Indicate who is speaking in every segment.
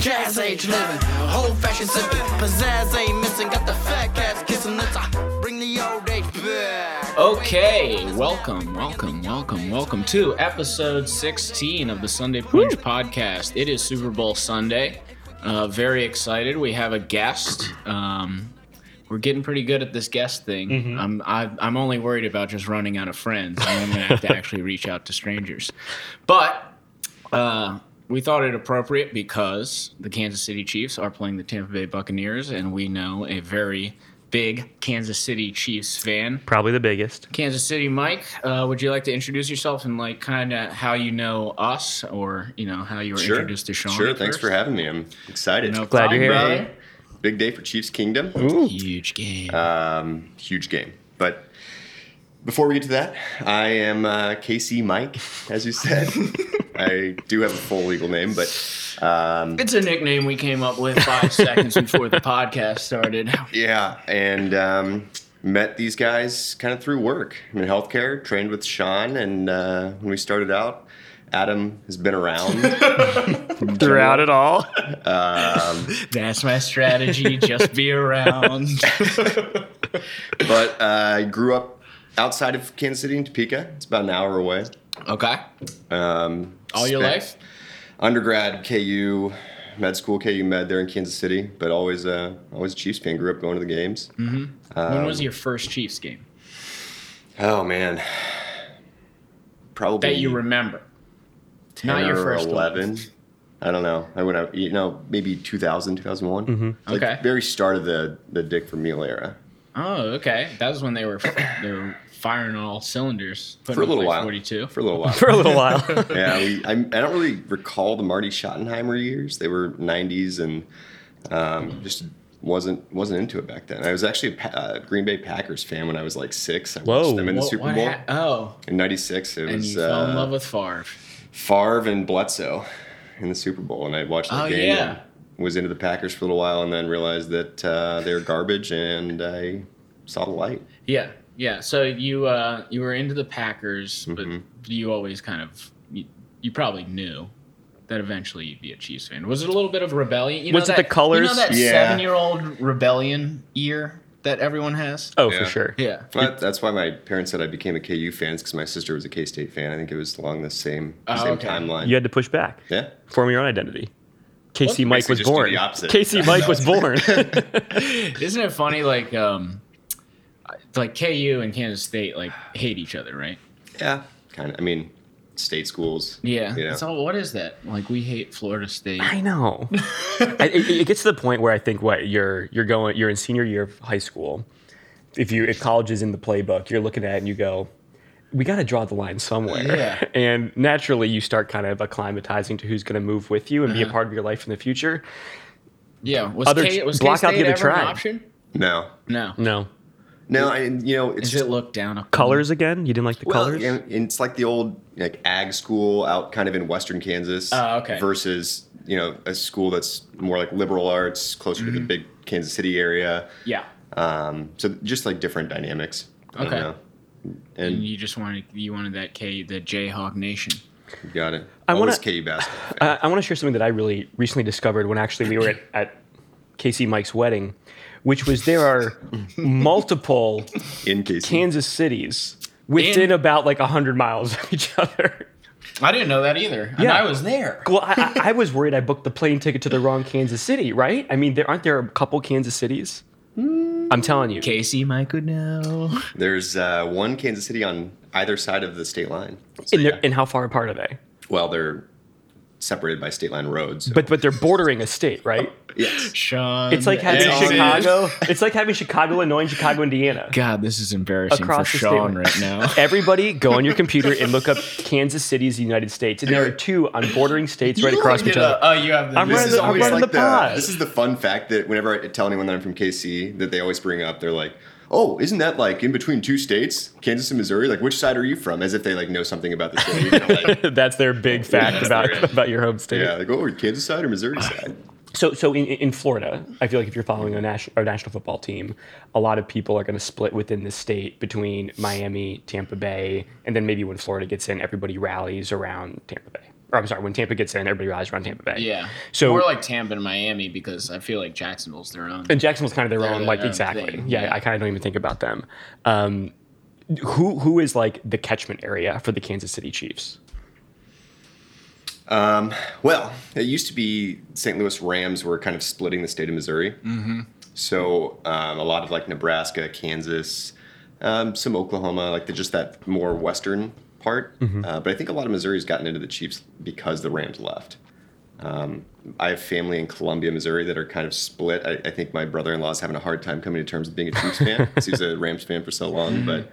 Speaker 1: Jazz age living, whole fashion sipping, pizzazz ain't missing. Got the fat cats kissing the top. Bring the old age back.
Speaker 2: Okay, welcome, welcome, welcome, welcome to episode 16 of the Sunday Punch podcast. It is Super Bowl Sunday. Uh, very excited. We have a guest. Um, we're getting pretty good at this guest thing. I'm I, I'm only worried about just running out of friends. I'm gonna have to actually reach out to strangers. But uh, we thought it appropriate because the Kansas City Chiefs are playing the Tampa Bay Buccaneers, and we know a very big Kansas City Chiefs fan.
Speaker 3: Probably the biggest.
Speaker 2: Kansas City Mike, uh, would you like to introduce yourself and like kind of how you know us, or you know how you were
Speaker 4: Sure.
Speaker 2: introduced to Sean?
Speaker 4: Sure. Thanks for having me. I'm excited.
Speaker 3: Glad you're here.
Speaker 2: Brother.
Speaker 4: Big day for Chiefs Kingdom.
Speaker 2: Huge game.
Speaker 4: Um, huge game. But before we get to that, I am uh, KC Mike, as you said. I do have a full legal name, but um,
Speaker 2: it's a nickname we came up with five seconds before the podcast started.
Speaker 4: yeah, and um, met these guys kind of through work. I'm in healthcare, trained with Sean, and uh, when we started out, Adam has been around.
Speaker 3: Throughout it all.
Speaker 2: That's my strategy. Just be around.
Speaker 4: but uh, I grew up outside of Kansas City in Topeka. It's about an hour away.
Speaker 2: Okay.
Speaker 4: Um,
Speaker 2: All your
Speaker 4: spent-
Speaker 2: life.
Speaker 4: undergrad KU med school KU med there in Kansas City, but always uh always a Chiefs fan. Grew up going to the games.
Speaker 3: Mm.
Speaker 2: when
Speaker 4: um,
Speaker 2: was your first Chiefs game
Speaker 4: Oh man, probably
Speaker 2: that you remember?
Speaker 4: 10
Speaker 2: not your
Speaker 4: or
Speaker 2: first one.
Speaker 4: eleven. I don't know. I went out, you know, maybe 2000, 2001.
Speaker 3: Mm-hmm.
Speaker 4: Like
Speaker 2: Okay.
Speaker 4: very start of the the Dick Vermeil era.
Speaker 2: Oh, okay. That was when they were they were firing on all cylinders putting
Speaker 4: For a
Speaker 2: up,
Speaker 4: little
Speaker 2: like,
Speaker 4: while.
Speaker 2: Forty-two.
Speaker 4: For a little while.
Speaker 3: For a little while.
Speaker 4: yeah, we, I, I don't really recall the Marty Schottenheimer years. They were '90s, and um, just wasn't wasn't into it back then. I was actually a Pa- uh, Green Bay Packers fan when I was like six. I
Speaker 3: Whoa.
Speaker 4: watched them in the
Speaker 2: What-
Speaker 4: Super
Speaker 2: what
Speaker 4: Bowl
Speaker 2: hap- oh,
Speaker 4: in '96. It
Speaker 2: and
Speaker 4: was
Speaker 2: you fell in love
Speaker 4: uh,
Speaker 2: with Favre.
Speaker 4: Favre and Bledsoe in the Super Bowl, and I watched the
Speaker 2: Oh,
Speaker 4: game.
Speaker 2: yeah.
Speaker 4: and was into the Packers for a little while, and then realized that uh, they were garbage, and I saw the light.
Speaker 2: Yeah, yeah. So you uh, you were into the Packers,
Speaker 4: Mhm.
Speaker 2: but you always kind of you, you probably knew that eventually you'd be a Chiefs fan. Was it a little bit of rebellion? You
Speaker 3: Was
Speaker 2: know
Speaker 3: it the
Speaker 2: that- You know
Speaker 3: colors?
Speaker 2: that
Speaker 4: Yeah.
Speaker 2: seven-year-old rebellion year that everyone has.
Speaker 3: Oh,
Speaker 4: Yeah.
Speaker 3: for sure.
Speaker 2: Yeah.
Speaker 4: But that's why my parents said I became a KU fan, because my sister was a K State fan. I think it was along the same
Speaker 2: Oh,
Speaker 4: same
Speaker 2: okay.
Speaker 4: timeline.
Speaker 3: You had to push back.
Speaker 4: Yeah.
Speaker 3: Form your own identity. Casey
Speaker 4: Well,
Speaker 3: Mike
Speaker 4: basically
Speaker 3: was
Speaker 4: just do
Speaker 3: born.
Speaker 4: the opposite.
Speaker 3: Casey Mike was born.
Speaker 2: Isn't it funny? Like, um, like KU and Kansas State like hate each other, right?
Speaker 4: Yeah. Kind of. I mean, state schools.
Speaker 2: Yeah.
Speaker 4: You know.
Speaker 2: It's all, what is that? Like we hate Florida State.
Speaker 3: I know. I, it, it gets to the point where I think what you're you're going you're in senior year of high school. If you if college is in the playbook, you're looking at it and you go, we got to draw the line somewhere.
Speaker 2: Yeah.
Speaker 3: And naturally, you start kind of acclimatizing to who's going to move with you and
Speaker 4: Uh-huh.
Speaker 3: be a part of your life in the future.
Speaker 2: Yeah. Was
Speaker 3: Other-
Speaker 2: K, was
Speaker 3: block
Speaker 2: K-State
Speaker 3: out the other
Speaker 2: ever an
Speaker 3: tribe.
Speaker 2: option?
Speaker 4: No.
Speaker 2: No.
Speaker 3: No
Speaker 4: No. I, you know, it's
Speaker 2: Is
Speaker 4: just
Speaker 2: it looked down upon?
Speaker 3: colors again. You didn't like the
Speaker 4: well,
Speaker 3: colors.
Speaker 4: and- and it's like the old like ag school out kind of in western Kansas.
Speaker 3: Ah,
Speaker 2: Oh, okay.
Speaker 4: Versus you know a school that's more like liberal arts, closer to the
Speaker 3: Mm-hmm.
Speaker 4: big Kansas City area.
Speaker 2: Yeah.
Speaker 4: Um, so just like different dynamics. I don't
Speaker 2: Okay.
Speaker 4: know.
Speaker 2: And
Speaker 4: And
Speaker 2: you just wanted you wanted that K the Jayhawk Nation.
Speaker 4: you got it.
Speaker 3: I wanna-
Speaker 4: Always KU basketball. fan.
Speaker 3: I, I want to share something that I really recently discovered when actually we were at, at Casey Mike's wedding, which was there are multiple
Speaker 4: in KC.
Speaker 3: Kansas cities within
Speaker 2: In-
Speaker 3: about like 100 miles of each other.
Speaker 2: I didn't know that either. And
Speaker 3: Yeah.
Speaker 2: I was there.
Speaker 3: Well, I, I, I was worried I booked the plane ticket to the wrong Kansas City, right? I mean, there aren't there a couple Kansas cities? I'm telling you.
Speaker 2: Casey Mike would know.
Speaker 4: There's uh, one Kansas City on either side of the state line. So,
Speaker 3: And, they're,
Speaker 4: yeah.
Speaker 3: and how far apart are they?
Speaker 4: well, they're separated by state line roads. so-
Speaker 3: But but they're bordering a state, right?
Speaker 4: yes.
Speaker 2: Sean.
Speaker 3: It's like having
Speaker 4: Yeah.
Speaker 3: Chicago. It's like having Chicago, Illinois, and Chicago, Indiana.
Speaker 2: God, this is embarrassing
Speaker 3: Across
Speaker 2: for
Speaker 3: the state
Speaker 2: Sean
Speaker 3: line.
Speaker 2: right now.
Speaker 3: Everybody, go on your computer and look up Kansas cities, United States, and there are two on bordering states right across from each other.
Speaker 2: Oh, you have the
Speaker 3: I'm
Speaker 4: This
Speaker 3: running
Speaker 4: is
Speaker 3: the- I'm
Speaker 4: always
Speaker 3: running
Speaker 4: like
Speaker 3: the pod.
Speaker 4: This is the fun fact that whenever I tell anyone that I'm from KC, that they always bring up. They're like, "Oh, isn't that like in between two states, Kansas and Missouri? Like, which side are you from?" As if they like know something about the state. you know, like,
Speaker 3: That's their big fact
Speaker 4: uh, that's
Speaker 3: about
Speaker 4: their-
Speaker 3: about your home state.
Speaker 4: yeah, like, oh, Kansas side or Missouri side?
Speaker 3: So, so in, in Florida, I feel like if you're following a national, our national football team, a lot of people are going to split within the state between Miami, Tampa Bay, and then maybe when Florida gets in, everybody rallies around Tampa Bay. or I'm sorry, when Tampa gets in, everybody relies on Tampa Bay.
Speaker 2: Yeah.
Speaker 3: So-
Speaker 2: more like Tampa and Miami because I feel like Jacksonville's their own.
Speaker 3: And Jacksonville's kind of their own,
Speaker 2: their
Speaker 3: like
Speaker 2: own
Speaker 3: exactly.
Speaker 2: thing,
Speaker 3: Yeah,
Speaker 2: yeah.
Speaker 3: I kind of don't even think about them. Um, who who is like the catchment area for the Kansas City Chiefs?
Speaker 4: Well, it used to be St. Louis Rams were kind of splitting the state of Missouri. Mm-hmm. So um, a lot of like Nebraska, Kansas, um, some Oklahoma, like the, just that more western part. Uh, but I think a lot of Missouri's gotten into the Chiefs because the Rams left. Um, I have family in Columbia, Missouri that are kind of split. I, I think my brother in law is having a hard time coming to terms with being a Chiefs fan because he was a Rams fan for so long, but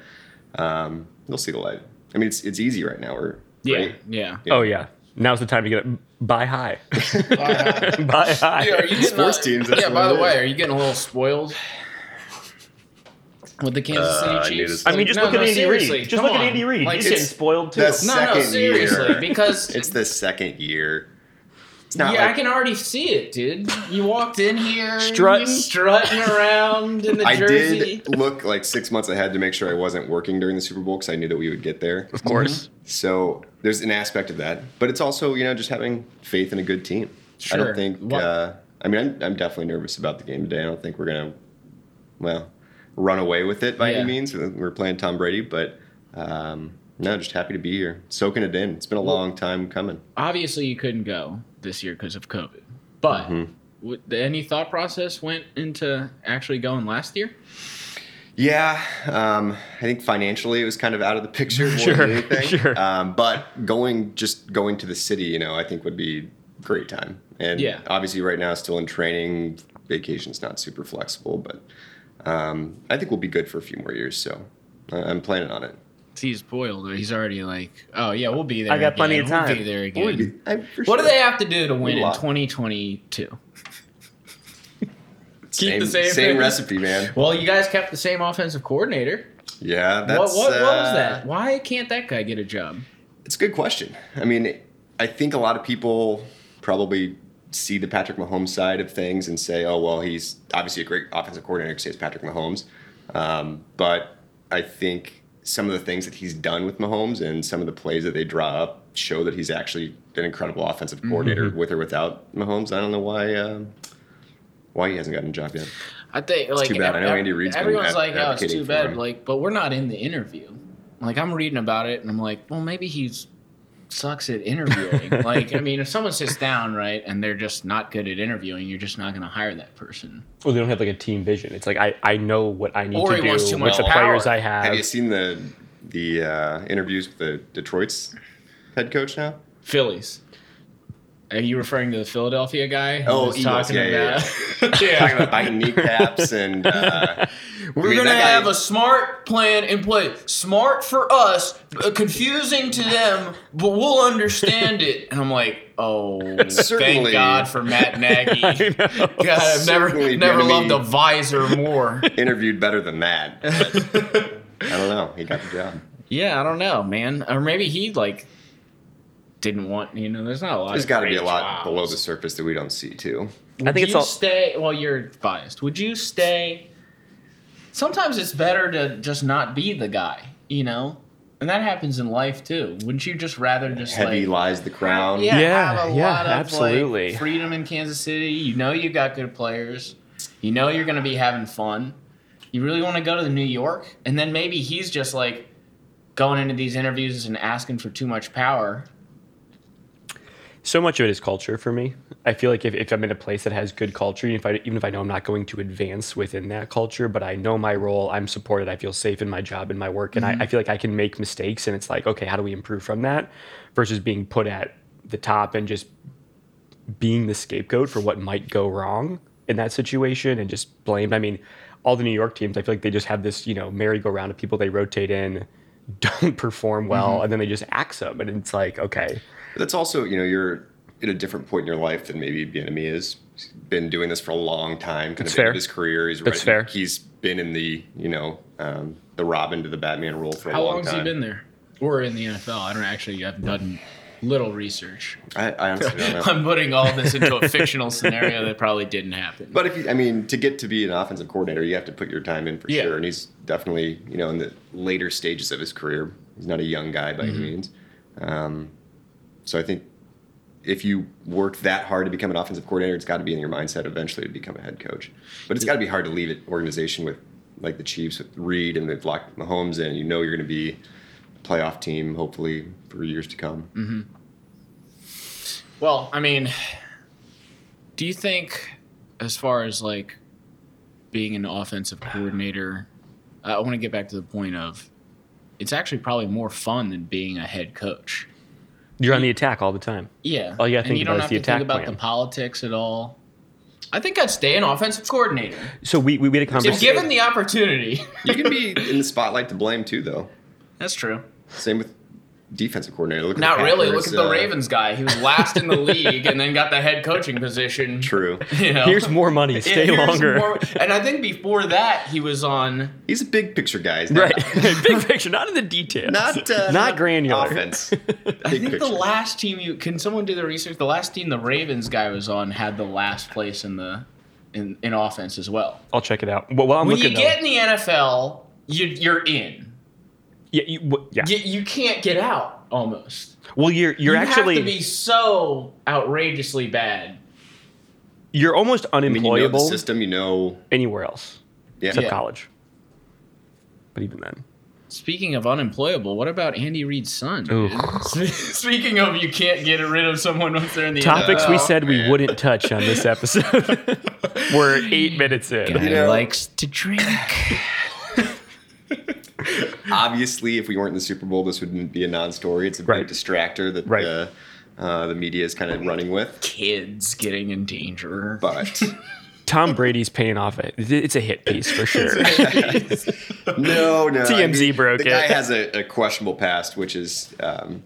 Speaker 4: um, they'll see the light. I mean, it's, it's easy right now. We're,
Speaker 2: yeah,
Speaker 4: right?
Speaker 2: yeah.
Speaker 4: Yeah.
Speaker 3: Oh yeah, now's the time to get it. Buy high, buy high.
Speaker 2: Yeah, are you getting
Speaker 4: Sports
Speaker 2: a-
Speaker 4: teams, that's
Speaker 2: Yeah. By
Speaker 4: what
Speaker 2: the
Speaker 4: it
Speaker 2: way,
Speaker 4: is.
Speaker 2: are you getting a little spoiled with the Kansas
Speaker 4: Uh, I
Speaker 2: City
Speaker 4: knew
Speaker 2: Chiefs?
Speaker 4: this-
Speaker 3: I mean, just
Speaker 2: No,
Speaker 3: look
Speaker 2: no,
Speaker 3: at Andy
Speaker 2: seriously,
Speaker 3: Reid. Just
Speaker 2: come
Speaker 3: look
Speaker 2: on.
Speaker 3: at Andy Reid.
Speaker 2: Like,
Speaker 3: He's
Speaker 2: it's-
Speaker 3: getting spoiled too.
Speaker 4: That's-
Speaker 2: no, no,
Speaker 4: Second
Speaker 2: seriously,
Speaker 4: year.
Speaker 2: because
Speaker 4: It's the second year. It's not
Speaker 2: yeah,
Speaker 4: like
Speaker 2: I can already see it, dude. You walked in here
Speaker 3: Strutting.
Speaker 2: strutting around in the
Speaker 4: I
Speaker 2: jersey.
Speaker 4: did look like six months ahead to make sure I wasn't working during the Super Bowl because I knew that we would get there.
Speaker 3: of course.
Speaker 4: So there's an aspect of that, but it's also you know just having faith in a good team. I
Speaker 2: Sure.
Speaker 4: don't think.
Speaker 2: Wha-
Speaker 4: Uh, I mean, I'm, I'm definitely nervous about the game today. I don't think we're gonna, well, run away with it by
Speaker 2: Yeah.
Speaker 4: any means. We're playing Tom Brady, but um, no, just happy to be here, soaking it in. It's been a long time coming.
Speaker 2: Obviously, you couldn't go this year because of COVID. But
Speaker 4: Mm-hmm.
Speaker 2: w- any thought process went into actually going last year?
Speaker 4: Yeah, um, I think financially it was kind of out of the picture more
Speaker 3: Sure,
Speaker 4: than anything.
Speaker 3: sure.
Speaker 4: Um, but going just going to the city, you know, I think would be great time. And
Speaker 2: Yeah.
Speaker 4: obviously, right now still in training, vacation's not super flexible, but um, I think we'll be good for a few more years. So I- I'm planning on it.
Speaker 2: He's spoiled. He's already like, oh yeah, we'll be there.
Speaker 3: I got plenty
Speaker 2: again.
Speaker 3: of
Speaker 2: We'll
Speaker 3: time.
Speaker 2: be there
Speaker 4: We'll be-
Speaker 2: again.
Speaker 4: I- for
Speaker 2: What do
Speaker 4: sure.
Speaker 2: they have to do to win in
Speaker 4: lot.
Speaker 2: 2022? Keep
Speaker 4: Same,
Speaker 2: the same
Speaker 4: same
Speaker 2: thing?
Speaker 4: recipe, man.
Speaker 2: Well, you guys kept the same offensive coordinator.
Speaker 4: Yeah, that's
Speaker 2: what what, what was
Speaker 4: uh,
Speaker 2: that? Why can't that guy get a job?
Speaker 4: It's a good question. I mean, I think a lot of people probably see the Patrick Mahomes side of things and say, oh, well, he's obviously a great offensive coordinator because he has Patrick Mahomes. Um, but I think some of the things that he's done with Mahomes and some of the plays that they draw up show that he's actually an incredible offensive coordinator with or without Mahomes. I don't know why. Um, why he hasn't gotten a job yet?
Speaker 2: I think like
Speaker 4: too bad. I know
Speaker 2: ev-
Speaker 4: Andy Reid's been
Speaker 2: Everyone's
Speaker 4: ad-
Speaker 2: like, oh, it's
Speaker 4: advocating
Speaker 2: too
Speaker 4: for
Speaker 2: bad.
Speaker 4: him.
Speaker 2: Like, but we're not in the interview. Like, I'm reading about it, and I'm like, well, maybe he's sucks at interviewing. like, I mean, if someone sits down right and they're just not good at interviewing, you're just not going to hire that person.
Speaker 3: Well, they don't have like a team vision. It's like I, I know what I need
Speaker 2: Or
Speaker 3: to
Speaker 2: he
Speaker 3: do
Speaker 2: wants
Speaker 3: with
Speaker 2: too much
Speaker 3: the
Speaker 2: power.
Speaker 3: players I have.
Speaker 4: Have you seen the the uh, interviews with the Detroit's head coach now?
Speaker 2: Phillies. Are you referring to the Philadelphia guy? who
Speaker 4: Oh,
Speaker 2: was
Speaker 4: Eagles, yeah, yeah,
Speaker 2: about?
Speaker 4: Talking about
Speaker 2: yeah.
Speaker 4: biting kneecaps and uh,
Speaker 2: We're
Speaker 4: mean,
Speaker 2: gonna
Speaker 4: that guy-
Speaker 2: have a smart plan in place. Smart for us, uh, confusing to them, but we'll understand it. And I'm like, oh, thank
Speaker 4: Certainly.
Speaker 2: God for Matt Nagy. God, I've never
Speaker 4: Certainly
Speaker 2: never
Speaker 4: gonna
Speaker 2: loved
Speaker 4: be-
Speaker 2: a visor more.
Speaker 4: interviewed better than that. But I don't know. He got the job.
Speaker 2: yeah, I don't know, man. Or maybe he like didn't want. You know, there's not a lot.
Speaker 4: There's
Speaker 2: of
Speaker 4: got to be
Speaker 2: great
Speaker 4: a lot
Speaker 2: jobs.
Speaker 4: below the surface that we don't see too.
Speaker 3: I
Speaker 2: Would
Speaker 3: think it's
Speaker 2: you
Speaker 3: all.
Speaker 2: stay. Well, you're biased. Would you stay? Sometimes it's better to just not be the guy, you know, and that happens in life too. Wouldn't you just rather just
Speaker 4: Heavy
Speaker 2: like,
Speaker 4: lies the crown.
Speaker 2: yeah,
Speaker 3: Yeah,
Speaker 2: have a
Speaker 3: yeah,
Speaker 2: lot of
Speaker 3: absolutely.
Speaker 2: like, freedom in Kansas City? You know, you got good players. You know, you're going to be having fun. You really want to go to New York, and then maybe he's just like going into these interviews and asking for too much power.
Speaker 3: so much of it is culture for me. I feel like if, if I'm in a place that has good culture, even if, I, even if I know I'm not going to advance within that culture, but I know my role, I'm supported, I feel safe in my job and my work, and I, I feel like I can make mistakes. And it's like, okay, how do we improve from that versus being put at the top and just being the scapegoat for what might go wrong in that situation and just blamed. I mean, all the New York teams, I feel like they just have this, you know, merry-go-round of people they rotate in, don't perform well, and then they just axe them. And it's like, okay.
Speaker 4: But that's also, you know, you're at a different point in your life than maybe the enemy is. He's been doing this for a long time. Kind
Speaker 3: That's
Speaker 4: of ended
Speaker 3: fair.
Speaker 4: His career. He's
Speaker 3: That's fair.
Speaker 4: ready- He's been in the, you know, um, the Robin to the Batman role for a
Speaker 2: How
Speaker 4: long
Speaker 2: long's
Speaker 4: time.
Speaker 2: he been there? Or in the NFL? I don't actually. I've done little research.
Speaker 4: I, I honestly don't know.
Speaker 2: I'm putting all this into a fictional scenario that probably didn't happen.
Speaker 4: But if you, I mean, to get to be an offensive coordinator, you have to put your time in for
Speaker 2: Yeah.
Speaker 4: sure. And he's definitely, you know, in the
Speaker 2: Mm-hmm.
Speaker 4: later stages of his career. He's not a young guy by any means. Um, so I think if you worked that hard to become an offensive coordinator, it's got to be in your mindset eventually to become a head coach. But it's got to be hard to leave an organization with like the Chiefs with Reed and they've locked Mahomes in. You know you're going to be a playoff team hopefully for years to come.
Speaker 2: Mm. Well, I mean, do you think, as far as like being an offensive coordinator, I want to get back to the point of it's actually probably more fun than being a head coach.
Speaker 3: You're on the attack all the time.
Speaker 2: Yeah.
Speaker 3: All you
Speaker 2: and
Speaker 3: gotta Oh, think
Speaker 2: you
Speaker 3: about
Speaker 2: don't
Speaker 3: is
Speaker 2: have
Speaker 3: the
Speaker 2: to
Speaker 3: attack
Speaker 2: think about
Speaker 3: plan.
Speaker 2: the politics at all. I think I'd stay an offensive coordinator
Speaker 3: So we, we, we had a
Speaker 2: if
Speaker 3: conversation.
Speaker 2: given the opportunity.
Speaker 4: You can be in the spotlight to blame too, though.
Speaker 2: That's true.
Speaker 4: Same with defensive coordinator. Look at
Speaker 2: Not
Speaker 4: the
Speaker 2: really. Look
Speaker 4: Packers,
Speaker 2: at the
Speaker 4: uh,
Speaker 2: Ravens guy. He was last in the league and then got the head coaching position.
Speaker 4: True.
Speaker 2: You know?
Speaker 3: Here's more money.
Speaker 2: Yeah,
Speaker 3: Stay
Speaker 2: here's
Speaker 3: longer.
Speaker 2: more- and I think before that, he was on
Speaker 4: He's a big picture guy. He's not-
Speaker 3: right. Big picture, not in the details.
Speaker 4: Not uh,
Speaker 3: Not granular.
Speaker 4: offense.
Speaker 2: I
Speaker 4: Big
Speaker 2: think
Speaker 4: picture.
Speaker 2: the last team you can someone do the research. The last team the Ravens guy was on had the last place in the in, in offense as well.
Speaker 3: I'll check it out. Well, while I'm
Speaker 2: When you
Speaker 3: looking, though-
Speaker 2: get in the NFL, you, you're in.
Speaker 3: yeah, you, well, yeah.
Speaker 2: You, you can't get out almost.
Speaker 3: Well, you're you're
Speaker 2: you
Speaker 3: actually
Speaker 2: have to be so outrageously bad.
Speaker 3: you're almost
Speaker 4: I mean, you know the
Speaker 3: unemployable
Speaker 4: system. You know,
Speaker 3: anywhere else
Speaker 4: yeah.
Speaker 3: except
Speaker 2: Yeah.
Speaker 3: college. But even then,
Speaker 2: Speaking of unemployable, what about Andy Reid's son?
Speaker 3: Ooh.
Speaker 2: Speaking of, you can't get rid of someone once they're in the
Speaker 3: topics we
Speaker 2: NFL.
Speaker 3: said we
Speaker 4: man.
Speaker 3: wouldn't touch on this episode. We're eight minutes in.
Speaker 2: Guy
Speaker 4: know-
Speaker 2: likes to drink.
Speaker 4: obviously, if we weren't in the Super Bowl, this wouldn't be a non-story. It's a
Speaker 3: Right.
Speaker 4: big distractor that
Speaker 3: Right.
Speaker 4: the uh, the media is kind of running with.
Speaker 2: Kids getting in danger.
Speaker 4: But
Speaker 3: Tom Brady's paying off it. It's a hit piece for sure.
Speaker 4: no, no,
Speaker 3: TMZ broke
Speaker 4: The guy
Speaker 3: it.
Speaker 4: has a, a questionable past, which is um,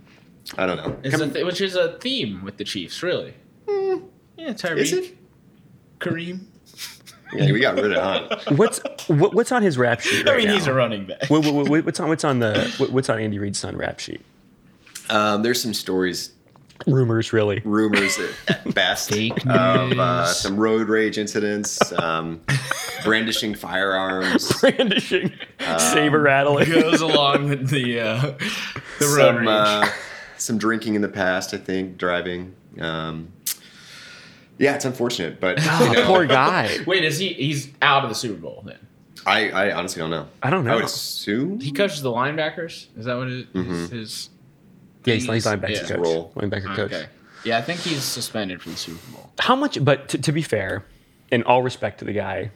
Speaker 4: I don't know.
Speaker 2: It's a th- which is a theme with the Chiefs, really. Yeah, Tyreek,
Speaker 4: Hmm. Is it?
Speaker 2: Kareem.
Speaker 4: Yeah, we got rid of Hunt.
Speaker 3: What's what, what's on his rap sheet? Right
Speaker 2: I mean,
Speaker 3: now?
Speaker 2: he's a running back.
Speaker 3: What- what- what- what's on what's on the what- what's on Andy Reid's son rap sheet?
Speaker 4: Um, there's some stories,
Speaker 3: Rumors, really.
Speaker 4: rumors at best
Speaker 2: Fake
Speaker 4: of uh,
Speaker 2: news.
Speaker 4: some road rage incidents, um, brandishing firearms.
Speaker 3: Brandishing, saber rattling.
Speaker 2: Goes along with the uh, the road
Speaker 4: some
Speaker 2: rage.
Speaker 4: uh, some drinking in the past, I think, driving. Um, yeah, it's unfortunate, but you know,
Speaker 3: Poor guy.
Speaker 2: Wait, is he? He's out of the Super Bowl then.
Speaker 4: I, I honestly don't know.
Speaker 3: I don't know.
Speaker 4: I would assume
Speaker 2: He coaches the linebackers. Is that what it,
Speaker 4: Mm-hmm.
Speaker 2: his, his?
Speaker 3: Yeah, he's, he's
Speaker 2: Yeah.
Speaker 3: linebacker coach.
Speaker 4: Roll.
Speaker 3: Linebacker coach.
Speaker 2: Okay. Yeah, I think he's suspended from the Super Bowl.
Speaker 3: How much? But to, to be fair, in all respect to the guy,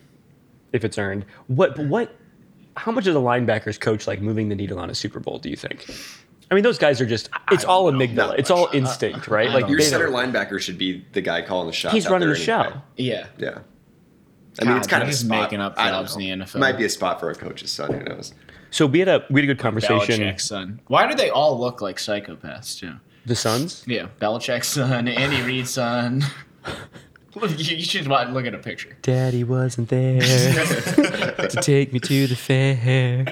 Speaker 3: if it's earned, what but what? How much is a linebacker's coach like moving the needle on a Super Bowl? Do you think? I mean, those guys are just. It's all amygdala.
Speaker 4: Not
Speaker 3: It's all
Speaker 4: much.
Speaker 3: instinct, right?
Speaker 2: I
Speaker 3: Like
Speaker 2: don't
Speaker 4: your
Speaker 3: they
Speaker 4: center
Speaker 3: don't-
Speaker 4: linebacker should be the guy calling the shots.
Speaker 3: he's
Speaker 4: out
Speaker 3: running the
Speaker 4: there
Speaker 3: show.
Speaker 4: anyway.
Speaker 2: Yeah.
Speaker 4: Yeah. I mean,
Speaker 2: God,
Speaker 4: it's kind
Speaker 2: they're
Speaker 4: of a
Speaker 2: just
Speaker 4: spot.
Speaker 2: making up
Speaker 4: I don't
Speaker 2: jobs
Speaker 4: know.
Speaker 2: in the NFL.
Speaker 4: Might be a spot for a coach's son. Who knows?
Speaker 3: So we had a we had a good conversation.
Speaker 2: Belichick's son. Why do they all look like psychopaths too?
Speaker 3: The Suns.
Speaker 2: Yeah, Belichick's son, Andy Reid's son. Look, you, you should wa- look at a picture.
Speaker 3: Daddy wasn't there to take me to the fair.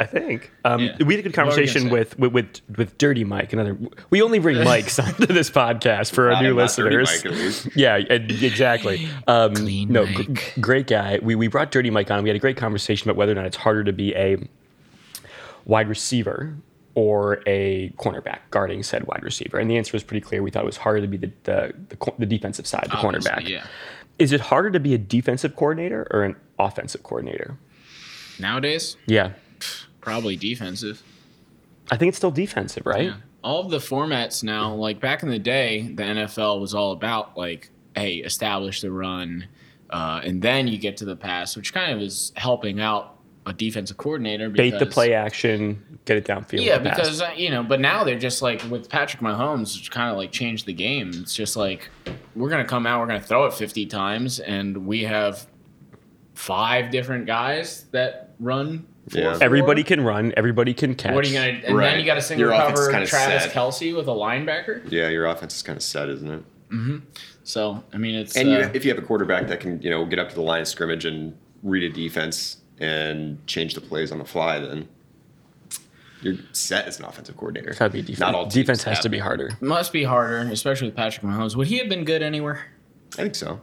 Speaker 3: I think um,
Speaker 2: Yeah.
Speaker 3: we had a good
Speaker 2: What were you gonna
Speaker 3: conversation
Speaker 2: say?
Speaker 3: with, with with with Dirty Mike. Another, we only bring mics onto this podcast for
Speaker 2: Uh,
Speaker 3: our
Speaker 4: I'm
Speaker 3: new
Speaker 4: not Dirty
Speaker 3: listeners.
Speaker 4: Mike, at least.
Speaker 3: Yeah, e- exactly. Um,
Speaker 2: Clean
Speaker 3: no,
Speaker 2: Mike.
Speaker 3: gr- great guy. We we brought Dirty Mike on. We had a great conversation about whether or not it's harder to be a wide receiver or a cornerback guarding said wide receiver, and the answer was pretty clear. We thought it was harder to be the the, the, cor- the defensive side, the
Speaker 2: Obviously,
Speaker 3: cornerback.
Speaker 2: Yeah.
Speaker 3: Is it harder to be a defensive coordinator or an offensive coordinator?
Speaker 2: Nowadays,
Speaker 3: Yeah,
Speaker 2: probably defensive.
Speaker 3: I think it's still defensive, right?
Speaker 2: Yeah. All of the formats now, like back in the day, the NFL was all about like, hey, establish the run, uh, and then you get to the pass, which kind of is helping out a defensive coordinator.
Speaker 3: Bait the
Speaker 2: because-
Speaker 3: play action, get it downfield.
Speaker 2: Yeah,
Speaker 3: and pass.
Speaker 2: because uh, you know, but now they're just like with Patrick Mahomes, it's kind of like changed the game. It's just like we're gonna come out, we're gonna throw it fifty times, and we have five different guys that run. Four,
Speaker 4: Yeah.
Speaker 2: four.
Speaker 3: everybody can run, everybody can catch.
Speaker 2: What are you gonna? And
Speaker 4: Right.
Speaker 2: then you got to single
Speaker 4: Your offense is
Speaker 2: cover
Speaker 4: kinda
Speaker 2: Travis
Speaker 4: set.
Speaker 2: Kelsey with a linebacker.
Speaker 4: Yeah, your offense is kind of set, isn't it?
Speaker 2: So I mean, it's
Speaker 4: And
Speaker 2: uh,
Speaker 4: you, if you have a quarterback that can, you know, get up to the line of scrimmage and read a defense and change the plays on the fly, then you're set as an offensive coordinator.
Speaker 3: It's gotta be defense.
Speaker 4: Not all teams
Speaker 3: defense has
Speaker 4: have
Speaker 3: to be
Speaker 4: it.
Speaker 3: harder.
Speaker 2: must be harder, especially with Patrick Mahomes. Would he have been good anywhere?
Speaker 4: I think so.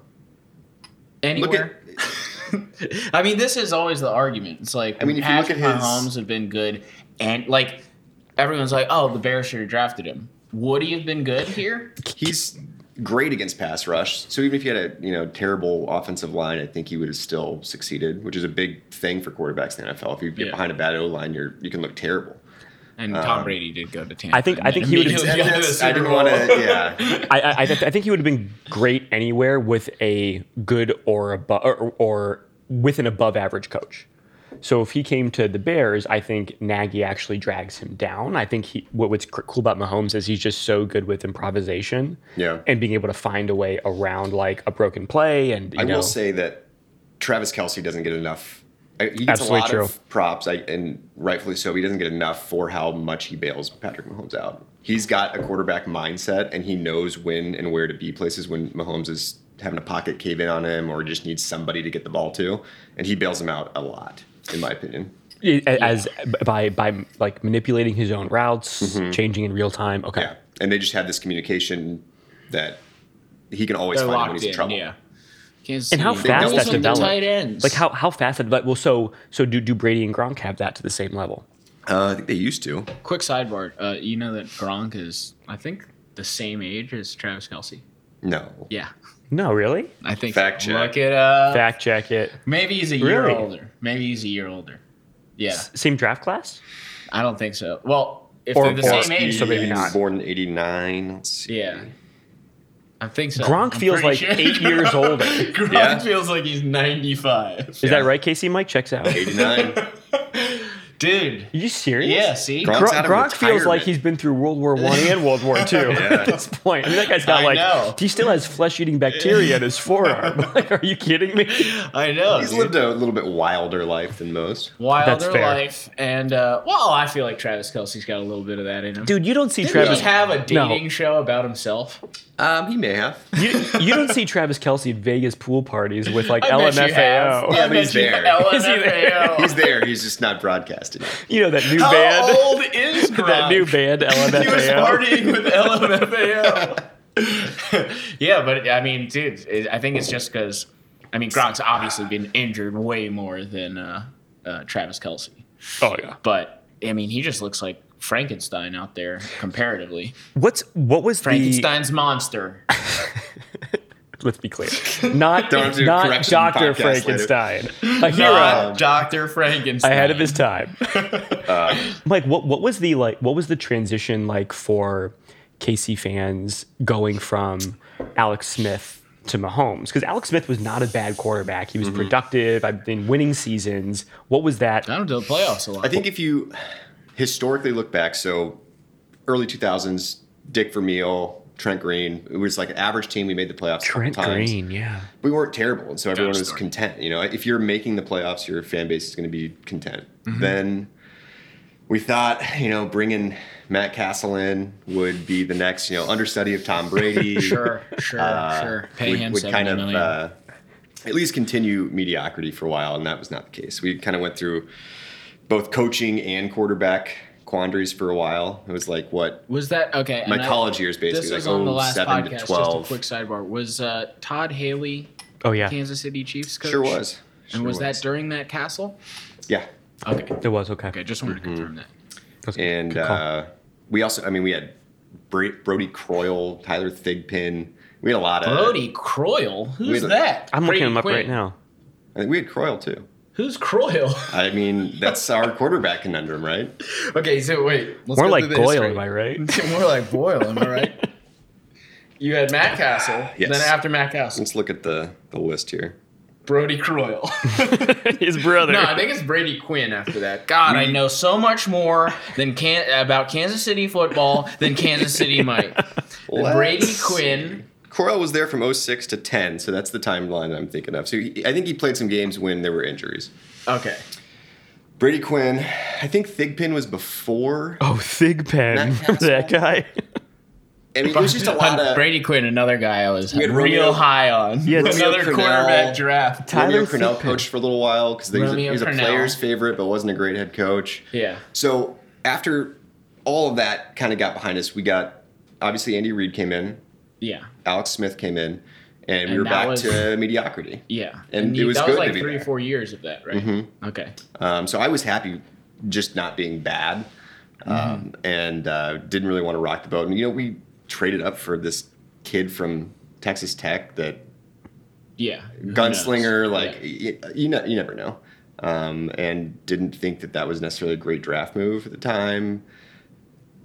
Speaker 2: Anywhere. I mean, this is always the argument. It's like I
Speaker 4: mean,
Speaker 2: mean,
Speaker 4: if you look
Speaker 2: Patrick
Speaker 4: at his-
Speaker 2: Mahomes had been good, and like everyone's like, oh, the Bears should have drafted him. Would he have been good here?
Speaker 4: He's great against pass rush. So even if you had a you know terrible offensive line, I think he would have still succeeded, which is a big thing for quarterbacks in the NFL. If you get
Speaker 2: Yeah.
Speaker 4: behind a bad O line, you're you can look terrible.
Speaker 2: And Tom Brady did go to Tampa.
Speaker 3: I think- I
Speaker 2: and
Speaker 3: think he would've-
Speaker 2: immediately got to the
Speaker 4: Uh, I
Speaker 2: Super
Speaker 4: didn't
Speaker 2: Bowl.
Speaker 4: want to. Yeah,
Speaker 3: I, I, I th- I think he would have been great anywhere with a good or above or, or with an above average coach. So if he came to the Bears, I think Nagy actually drags him down. I think he what, what's cr- cool about Mahomes is he's just so good with improvisation,
Speaker 4: Yeah.
Speaker 3: and being able to find a way around like a broken play. And you
Speaker 4: I
Speaker 3: know,
Speaker 4: will say that Travis Kelsey doesn't get enough. I- He gets
Speaker 3: Absolutely
Speaker 4: a lot
Speaker 3: true.
Speaker 4: of props, I, and rightfully so. But he doesn't get enough for how much he bails Patrick Mahomes out. He's got a quarterback mindset, and he knows when and where to be places when Mahomes is having a pocket cave in on him, or just needs somebody to get the ball to, and he bails him out a lot, in my opinion.
Speaker 3: i- as by by like manipulating his own routes,
Speaker 2: Mm-hmm.
Speaker 3: changing in real time. Okay,
Speaker 4: Yeah, and they just have this communication that he can always
Speaker 2: They're
Speaker 4: find him when
Speaker 2: locked
Speaker 4: he's in
Speaker 2: in.
Speaker 4: trouble.
Speaker 2: Yeah. Kansas
Speaker 3: and how
Speaker 2: City,
Speaker 3: fast
Speaker 4: doubles
Speaker 3: that
Speaker 2: those are the
Speaker 3: developed.
Speaker 2: Tight ends.
Speaker 3: Like how how fast that. Well, so so do do Brady and Gronk have that to the same level?
Speaker 4: Uh, I think they used to.
Speaker 2: Quick sidebar. Uh, you know that Gronk is, I think, the same age as Travis Kelsey.
Speaker 4: No.
Speaker 2: Yeah.
Speaker 3: No, really.
Speaker 2: I think.
Speaker 4: Fact check.
Speaker 2: Look it up.
Speaker 3: Fact check it.
Speaker 2: Maybe he's a year
Speaker 3: Really?
Speaker 2: older. Maybe he's a year older. Yeah.
Speaker 3: Same draft class?
Speaker 2: I don't think so. Well, if
Speaker 3: Or-
Speaker 2: they're the
Speaker 3: or
Speaker 2: same
Speaker 3: speed,
Speaker 2: age,
Speaker 3: so maybe
Speaker 4: He was
Speaker 3: not.
Speaker 4: Born in '89. Let's see.
Speaker 2: Yeah. I think so.
Speaker 3: Gronk
Speaker 2: I'm
Speaker 3: feels
Speaker 2: pretty
Speaker 3: like
Speaker 2: sure.
Speaker 3: eight years older. Is
Speaker 2: Gronk
Speaker 4: Yeah.
Speaker 2: feels like he's 95.
Speaker 3: that right, Casey? Mike checks out. Are
Speaker 4: '89.
Speaker 2: Dude.
Speaker 3: you serious?
Speaker 2: Yeah, see?
Speaker 4: Gronk-
Speaker 3: Gro-
Speaker 4: Out of
Speaker 3: Gronk feels
Speaker 4: retirement.
Speaker 3: like he's been through World War One and World War Two at this point. I mean, that guy's got
Speaker 2: I
Speaker 3: like
Speaker 2: know.
Speaker 3: he still has flesh-eating bacteria in his forearm. Like, are you kidding me?
Speaker 2: I know.
Speaker 4: He's
Speaker 2: dude.
Speaker 4: lived a little bit wilder life than most.
Speaker 2: Wilder
Speaker 3: That's fair.
Speaker 2: life. And, uh, well, I feel like Travis Kelsey's got a little bit of that in him.
Speaker 3: Dude, you don't see
Speaker 2: Didn't
Speaker 3: Travis.
Speaker 2: he have a
Speaker 3: No.
Speaker 2: dating show about himself?
Speaker 4: Um, he may have.
Speaker 3: you, you don't see Travis Kelsey at Vegas pool parties with like
Speaker 2: I bet you have.
Speaker 3: LMFAO.
Speaker 2: I
Speaker 4: Yeah, but he's
Speaker 2: bet you-
Speaker 4: there.
Speaker 3: Is he there?
Speaker 2: LMFAO.
Speaker 4: He's there. He's just not broadcasting. it.
Speaker 3: You know that new
Speaker 2: How
Speaker 3: band.
Speaker 2: old is Gronk?
Speaker 3: That new band
Speaker 2: he was
Speaker 3: LMFAO.
Speaker 2: partying with LMFAO. yeah, but I mean, dude, it, I think it's just because I mean Gronk's obviously been injured way more than uh, uh, Travis Kelsey,
Speaker 3: Oh yeah.
Speaker 2: but I mean he just looks like Frankenstein out there comparatively.
Speaker 3: What's what was the
Speaker 2: Frankenstein's monster.
Speaker 3: let's be clear. Not,
Speaker 4: Don't do
Speaker 3: not
Speaker 4: correction
Speaker 3: Dr.
Speaker 4: podcast later.
Speaker 3: Frankenstein. A hero
Speaker 2: Not Dr. Frankenstein.
Speaker 3: ahead of his time.
Speaker 2: Uh.
Speaker 3: Mike, what, what was the like what was the transition like for KC fans going from Alex Smith to Mahomes? Because Alex Smith was not a bad quarterback. He was
Speaker 2: Mm-hmm.
Speaker 3: productive. I've been winning seasons. What was that?
Speaker 2: I don't do the playoffs a lot.
Speaker 4: I think if you historically look back, so early 2000s, Dick Vermeil, Trent Green, it was like an average team. We made the playoffs. a couple
Speaker 3: Trent
Speaker 4: times.
Speaker 3: Green, yeah.
Speaker 4: We weren't terrible, and so everyone was
Speaker 2: story.
Speaker 4: content. You know, if you're making the playoffs, your fan base is going to be content.
Speaker 2: Mm-hmm.
Speaker 4: Then we thought, you know, bringing Matt Castle in would be the next, you know, understudy of Tom Brady.
Speaker 2: sure, sure,
Speaker 4: uh,
Speaker 2: sure. Pay
Speaker 4: would,
Speaker 2: him
Speaker 4: would
Speaker 2: seventy
Speaker 4: kind
Speaker 2: million.
Speaker 4: of uh, at least continue mediocrity for a while, and that was not the case. We kind of went through both coaching and quarterback quandaries for a while. It was like what
Speaker 2: Was that okay?
Speaker 4: my
Speaker 2: and I-
Speaker 4: college years basically,
Speaker 2: This
Speaker 4: like
Speaker 2: was on the last
Speaker 4: 07
Speaker 2: podcast.
Speaker 4: to
Speaker 2: Just a quick
Speaker 4: 12.
Speaker 2: sidebar. Was uh, Todd Haley
Speaker 3: Oh yeah.
Speaker 2: Kansas City Chiefs coach?
Speaker 4: Sure was. Sure
Speaker 2: And was, that during that castle?
Speaker 4: Yeah,
Speaker 2: Okay.
Speaker 3: It was okay.
Speaker 2: Okay. Just wanted to
Speaker 4: Mm-hmm.
Speaker 2: confirm that.
Speaker 3: That's a
Speaker 4: and
Speaker 3: good call.
Speaker 4: uh, we also, I mean, we had Bra- Brody Croyle, Tyler Thigpen. We had a lot of.
Speaker 2: Brody Croyle. Who's
Speaker 4: Wait a-
Speaker 2: that?
Speaker 3: I'm
Speaker 2: Brady
Speaker 3: looking him up
Speaker 2: Quinn.
Speaker 3: right now.
Speaker 4: I think we had Croyle too.
Speaker 2: Who's Croyle?
Speaker 4: I mean, that's our quarterback conundrum, right?
Speaker 2: okay. So wait. Let's go
Speaker 3: More like
Speaker 2: through the
Speaker 3: Goyle,
Speaker 2: history.
Speaker 3: am I right?
Speaker 2: More like Boyle. Am I right? You had Matt Castle.
Speaker 4: Yes.
Speaker 2: Then after Matt Castle,
Speaker 4: Let's look at the the list here.
Speaker 2: Brody Croyle.
Speaker 3: His brother.
Speaker 2: No, I think it's Brady Quinn after that. God, I know so much more than can about Kansas City football than Kansas City Mike. Brady
Speaker 4: Let's
Speaker 2: Quinn.
Speaker 4: Corral was there from 06 to 10, so that's the timeline I'm thinking of. So he, I think he played some games when there were injuries.
Speaker 2: Okay.
Speaker 4: Brady Quinn, I think Thigpen was before.
Speaker 3: Oh, Thigpen,
Speaker 4: Matt
Speaker 3: that
Speaker 4: Castle?
Speaker 3: guy.
Speaker 4: I mean, it was just a lot
Speaker 2: But
Speaker 4: of
Speaker 2: Brady Quinn, another guy I was
Speaker 4: had
Speaker 2: real
Speaker 4: Romeo-
Speaker 2: high on.
Speaker 3: Yeah, it's-
Speaker 2: another
Speaker 4: Romeo Crennel.
Speaker 2: quarterback draft.
Speaker 4: Romeo
Speaker 3: Tyler
Speaker 4: Cornell
Speaker 3: Thigpen.
Speaker 4: coached for a little while because he was, a- he
Speaker 2: Romeo
Speaker 4: was a
Speaker 2: Crennel.
Speaker 4: player's favorite, but wasn't a great head coach.
Speaker 2: Yeah.
Speaker 4: So after all of that kind of got behind us, we got obviously Andy Reid came in,
Speaker 2: Yeah.
Speaker 4: Alex Smith came in, and, we
Speaker 2: And
Speaker 4: were
Speaker 2: that
Speaker 4: back
Speaker 2: was-
Speaker 4: to mediocrity.
Speaker 2: Yeah.
Speaker 4: And it
Speaker 2: you-
Speaker 4: was
Speaker 2: that was
Speaker 4: good
Speaker 2: like
Speaker 4: to be Mm-hmm.
Speaker 2: three or
Speaker 4: there.
Speaker 2: four years of that, right? Okay.
Speaker 4: Um, so I was happy just not being bad. um,
Speaker 2: Mm-hmm.
Speaker 4: and uh, didn't really want to rock the boat. And you know, we traded up for this kid from Texas Tech, that
Speaker 2: Yeah. Who
Speaker 4: gunslinger.
Speaker 2: knows?
Speaker 4: Like
Speaker 2: Yeah.
Speaker 4: y- you know, you never know. Um, and didn't think that that was necessarily a great draft move at the time.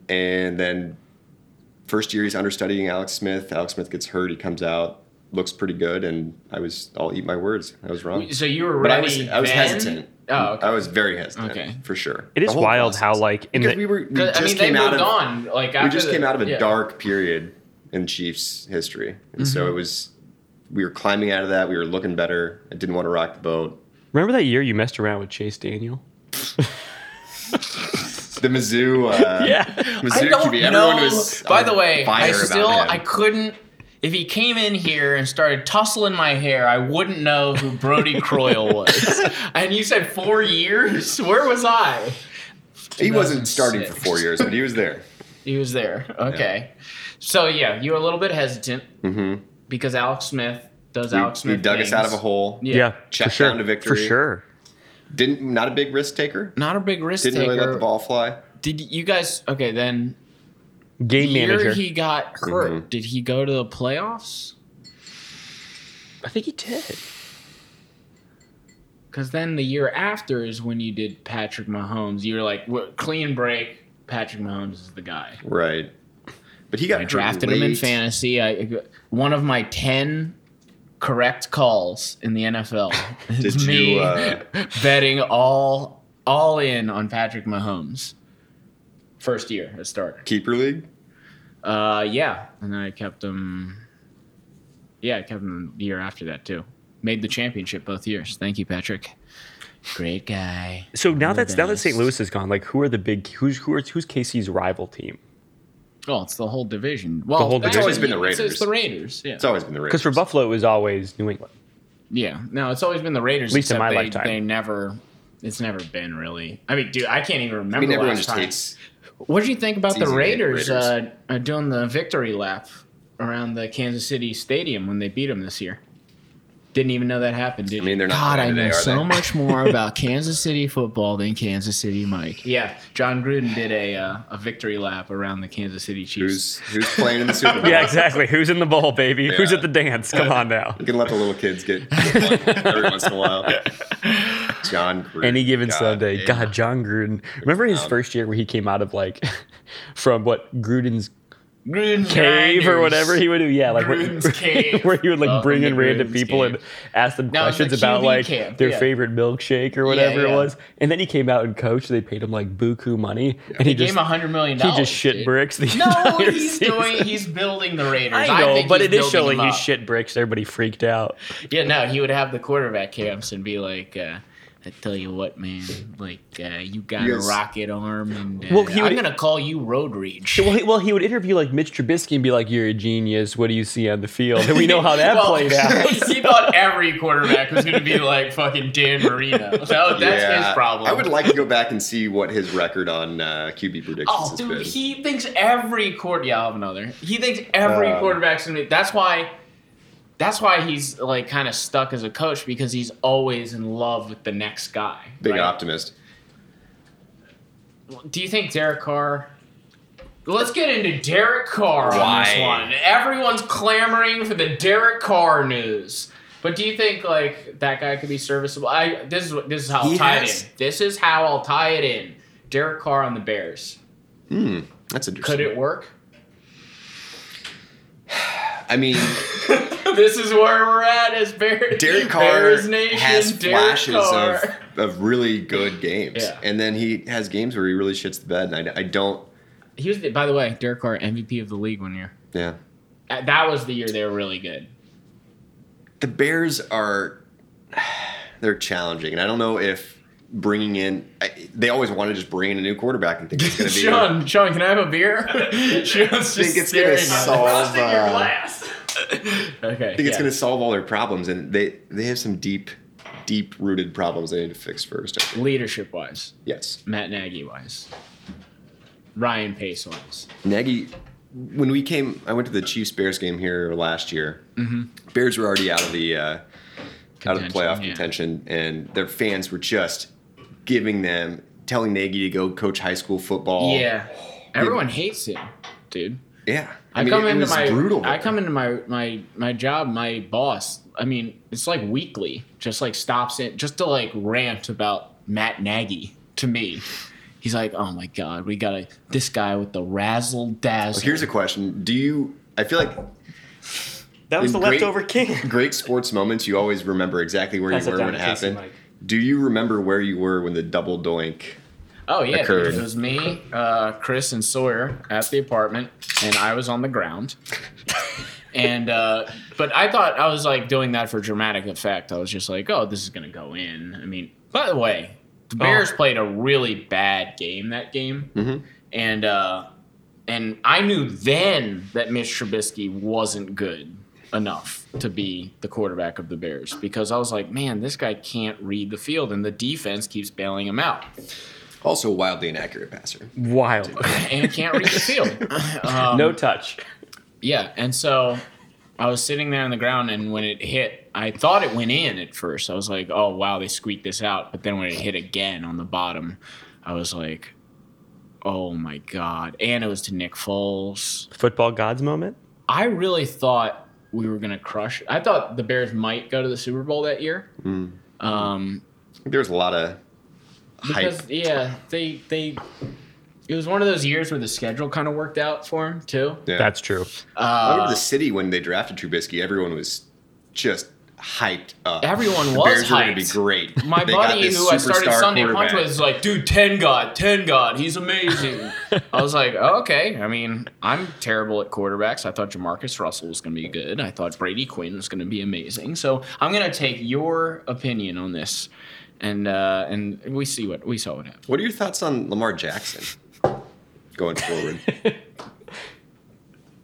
Speaker 4: And then first year he's understudying Alex Smith. Alex Smith gets hurt. He comes out, looks pretty good, and I was I'll eat my words. I was wrong.
Speaker 2: So you were
Speaker 4: But
Speaker 2: ready.
Speaker 4: I was I was
Speaker 2: then?
Speaker 4: hesitant.
Speaker 2: Oh, okay.
Speaker 4: I was very hesitant.
Speaker 2: Okay.
Speaker 4: for sure.
Speaker 3: It is
Speaker 4: The whole
Speaker 3: wild
Speaker 4: process.
Speaker 3: how like in
Speaker 4: because
Speaker 3: the
Speaker 4: we were we
Speaker 2: 'Cause,
Speaker 4: just
Speaker 2: I mean, they
Speaker 4: came out
Speaker 2: moved
Speaker 4: of
Speaker 2: on. Like after
Speaker 4: we just
Speaker 2: the-
Speaker 4: came out of a
Speaker 2: yeah.
Speaker 4: dark period in Chiefs history, and so
Speaker 2: Mm-hmm.
Speaker 4: it was we were climbing out of that. We were looking better. I didn't want to rock the boat.
Speaker 3: remember that year you messed around with Chase Daniel.
Speaker 4: The Mizzou, uh,
Speaker 2: I
Speaker 4: Mizzou
Speaker 2: don't
Speaker 4: QB.
Speaker 2: know.
Speaker 4: Everyone was
Speaker 2: By
Speaker 4: on
Speaker 2: the way,
Speaker 4: fire
Speaker 2: I
Speaker 4: about
Speaker 2: still
Speaker 4: him.
Speaker 2: I couldn't. If he came in here and started tussling my hair, I wouldn't know who Brody Croyle was. And you said four years. Where was I?
Speaker 4: he wasn't starting for
Speaker 2: 2006.
Speaker 4: four years, but he was there.
Speaker 2: He was there. Okay. So yeah, you were a little bit hesitant because Alex Smith does
Speaker 4: He,
Speaker 2: Alex
Speaker 4: Mm-hmm. he
Speaker 2: Smith.
Speaker 4: dug us out of a
Speaker 2: things.
Speaker 4: hole.
Speaker 2: Yeah.
Speaker 3: Yeah,
Speaker 4: Check
Speaker 3: for sure.
Speaker 4: down to
Speaker 3: For
Speaker 4: victory.
Speaker 3: sure.
Speaker 4: Didn't not a big risk taker.
Speaker 2: Not a big risk
Speaker 4: Didn't
Speaker 2: taker.
Speaker 4: really let the ball fly.
Speaker 2: Did you guys? Okay, then the
Speaker 3: Game
Speaker 2: year
Speaker 3: manager.
Speaker 2: he got hurt,
Speaker 4: Mhm.
Speaker 2: did he go to the playoffs?
Speaker 3: I think he did.
Speaker 2: Because then the year after is when you did Patrick Mahomes. You were like, "Wha- clean break. Patrick Mahomes is the guy.
Speaker 4: Right. But he got
Speaker 2: I
Speaker 4: hurt
Speaker 2: drafted him in
Speaker 4: late.
Speaker 2: fantasy. I one of my ten correct calls in the NFL is
Speaker 4: Did
Speaker 2: me
Speaker 4: you, uh,
Speaker 2: betting all all in on Patrick Mahomes. First year as starter.
Speaker 4: Keeper league.
Speaker 2: Uh, yeah, and then I kept him. Yeah, I kept him the year after that too. Made the championship both years. Thank you, Patrick. Great guy.
Speaker 3: So now
Speaker 2: One of
Speaker 3: that's
Speaker 2: the
Speaker 3: now that St.
Speaker 2: best.
Speaker 3: Louis is gone, like who are the big who's who are, who's KC's rival team?
Speaker 2: Well, Oh, it's the whole division. Well,
Speaker 3: whole
Speaker 2: that's
Speaker 3: division.
Speaker 4: It's always been the
Speaker 2: It's, it's
Speaker 4: Raiders.
Speaker 2: the Raiders. Yeah.
Speaker 4: It's always been the Raiders.
Speaker 3: Because for Buffalo it was always New England.
Speaker 2: yeah. No, it's always been the Raiders.
Speaker 3: At least in
Speaker 2: except
Speaker 3: my
Speaker 2: they,
Speaker 3: lifetime.
Speaker 2: They never. It's never been really. I mean, dude, I can't even remember.
Speaker 4: I mean, everyone
Speaker 2: last
Speaker 4: just
Speaker 2: time.
Speaker 4: hates.
Speaker 2: What did you think about
Speaker 4: It's
Speaker 2: the
Speaker 4: easy to hate
Speaker 2: Raiders,
Speaker 4: Raiders.
Speaker 2: Uh, uh, doing the victory lap around the Kansas City Stadium when they beat them this year? Didn't even know that happened. Did
Speaker 4: I mean,
Speaker 2: you?
Speaker 4: they're not
Speaker 2: God,
Speaker 4: playing
Speaker 2: I know
Speaker 4: today, are
Speaker 2: so
Speaker 4: they?
Speaker 2: much more about Kansas City football than Kansas City Mike. Yeah, John Gruden did a uh, a victory lap around the Kansas City Chiefs.
Speaker 4: Who's who's playing in the Super Bowl?
Speaker 3: Yeah, exactly. Who's in the bowl, baby? Who's
Speaker 4: Yeah.
Speaker 3: at the dance? Come on now.
Speaker 4: You can let the little kids get get one every once in a while. John Gruden.
Speaker 3: Any given
Speaker 4: God
Speaker 3: Sunday.
Speaker 4: damn.
Speaker 3: God, John Gruden. Remember his first year where he came out of like from what Gruden's
Speaker 2: Gruden
Speaker 3: cave or whatever he would do? Yeah, like
Speaker 2: Gruden's cave.
Speaker 3: where he would like
Speaker 2: Up
Speaker 3: bring
Speaker 2: in
Speaker 3: in
Speaker 2: the
Speaker 3: random
Speaker 2: Gruden's
Speaker 3: people
Speaker 2: cave.
Speaker 3: and ask them
Speaker 2: No, it was
Speaker 3: questions
Speaker 2: the
Speaker 3: about
Speaker 2: QB
Speaker 3: like
Speaker 2: camp,
Speaker 3: their
Speaker 2: yeah.
Speaker 3: favorite milkshake or whatever
Speaker 2: yeah.
Speaker 3: it was. And then he came out and coached. They paid him like buku money, and he
Speaker 2: He gave
Speaker 3: just
Speaker 2: him a hundred million
Speaker 3: he
Speaker 2: dollars.
Speaker 3: just shit
Speaker 2: dude.
Speaker 3: bricks the
Speaker 2: No,
Speaker 3: entire
Speaker 2: he's
Speaker 3: season.
Speaker 2: doing. He's building the Raiders.
Speaker 3: I know,
Speaker 2: think
Speaker 3: but
Speaker 2: he's
Speaker 3: it is
Speaker 2: building
Speaker 3: showing
Speaker 2: them
Speaker 3: he
Speaker 2: up.
Speaker 3: shit bricks. Everybody freaked out.
Speaker 2: Yeah, no, he would have the quarterback camps and be like, uh, I tell you what, man, like uh, you got
Speaker 4: You
Speaker 2: a
Speaker 4: guys-
Speaker 2: rocket arm, and uh,
Speaker 3: Well, he
Speaker 2: I'm
Speaker 3: would-
Speaker 2: gonna call you Road Reach.
Speaker 3: Well, he, well, he would interview like Mitch Trubisky and be like, "You're a genius. What do you see on the field?" And we know how that
Speaker 2: Well,
Speaker 3: played out.
Speaker 2: he thought every quarterback was gonna be like fucking Dan Marino. So that's his problem.
Speaker 4: I would like to go back and see what his record on uh, QB predictions
Speaker 2: Oh,
Speaker 4: has
Speaker 2: dude,
Speaker 4: been.
Speaker 2: he thinks every quarter. Yeah, I'll have another. He thinks every
Speaker 4: Um,
Speaker 2: quarterback's gonna. be That's why. That's why he's like kind of stuck as a coach because he's always in love with the next guy.
Speaker 4: Big
Speaker 2: right?
Speaker 4: optimist.
Speaker 2: Do you think Derek Carr? Let's get into Derek Carr on this
Speaker 4: Why?
Speaker 2: one. Everyone's clamoring for the Derek Carr news. But do you think like that guy could be serviceable? I this is what- this is how I'll
Speaker 4: He
Speaker 2: tie
Speaker 4: has-
Speaker 2: it in. This is how I'll tie it in. Derek Carr on the Bears.
Speaker 4: That's interesting.
Speaker 2: Could it work?
Speaker 4: I mean,
Speaker 2: this is where we're at as Bears.
Speaker 4: Derek Carr
Speaker 2: Bears Nation,
Speaker 4: has
Speaker 2: Derek
Speaker 4: flashes of,
Speaker 2: Carr.
Speaker 4: of really good games,
Speaker 2: Yeah.
Speaker 4: and then he has games where he really shits the bed. And I, I don't.
Speaker 2: He was, the, by the way, Derek Carr MVP of the league one year.
Speaker 4: Yeah,
Speaker 2: Uh, That was the year they were really good.
Speaker 4: the Bears are they're challenging, and I don't know if bringing in I, they always want to just bring in a new quarterback and think it's going to be
Speaker 2: Sean, Sean, can I have a beer? Sean's just
Speaker 4: think it's
Speaker 2: staring at
Speaker 4: gonna
Speaker 2: us.
Speaker 4: solve,
Speaker 2: Busting your
Speaker 4: uh,
Speaker 2: glass. okay.
Speaker 4: I think it's going to solve all their problems, and they they have some deep, deep rooted problems they need to fix first. I think.
Speaker 2: leadership wise,
Speaker 4: Yes,
Speaker 2: Matt Nagy wise, Ryan Pace wise.
Speaker 4: Nagy. When we came, I went to the Chiefs Bears game here last year. Bears were already out of the uh, out of
Speaker 2: Mm-hmm.
Speaker 4: the
Speaker 2: Contention,
Speaker 4: playoff
Speaker 2: yeah.
Speaker 4: contention, and their fans were just giving them telling Nagy to go coach high school football.
Speaker 2: yeah, everyone hates him, dude.
Speaker 4: yeah.
Speaker 2: I, come
Speaker 4: it, it
Speaker 2: into
Speaker 4: was
Speaker 2: my
Speaker 4: brutal.
Speaker 2: I come into my my my job, my boss. I mean, it's like weekly, just like stops in just to like rant about Matt Nagy to me. He's like, oh my god, we got to this guy with the razzle dazzle.
Speaker 4: Here's a question: Do you? I feel like
Speaker 5: That was
Speaker 4: In
Speaker 5: the
Speaker 4: great-
Speaker 5: leftover king.
Speaker 4: great sports moments. You always remember exactly where
Speaker 3: Pass
Speaker 4: you
Speaker 3: it
Speaker 4: were
Speaker 3: down
Speaker 4: when it
Speaker 3: to Casey,
Speaker 4: happened.
Speaker 3: Mike.
Speaker 4: Do you remember where you were when the double doink?
Speaker 2: oh yeah,
Speaker 4: occurred.
Speaker 2: dude, it was me, uh, Chris, and Sawyer at the apartment, and I was on the ground. and uh, but I thought I was like doing that for dramatic effect. I was just like, oh, this is gonna go in. I mean, by the way, the Bears played a really bad game that game, and uh, and I knew then that Mitch Trubisky wasn't good enough to be the quarterback of the Bears because I was like, man, this guy can't read the field, and the defense keeps bailing him out.
Speaker 4: Also, a wildly inaccurate passer.
Speaker 3: Wild.
Speaker 2: and can't read the field. Um,
Speaker 3: no touch.
Speaker 2: Yeah, and so I was sitting there on the ground, and when it hit, I thought it went in at first. I was like, "Oh wow, they squeaked this out." But then when it hit again on the bottom, I was like, "Oh my god!" And it was to Nick Foles.
Speaker 3: Football gods moment.
Speaker 2: I really thought we were gonna crush. I thought the Bears might go to the Super Bowl that year. Um,
Speaker 4: There's a lot of hype.
Speaker 2: because yeah, they they. It was one of those years where the schedule kind of worked out for him too.
Speaker 4: Yeah.
Speaker 3: That's true.
Speaker 4: I remember the city when they drafted Trubisky. Everyone was just hyped up.
Speaker 2: Everyone
Speaker 4: the
Speaker 2: was
Speaker 4: Bears Were gonna be
Speaker 2: hyped.
Speaker 4: great.
Speaker 2: My
Speaker 4: They got
Speaker 2: buddy,
Speaker 4: this
Speaker 2: who I started
Speaker 4: superstar
Speaker 2: Sunday Punch
Speaker 4: quarterback.
Speaker 2: with, is like, dude, 10 God, 10 God, he's amazing. I was like, oh, okay. I mean, I'm terrible at quarterbacks. I thought Jamarcus Russell was going to be good. I thought Brady Quinn was going to be amazing. So I'm going to take your opinion on this. And uh, and we see what we saw what happened.
Speaker 4: What are your thoughts on Lamar Jackson going forward?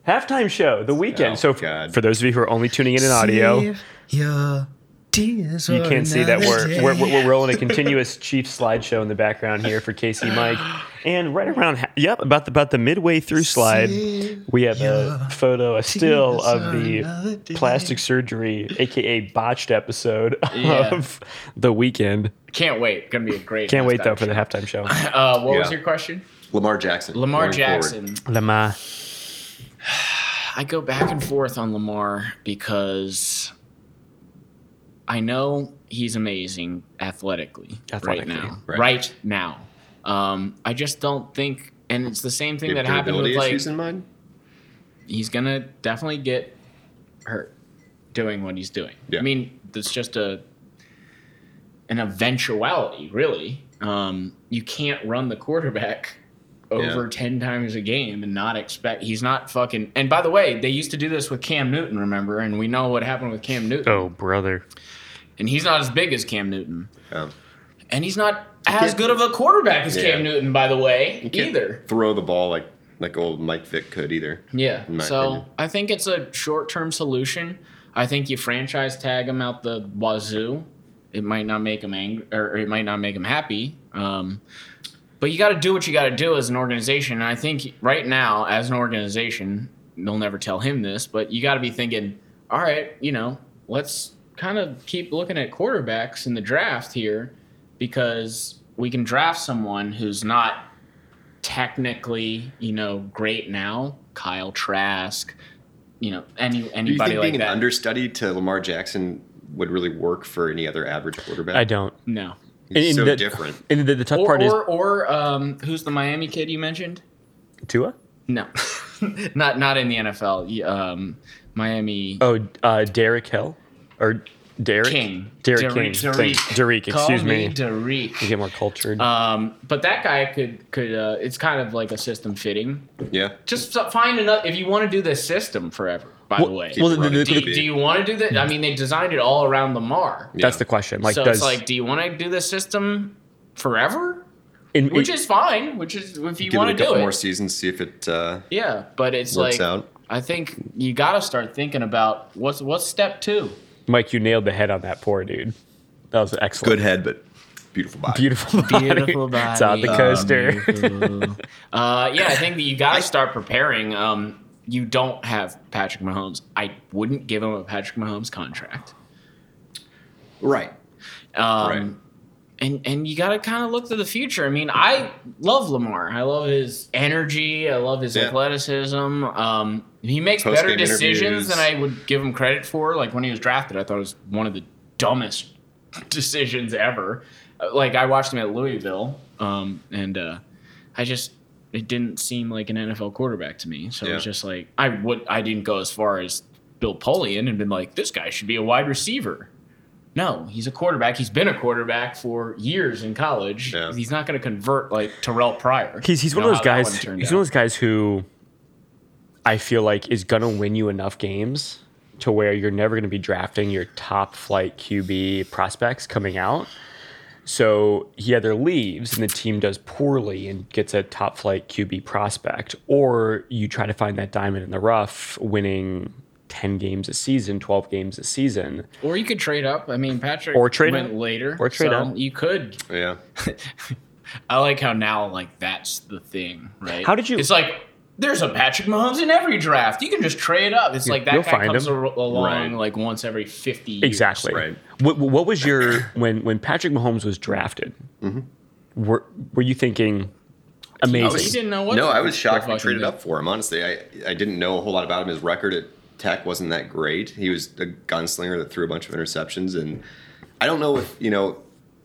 Speaker 3: Halftime show, the weekend.
Speaker 4: Oh,
Speaker 3: so f-
Speaker 4: God.
Speaker 3: for those of you who are only tuning in in audio, you can't see that we're, we're we're rolling a continuous Chief slideshow in the background here for Casey Mike, and right around ha- yep about the, about the midway through slide, we have a photo, a still of the plastic surgery, aka botched episode
Speaker 2: Yeah.
Speaker 3: of the weekend.
Speaker 2: Can't wait. Going to be a great.
Speaker 3: Can't wait
Speaker 2: halftime
Speaker 3: though for the
Speaker 2: show.
Speaker 3: halftime show.
Speaker 2: Uh, what was
Speaker 4: Yeah.
Speaker 2: your question?
Speaker 4: Lamar Jackson.
Speaker 2: Lamar
Speaker 4: going forward.
Speaker 2: Jackson.
Speaker 3: Lama,
Speaker 2: I go back and forth on Lamar because I know he's amazing athletically,
Speaker 3: Athletically,
Speaker 2: right now.
Speaker 4: right.
Speaker 2: Right, now, um, I just don't think, and it's the same thing
Speaker 4: You have
Speaker 2: that happened with
Speaker 4: durability
Speaker 2: like
Speaker 4: issues in mind.
Speaker 2: he's gonna definitely get hurt doing what he's doing.
Speaker 4: Yeah.
Speaker 2: I mean, that's just a an eventuality, really. Um, you can't run the quarterback over
Speaker 4: Yeah.
Speaker 2: ten times a game and not expect he's not fucking. And by the way, they used to do this with Cam Newton, remember? And we know what happened with Cam Newton.
Speaker 3: oh brother,
Speaker 2: And he's not as big as Cam Newton,
Speaker 4: Um,
Speaker 2: and he's not as
Speaker 4: can't-
Speaker 2: good of a quarterback as
Speaker 4: Yeah.
Speaker 2: Cam Newton, by the way,
Speaker 4: can't
Speaker 2: either.
Speaker 4: throw the ball like like old Mike Vick could either.
Speaker 2: Yeah.
Speaker 4: in my
Speaker 2: So
Speaker 4: opinion.
Speaker 2: I think it's a short term solution. I think you franchise tag him out the wazoo. It might not make him angry, or or it might not make him happy. Um, but you got to do what you got to do as an organization. And I think right now, as an organization, they'll never tell him this, but you got to be thinking, all right, you know, let's kind of keep looking at quarterbacks in the draft here because we can draft someone who's not technically, you know, great now, Kyle Trask, you know, any
Speaker 4: Do you
Speaker 2: anybody
Speaker 4: think
Speaker 2: like
Speaker 4: being an
Speaker 2: that.
Speaker 4: understudy to Lamar Jackson would really work for any other average quarterback?
Speaker 3: I don't.
Speaker 2: no.
Speaker 4: He's
Speaker 3: And-
Speaker 4: so
Speaker 3: and the-
Speaker 4: different.
Speaker 3: And the, the tough
Speaker 2: Or
Speaker 3: part
Speaker 2: or, or um, who's the Miami kid you mentioned?
Speaker 3: is Tua.
Speaker 2: No, not not in the NFL. Y- Um, Miami
Speaker 3: Oh, uh, Derek Hill or Derek
Speaker 2: King.
Speaker 3: Derek
Speaker 2: Derrick-
Speaker 3: King.
Speaker 2: Derrick.
Speaker 3: Thanks. Derek,
Speaker 2: Call
Speaker 3: excuse me.
Speaker 2: Derek.
Speaker 3: Get more cultured.
Speaker 2: Um, but that guy could could uh, it's kind of like a system fitting.
Speaker 4: Yeah.
Speaker 2: Just so- find another if you want to do this system forever. By
Speaker 3: well,
Speaker 2: the way,
Speaker 3: well, the- the-
Speaker 4: Keep
Speaker 3: the-
Speaker 4: it
Speaker 2: do, do you want to do that? I mean, they designed it all around Lamar.
Speaker 3: that's
Speaker 4: Yeah.
Speaker 3: the question. Like,
Speaker 2: so
Speaker 3: does
Speaker 2: it's like, do you want to do this system forever?
Speaker 3: in,
Speaker 2: Which
Speaker 3: in-
Speaker 2: is fine. Which is if you
Speaker 4: Give it
Speaker 2: want
Speaker 4: a
Speaker 2: to do
Speaker 4: couple
Speaker 2: it.
Speaker 4: more seasons, see if it uh,
Speaker 2: Yeah, but it's
Speaker 4: works
Speaker 2: like
Speaker 4: out.
Speaker 2: I think you got to start thinking about what's what's step two.
Speaker 3: Mike? You nailed the head on that poor dude. That was excellent.
Speaker 4: Good head, but beautiful body.
Speaker 3: Beautiful body. It's on the
Speaker 2: body.
Speaker 3: coaster.
Speaker 4: Um,
Speaker 2: Uh, yeah, I think that you got to start preparing. Um, you don't have Patrick Mahomes. I wouldn't give him a Patrick Mahomes contract.
Speaker 4: Right.
Speaker 2: Um,
Speaker 4: Right.
Speaker 2: and and you got to kind of look to the future. I mean, I love Lamar. I love his energy. I love his
Speaker 4: Yeah.
Speaker 2: athleticism. Um, he makes
Speaker 4: Post-game
Speaker 2: better decisions
Speaker 4: interviews.
Speaker 2: than I would give him credit for. Like when he was drafted, I thought it was one of the dumbest decisions ever. Uh, Like I watched him at Louisville, um, and uh, I just it didn't seem like an NFL quarterback to me. So it was
Speaker 4: Yeah.
Speaker 2: just like I would I didn't go as far as Bill Polian and been like this guy should be a wide receiver. No, he's a quarterback. He's been a quarterback for years in college.
Speaker 4: Yeah.
Speaker 2: He's not going to convert like Terrell Pryor.
Speaker 3: He's he's
Speaker 2: You
Speaker 3: one
Speaker 2: know
Speaker 3: of those
Speaker 2: how that
Speaker 3: guys.
Speaker 2: one turned
Speaker 3: He's
Speaker 2: out.
Speaker 3: one of those guys who I feel like is gonna win you enough games to where you're never gonna be drafting your top flight QB prospects coming out. So he either leaves and the team does poorly and gets a top flight QB prospect, or you try to find that diamond in the rough, winning ten games a season, twelve games a season.
Speaker 2: Or you could trade up. I mean, Patrick
Speaker 3: Or trade
Speaker 2: went
Speaker 3: up.
Speaker 2: later.
Speaker 3: Or trade
Speaker 2: so
Speaker 3: up.
Speaker 2: You could
Speaker 4: Yeah.
Speaker 2: I like how now like that's the thing, right?
Speaker 3: How did you-
Speaker 2: It's like there's a Patrick Mahomes in every draft. You can just trade up. It's like that
Speaker 3: you'll
Speaker 2: guy
Speaker 3: find
Speaker 2: comes
Speaker 3: him.
Speaker 2: ar- along
Speaker 4: Right.
Speaker 2: like once every fifty. years.
Speaker 3: Exactly.
Speaker 4: Right.
Speaker 3: What, what was your when when Patrick Mahomes was drafted? Were were you thinking amazing?
Speaker 2: Oh, he didn't know what.
Speaker 4: no,
Speaker 2: the-
Speaker 4: I was shocked
Speaker 2: the
Speaker 4: we traded
Speaker 2: fucking-
Speaker 4: up for him. Honestly, I I didn't know a whole lot about him. His record at Tech wasn't that great. He was a gunslinger that threw a bunch of interceptions, and I don't know if you know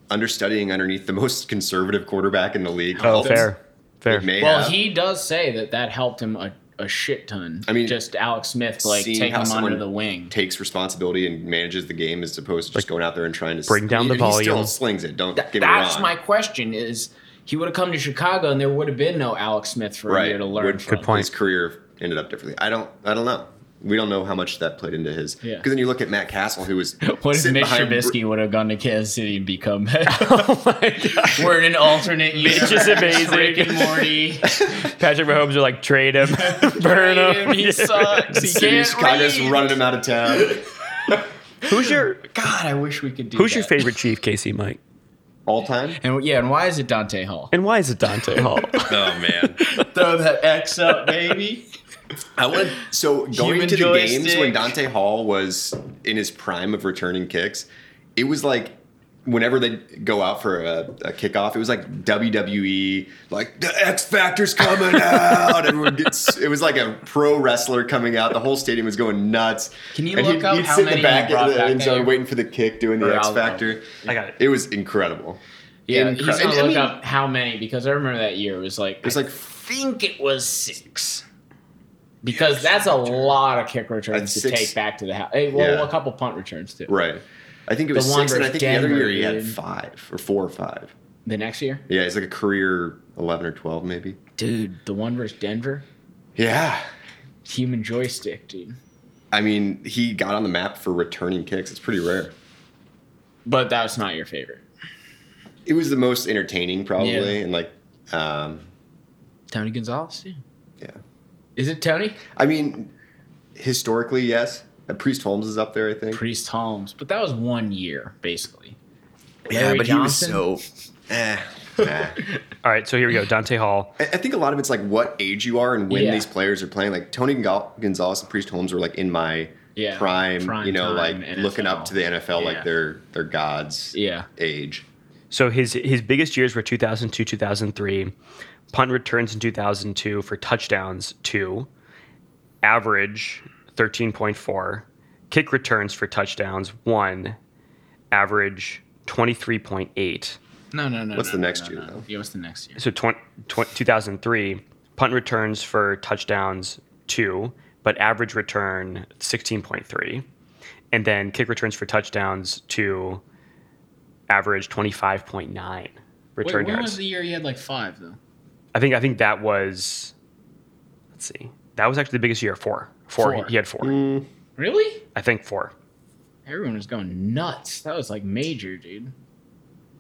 Speaker 4: understudying underneath the most conservative quarterback in the league.
Speaker 3: Oh,
Speaker 4: helps.
Speaker 3: fair, fair.
Speaker 4: It may
Speaker 2: Well,
Speaker 4: have.
Speaker 2: he does say that that helped him a, a shit ton.
Speaker 4: I mean,
Speaker 2: just Alex Smith like
Speaker 4: seeing
Speaker 2: take
Speaker 4: how
Speaker 2: him under
Speaker 4: someone
Speaker 2: the wing.
Speaker 4: takes responsibility and manages the game as opposed to just going out there and trying to
Speaker 3: bring down the
Speaker 4: I mean, He still
Speaker 3: volume.
Speaker 4: slings it. Don't get me
Speaker 2: that's
Speaker 4: wrong.
Speaker 2: my question: Is he would have come to Chicago and there would have been no Alex Smith for a
Speaker 4: Right.
Speaker 2: year to learn.
Speaker 4: Would-
Speaker 2: from.
Speaker 3: Good point.
Speaker 4: His career ended up differently. I don't. I don't know. We don't know how much that played into his. Because
Speaker 2: Yeah.
Speaker 4: then you look at Matt Castle, who was
Speaker 2: What if
Speaker 4: sitting
Speaker 2: Mitch
Speaker 4: behind Br-
Speaker 2: Trubisky would have gone to Kansas City and become?
Speaker 3: oh my god,
Speaker 2: We're in an alternate universe.
Speaker 3: is amazing.
Speaker 2: Rick and Morty.
Speaker 3: Patrick Mahomes are like trade him, burn him.
Speaker 2: He sucks. He
Speaker 4: City of
Speaker 2: can't
Speaker 4: Chicago's
Speaker 2: read.
Speaker 4: running him out of town.
Speaker 3: Who's your
Speaker 2: God, I wish we could do.
Speaker 3: Who's your
Speaker 2: that.
Speaker 3: favorite Chief, Casey Mike?
Speaker 4: All time.
Speaker 2: And yeah, and why is it Dante Hall?
Speaker 3: And why is it Dante Hall?
Speaker 4: Oh man.
Speaker 2: Throw that X up, baby.
Speaker 4: I want so going
Speaker 2: Human
Speaker 4: to the games
Speaker 2: joystick.
Speaker 4: when Dante Hall was in his prime of returning kicks, it was like whenever they go out for a, a kickoff, it was like WWE, like the X Factor's coming out. Everyone gets it was like a pro wrestler coming out. The whole stadium was going nuts.
Speaker 2: Can you
Speaker 4: And
Speaker 2: look
Speaker 4: he'd,
Speaker 2: up
Speaker 4: he'd
Speaker 2: how
Speaker 4: sit in
Speaker 2: many
Speaker 4: the back
Speaker 2: he brought
Speaker 4: of the
Speaker 2: back
Speaker 4: end
Speaker 2: that
Speaker 4: zone
Speaker 2: year?
Speaker 4: waiting for the kick, doing
Speaker 2: Or
Speaker 4: the X
Speaker 2: I'll-
Speaker 4: Factor.
Speaker 3: I got it.
Speaker 4: It was incredible.
Speaker 2: Yeah, he's
Speaker 4: Incredible.
Speaker 2: gonna look
Speaker 4: I mean,
Speaker 2: up how many because I remember that year it was like
Speaker 4: It's
Speaker 2: I
Speaker 4: like-
Speaker 2: think it was six. Because that's a lot of kick returns to
Speaker 4: That's six-
Speaker 2: take back to the house. Hey, well,
Speaker 4: Yeah.
Speaker 2: a couple punt returns too.
Speaker 4: Right. I think it was
Speaker 2: one
Speaker 4: six, and I
Speaker 2: versus
Speaker 4: think the
Speaker 2: Denver,
Speaker 4: other year he had
Speaker 2: dude.
Speaker 4: five or four or five.
Speaker 2: The next year,
Speaker 4: Yeah, it's like a career eleven or twelve, maybe.
Speaker 2: dude, the one versus Denver,
Speaker 4: Yeah.
Speaker 2: human joystick, dude.
Speaker 4: I mean, he got on the map for returning kicks. It's pretty rare.
Speaker 2: But that's not your favorite.
Speaker 4: It was the most entertaining, probably,
Speaker 2: Yeah.
Speaker 4: and like, um,
Speaker 2: Tony Gonzalez, yeah.
Speaker 4: yeah.
Speaker 2: Is it Tony?
Speaker 4: I mean, historically, yes. Uh, Priest Holmes is up there, I think.
Speaker 2: Priest Holmes, but that was one year basically.
Speaker 4: yeah,
Speaker 2: Larry
Speaker 4: but he
Speaker 2: Johnson?
Speaker 4: was so. Eh, nah.
Speaker 3: All right, so here we go. Dante Hall.
Speaker 4: I I think a lot of it's like what age you are and when
Speaker 2: Yeah.
Speaker 4: these players are playing. Like Tony Gonzal- Gonzalez and Priest Holmes were like in my
Speaker 2: Yeah,
Speaker 4: prime,
Speaker 2: prime
Speaker 4: you know, like
Speaker 2: time
Speaker 4: looking up
Speaker 2: NFL.
Speaker 4: to the NFL
Speaker 2: Yeah.
Speaker 4: like they're they're gods.
Speaker 2: Yeah.
Speaker 4: age.
Speaker 3: So his his biggest years were 2002, 2003. Punt returns in 2002 for touchdowns, two. Average 13.4. Kick returns for touchdowns, one. Average 23.8.
Speaker 2: No, no, no.
Speaker 4: What's
Speaker 2: no,
Speaker 4: the
Speaker 2: no,
Speaker 4: next
Speaker 2: no,
Speaker 4: year,
Speaker 2: no.
Speaker 4: though?
Speaker 2: Yeah, what's the next year?
Speaker 3: So 20, 2003, punt returns for touchdowns, two, but average return 16.3. And then kick returns for touchdowns, two, average 25.9
Speaker 2: Wait,
Speaker 3: return
Speaker 2: when
Speaker 3: yards.
Speaker 2: was the year he had like five though?
Speaker 3: I think I think that was let's see. That was actually the biggest year. Four. Four. Mm.
Speaker 2: Four.
Speaker 3: He had four.
Speaker 2: Really?
Speaker 3: I think four.
Speaker 2: Everyone was going nuts. That was like major, dude.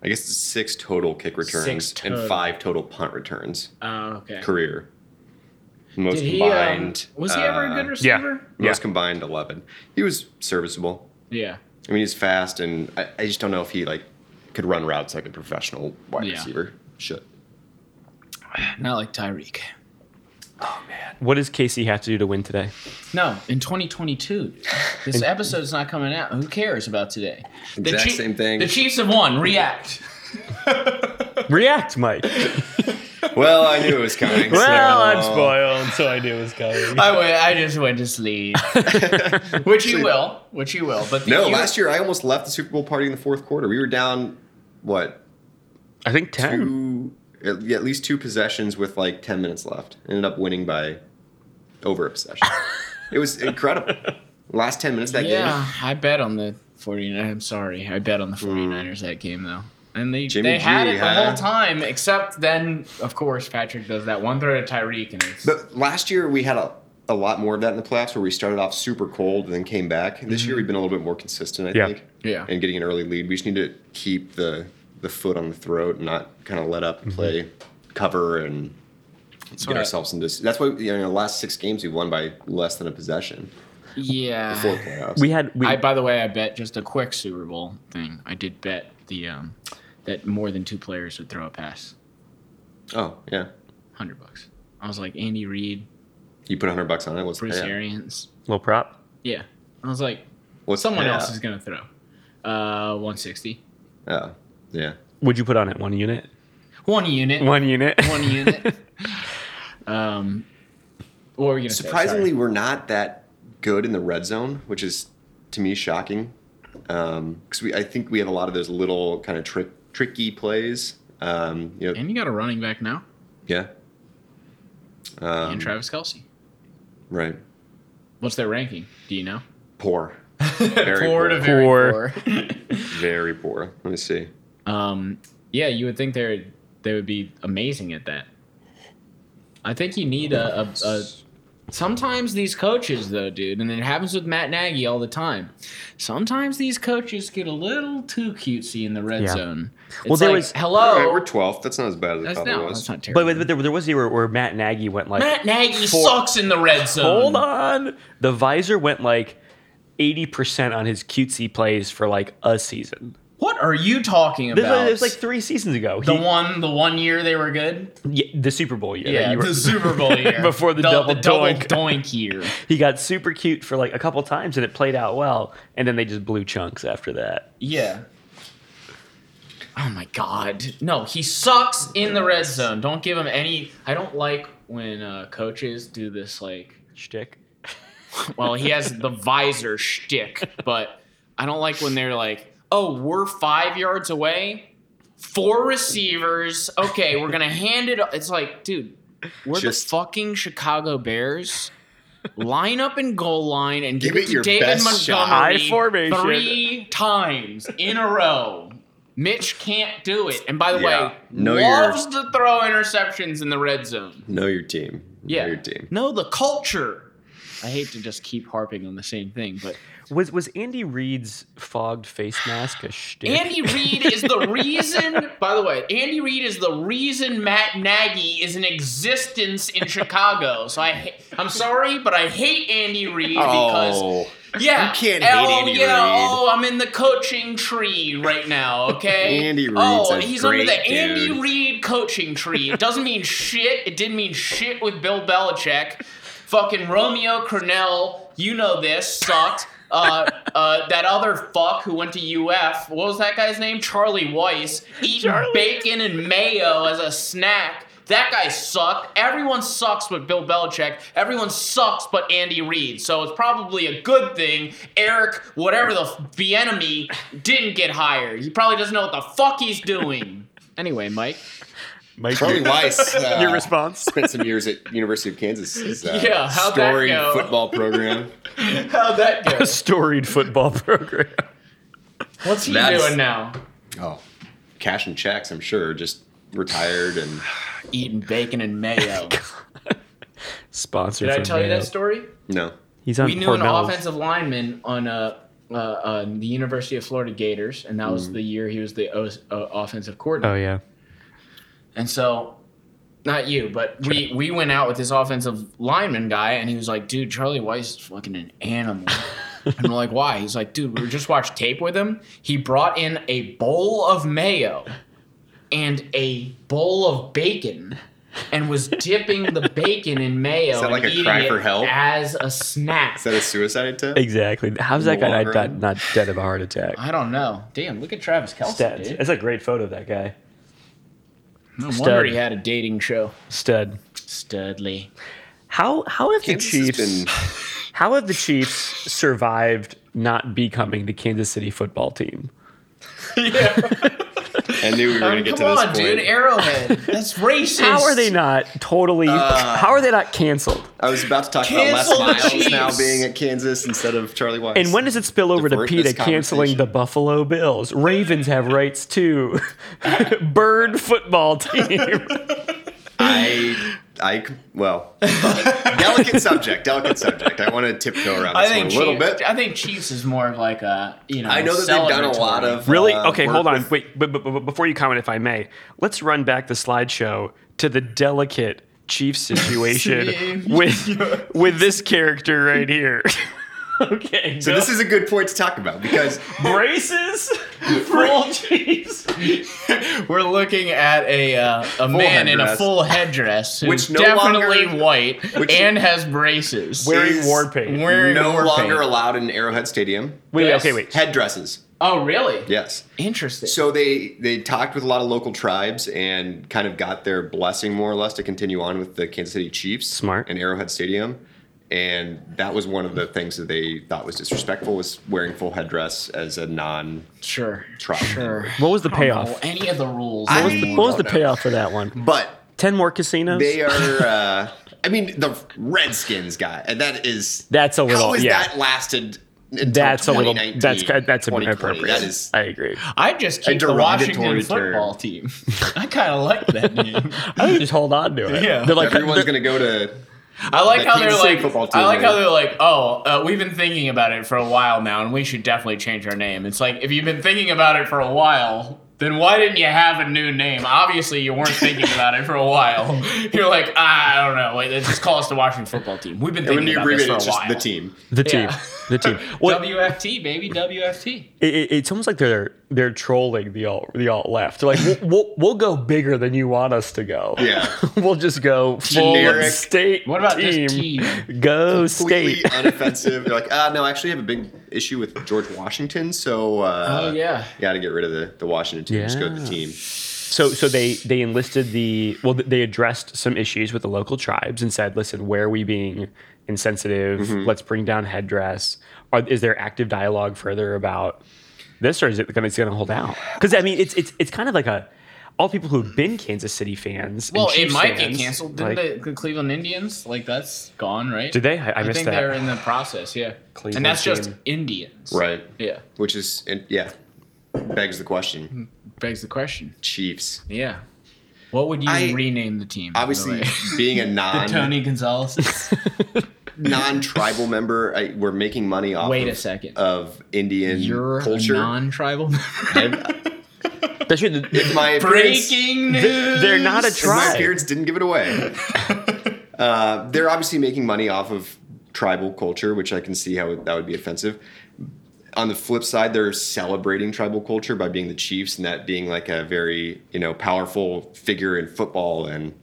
Speaker 4: I guess it's six total kick returns
Speaker 2: total.
Speaker 4: and five total punt returns
Speaker 2: Oh, okay.
Speaker 4: career. Most
Speaker 2: Did he, um,
Speaker 4: combined.
Speaker 2: was he ever a
Speaker 4: uh,
Speaker 2: good
Speaker 3: yeah.
Speaker 2: receiver?
Speaker 4: Most
Speaker 3: Yeah.
Speaker 4: combined eleven. He was serviceable.
Speaker 2: Yeah.
Speaker 4: I mean, he's fast, and I, I just don't know if he like could run routes like a professional wide
Speaker 2: Yeah.
Speaker 4: receiver should.
Speaker 2: Not like Tyreek.
Speaker 3: What does Casey have to do to win today?
Speaker 2: No, in 2022, dude. this episode's not coming out. Who cares about today? The
Speaker 4: Exact
Speaker 2: Chi-
Speaker 4: same thing.
Speaker 2: The Chiefs have won. React.
Speaker 3: React, Mike.
Speaker 4: Well, I knew it was coming.
Speaker 3: Well,
Speaker 4: so-
Speaker 3: I'm spoiled, so I knew it was coming.
Speaker 2: I, went, I just went to sleep, which you will, which you will. But the
Speaker 4: No,
Speaker 2: U-
Speaker 4: last year I almost left the Super Bowl party in the fourth quarter. We were down, what,
Speaker 3: I think ten.
Speaker 4: two, at at least two possessions with like 10 minutes left. Ended up winning by over a possession. it was incredible. Last 10 minutes of that
Speaker 2: yeah,
Speaker 4: game.
Speaker 2: I bet on the 49 I'm sorry, I bet on the 49ers that game though. And they,
Speaker 4: Hmm. Jimmy
Speaker 2: they had
Speaker 4: G,
Speaker 2: it the
Speaker 4: huh?
Speaker 2: whole time, except then, of course, Patrick does that one throw to Tyreek, and it's
Speaker 4: But last year we had a, a lot more of that in the playoffs where we started off super cold and then came back. This
Speaker 2: Mm-hmm.
Speaker 4: year we've been a little bit more consistent, I
Speaker 3: Yeah.
Speaker 4: think.
Speaker 2: Yeah.
Speaker 4: And getting an early lead. We just need to keep the the foot on the throat and not kind of let up and play cover and get
Speaker 2: Mm-hmm. right.
Speaker 4: ourselves into. That's why you know the last six games we won by less than a possession
Speaker 2: yeah.
Speaker 4: before playoffs.
Speaker 3: We had we
Speaker 2: I by the way, I bet just a quick Super Bowl thing. I did bet the um, that more than two players would throw a pass.
Speaker 4: oh yeah,
Speaker 2: Hundred bucks. I was like Andy Reid,
Speaker 4: you put hundred bucks on it. What's the
Speaker 2: Bruce
Speaker 4: payout?
Speaker 2: Arians.
Speaker 3: little prop.
Speaker 2: Yeah. I was like,
Speaker 4: What's the
Speaker 2: someone
Speaker 4: payout?
Speaker 2: else is gonna throw. Uh, one sixty.
Speaker 4: Oh yeah.
Speaker 3: Would you put on it one unit?
Speaker 2: One unit.
Speaker 3: One unit.
Speaker 2: One unit. um, what were we gonna say? Sorry.
Speaker 4: Surprisingly, we're not that good in the red zone, which is to me shocking. Because we, I think we have a lot of those little kind of trick, tricky plays. Um, you know,
Speaker 2: And you got a running back now,
Speaker 4: yeah, Um,
Speaker 2: and Travis Kelsey.
Speaker 4: right.
Speaker 2: What's their ranking? Do you know?
Speaker 4: Poor, very
Speaker 2: Poor
Speaker 4: poor,
Speaker 2: to very
Speaker 3: Poor.
Speaker 2: poor.
Speaker 4: very poor. Let me see.
Speaker 2: um, yeah, you would think they're they would be amazing at that. I think you need a, a, a sometimes these coaches though, dude, and it happens with Matt Nagy all the time. Sometimes these coaches get a little too cutesy in the red
Speaker 3: Yeah.
Speaker 2: zone. It's
Speaker 3: Well, there
Speaker 2: like,
Speaker 3: was-
Speaker 4: All
Speaker 2: hello.
Speaker 4: right, we're twelfth. That's not as bad as I
Speaker 2: Oh. that's,
Speaker 4: thought it
Speaker 2: no,
Speaker 4: was.
Speaker 2: that's not terrible.
Speaker 3: But, but there, there was a year where Matt Nagy went like,
Speaker 2: Matt Nagy
Speaker 3: Four-
Speaker 2: sucks in the red zone.
Speaker 3: hold on. The visor went like eighty percent on his cutesy plays for like a season.
Speaker 2: What are you talking
Speaker 3: This was,
Speaker 2: about?
Speaker 3: it was like three seasons ago.
Speaker 2: the
Speaker 3: He-
Speaker 2: one, the one year they were good.
Speaker 3: yeah, the Super Bowl year. that
Speaker 2: Yeah,
Speaker 3: you were-
Speaker 2: the Super Bowl year
Speaker 3: Before the double doink.
Speaker 2: double doink year.
Speaker 3: he got super cute for like a couple times and it played out well, and then they just blew chunks after that.
Speaker 2: Yeah. Oh my god. No, he sucks in the red zone. Don't give him any I don't like when uh, coaches do this like
Speaker 3: Shtick.
Speaker 2: well, he has the visor shtick, but I don't like when they're like, "Oh, we're 5 yards away, four receivers. Okay, we're going to hand it o-" It's like, dude, we're
Speaker 4: Just-
Speaker 2: the fucking Chicago Bears. Line up and goal line and give,
Speaker 4: Give
Speaker 2: it
Speaker 4: it
Speaker 2: to
Speaker 4: your
Speaker 2: David
Speaker 4: best shot.
Speaker 2: Montgomery
Speaker 3: High formation.
Speaker 2: three times in a row. Mitch can't do it. And by the
Speaker 4: Yeah.
Speaker 2: way,
Speaker 4: Know your-
Speaker 2: loves to throw interceptions in the red zone.
Speaker 4: Know your team.
Speaker 2: Yeah.
Speaker 4: Know your team.
Speaker 2: No, the culture. I hate to just keep harping on the same thing, but
Speaker 3: Was was Andy Reid's fogged face mask a shtick?
Speaker 2: Andy Reid is the reason. By the way, Andy Reid is the reason Matt Nagy is in existence in Chicago. So I, ha- I'm sorry, but I hate Andy Reid because
Speaker 4: oh,
Speaker 2: yeah,
Speaker 4: you can't
Speaker 2: oh,
Speaker 4: hate Andy
Speaker 2: yeah,
Speaker 4: Reid.
Speaker 2: Oh, I'm in the coaching tree right now. Okay,
Speaker 4: Andy Reid's
Speaker 2: Oh,
Speaker 4: a
Speaker 2: he's
Speaker 4: great
Speaker 2: under the Andy
Speaker 4: dude.
Speaker 2: Reid coaching tree. It doesn't mean shit. It didn't mean shit with Bill Belichick. Fucking Romeo Cornell, you know this sucked. Uh, uh, that other fuck who went to UF, what was that guy's name? Charlie Weiss, eating
Speaker 3: Charlie.
Speaker 2: bacon and mayo as a snack. That guy sucked. Everyone sucks but Bill Belichick. Everyone sucks but Andy Reid. So it's probably a good thing Eric, whatever the f- the enemy, didn't get hired. He probably doesn't know what the fuck he's doing. Anyway, Mike.
Speaker 3: Mike,
Speaker 4: Charlie Weiss. Uh,
Speaker 3: your response?
Speaker 4: Spent some years at University of Kansas. Uh,
Speaker 2: Yeah, how'd that
Speaker 4: storied
Speaker 2: go?
Speaker 4: football program.
Speaker 2: How'd that go?
Speaker 3: a storied football program.
Speaker 2: What's he
Speaker 4: That's-
Speaker 2: doing now?
Speaker 4: Oh, cash and checks, I'm sure. Just retired and
Speaker 2: Eating bacon and mayo.
Speaker 3: Sponsored.
Speaker 2: Did I
Speaker 3: from
Speaker 2: tell you
Speaker 3: Mayo.
Speaker 2: that story?
Speaker 4: no.
Speaker 3: He's on
Speaker 2: we knew an
Speaker 3: Hormel's.
Speaker 2: offensive lineman on uh, uh, uh, the University of Florida Gators, and that was the year he was the o- uh, offensive
Speaker 3: Oh
Speaker 2: coordinator.
Speaker 3: yeah.
Speaker 2: And so, not you, but we we went out with this offensive lineman guy, and he was like, "Dude, Charlie Weiss is fucking an animal." and we're like, "Why?" He's like, "Dude, we were just watched tape with him. He brought in a bowl of mayo and a bowl of bacon." And was dipping the bacon in mayo
Speaker 4: that
Speaker 2: and
Speaker 4: like a
Speaker 2: eating
Speaker 4: cry
Speaker 2: it
Speaker 4: for help?
Speaker 2: as a snack.
Speaker 4: Is that a suicide attempt?
Speaker 3: Exactly. How's that
Speaker 4: the
Speaker 3: guy
Speaker 4: long
Speaker 3: not,
Speaker 4: run.
Speaker 3: not dead of a heart attack?
Speaker 2: I don't know. Damn, look at Travis Kelsey,
Speaker 3: Stats.
Speaker 2: dude.
Speaker 3: It's a great photo of that guy.
Speaker 2: No wonder
Speaker 3: Stud.
Speaker 2: he had a dating show.
Speaker 3: Stud.
Speaker 2: Studley.
Speaker 3: How how have
Speaker 4: Kansas
Speaker 3: the
Speaker 4: has
Speaker 3: Chiefs
Speaker 4: been-
Speaker 3: how have the Chiefs survived not becoming the Kansas City football team?
Speaker 4: I knew we were going to get to
Speaker 2: Come
Speaker 4: this
Speaker 2: on,
Speaker 4: point.
Speaker 2: dude. Arrowhead. That's racist.
Speaker 3: How are they not totally? how are they not canceled?
Speaker 4: I was about to talk
Speaker 2: Cancel the
Speaker 4: about Les Miles
Speaker 2: Chiefs.
Speaker 4: now being at Kansas instead of Charlie Weiss.
Speaker 3: And when does it spill over to
Speaker 4: Divert
Speaker 3: PETA
Speaker 4: this
Speaker 3: canceling
Speaker 4: conversation.
Speaker 3: the Buffalo Bills? Ravens have rights too. Bird football team.
Speaker 4: I, I, well, delicate subject, delicate subject. I want to tiptoe around
Speaker 2: I
Speaker 4: this
Speaker 2: think
Speaker 4: one a little
Speaker 2: Chiefs,
Speaker 4: bit.
Speaker 2: I think Chiefs is more of like a you know.
Speaker 4: I know that they've done a lot
Speaker 2: celebratory.
Speaker 4: of
Speaker 3: really?
Speaker 4: uh,
Speaker 3: okay,
Speaker 4: work
Speaker 3: hold on.
Speaker 4: with-
Speaker 3: Wait, but, but, but before you comment, if I may, let's run back the slideshow to the delicate Chiefs situation with with this character right here. okay,
Speaker 4: So this is a good point to talk about because
Speaker 3: braces for all Chiefs.
Speaker 2: We're looking at a uh, a man in a
Speaker 4: headdress.
Speaker 2: full headdress who's
Speaker 4: Which no
Speaker 2: definitely
Speaker 4: longer-
Speaker 2: white
Speaker 4: which-
Speaker 2: and has braces.
Speaker 3: Wearing
Speaker 4: Is
Speaker 3: war paint.
Speaker 2: Wearing
Speaker 4: no
Speaker 2: war
Speaker 4: longer
Speaker 2: paint.
Speaker 4: allowed in Arrowhead Stadium.
Speaker 3: wait,
Speaker 2: Yes.
Speaker 3: okay, wait.
Speaker 4: Headdresses,
Speaker 2: Oh, really?
Speaker 4: yes.
Speaker 2: Interesting.
Speaker 4: So they they talked with a lot of local tribes and kind of got their blessing more or less to continue on with the Kansas City Chiefs.
Speaker 3: Smart.
Speaker 4: And Arrowhead Stadium. And that was one of the things that they thought was disrespectful was wearing full headdress as a non
Speaker 2: sure.
Speaker 4: Try.
Speaker 2: Sure.
Speaker 3: What was the
Speaker 2: Well,
Speaker 3: payoff?
Speaker 2: any of the rules.
Speaker 4: I-
Speaker 2: anymore.
Speaker 4: the-
Speaker 3: What was the
Speaker 4: No.
Speaker 3: payoff for that one?
Speaker 4: but
Speaker 3: Ten more casinos.
Speaker 4: They are. Uh, I mean, the Redskins guy, and that is
Speaker 3: That's a little-
Speaker 4: How has
Speaker 3: yeah.
Speaker 4: that lasted? Until
Speaker 3: that's a little.
Speaker 4: 2019,
Speaker 3: That's that's
Speaker 4: 2020?
Speaker 3: inappropriate.
Speaker 4: That is.
Speaker 3: I agree.
Speaker 2: I just
Speaker 4: A
Speaker 2: keep the
Speaker 4: derogatory
Speaker 2: Washington
Speaker 4: term.
Speaker 2: football team. I kind of like that name.
Speaker 3: I think just hold on to it.
Speaker 2: Yeah.
Speaker 3: They're like they're-
Speaker 4: Everyone's gonna go to.
Speaker 2: I like
Speaker 4: The
Speaker 2: how they're
Speaker 4: Kansas City
Speaker 2: like.
Speaker 4: football
Speaker 2: I
Speaker 4: team,
Speaker 2: like how
Speaker 4: right?
Speaker 2: they're like. Oh, uh, we've been thinking about it for a while now, and we should definitely change our name. It's like if you've been thinking about it for a while, then why didn't you have a new name? Obviously, you weren't thinking about it for a while. You're like, ah, I don't know. Like, let's just call us the Washington Football Team. We've been
Speaker 4: And
Speaker 2: thinking
Speaker 4: when you
Speaker 2: about
Speaker 4: abbreviate
Speaker 2: this
Speaker 4: it,
Speaker 2: for a while.
Speaker 4: it's just the team.
Speaker 3: the team.
Speaker 2: Yeah.
Speaker 3: The team. Well,
Speaker 2: WFT baby, WFT.
Speaker 3: it, it- it's almost like they're they're trolling the alt the alt left. They're like, we'll, we'll we'll go bigger than you want us to go.
Speaker 4: Yeah.
Speaker 3: we'll just go full
Speaker 4: Generic.
Speaker 3: state.
Speaker 2: What about
Speaker 3: team?
Speaker 2: this team?
Speaker 3: Go
Speaker 4: Completely
Speaker 3: state.
Speaker 4: unoffensive. They're like, ah, no, I actually have a big issue with George Washington, so uh,
Speaker 2: Oh yeah.
Speaker 4: you got to get rid of the, the Washington team. Just go to the
Speaker 3: Yeah.
Speaker 4: team.
Speaker 3: So so they they enlisted the well th- they addressed some issues with the local tribes and said, listen, where are we being insensitive?
Speaker 2: Mm-hmm.
Speaker 3: Let's bring down headdress. Are, is there active dialogue further about this, or is it going to hold out? Because I mean, it's it's it's kind of like a all people who've been Kansas City fans. and
Speaker 2: Well, it
Speaker 3: Chiefs
Speaker 2: might get
Speaker 3: fans,
Speaker 2: canceled. Didn't
Speaker 3: like-
Speaker 2: the, the Cleveland Indians? Like that's gone, right?
Speaker 3: Did they? I, I
Speaker 2: I
Speaker 3: missed
Speaker 2: think
Speaker 3: that.
Speaker 2: they're in the process. Yeah.
Speaker 3: Cleveland
Speaker 2: and that's just
Speaker 3: team.
Speaker 2: Indians.
Speaker 4: Right.
Speaker 2: Yeah.
Speaker 4: Which is, and, yeah, begs the question.
Speaker 2: Begs the question.
Speaker 4: Chiefs.
Speaker 2: Yeah. What would you
Speaker 4: I-
Speaker 2: rename the team? by the
Speaker 4: Obviously,
Speaker 2: way?
Speaker 4: being a non
Speaker 2: Tony Gonzalez.
Speaker 4: non-tribal member. I, we're making money off.
Speaker 2: Wait
Speaker 4: of,
Speaker 2: a second.
Speaker 4: Of Indian
Speaker 2: You're
Speaker 4: culture.
Speaker 2: a non-tribal.
Speaker 3: That's right, th-
Speaker 4: If my appearance, if
Speaker 2: Breaking news.
Speaker 3: they're not a
Speaker 4: my
Speaker 3: tribe.
Speaker 4: appearance didn't give it away. uh, they're obviously making money off of tribal culture, which I can see how that would be offensive. On the flip side, they're celebrating tribal culture by being the Chiefs and that being like a very you know powerful figure in football and.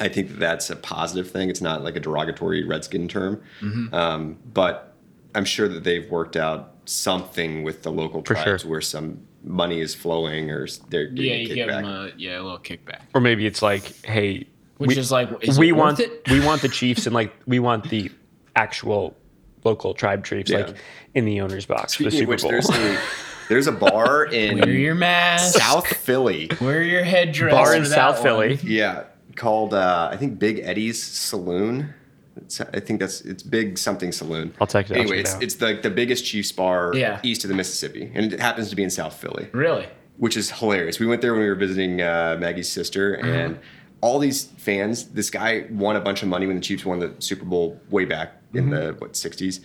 Speaker 4: I think that that's a positive thing. It's not like a derogatory redskin term,
Speaker 3: Mm-hmm.
Speaker 4: um, but I'm sure that they've worked out something with the local
Speaker 3: For
Speaker 4: tribes
Speaker 3: sure.
Speaker 4: where some money is flowing or s- they're
Speaker 2: Yeah,
Speaker 4: getting
Speaker 2: you
Speaker 4: kicked
Speaker 2: give
Speaker 4: back.
Speaker 2: them a yeah a little kickback,
Speaker 3: or maybe it's like, hey,
Speaker 2: which
Speaker 3: we-
Speaker 2: is like is
Speaker 3: we
Speaker 2: it worth
Speaker 3: want
Speaker 2: it?
Speaker 3: we want the Chiefs and like we want the actual local tribe Chiefs
Speaker 4: Yeah.
Speaker 3: like in the owner's box for the
Speaker 4: Speaking of
Speaker 3: Super
Speaker 4: which,
Speaker 3: Bowl.
Speaker 4: there's a, there's a bar
Speaker 2: Wear
Speaker 4: in
Speaker 2: your mask.
Speaker 4: South Philly,
Speaker 2: Wear your headdress.
Speaker 3: Bar
Speaker 2: for
Speaker 3: in
Speaker 2: that
Speaker 3: South
Speaker 2: one.
Speaker 3: Philly.
Speaker 4: yeah, called uh, I think Big Eddie's Saloon. It's, I think that's it's Big Something Saloon.
Speaker 3: I'll take that
Speaker 4: Anyway,
Speaker 3: shit
Speaker 4: it's,
Speaker 3: out.
Speaker 4: it's like the biggest Chiefs bar
Speaker 2: Yeah.
Speaker 4: east of the Mississippi, and it happens to be in South Philly.
Speaker 2: Really?
Speaker 4: which is hilarious. We went there when we were visiting uh, Maggie's sister,
Speaker 2: Uh-huh.
Speaker 4: and all these fans. This guy won a bunch of money when the Chiefs won the Super Bowl way back
Speaker 2: Mm-hmm.
Speaker 4: in the what '60s,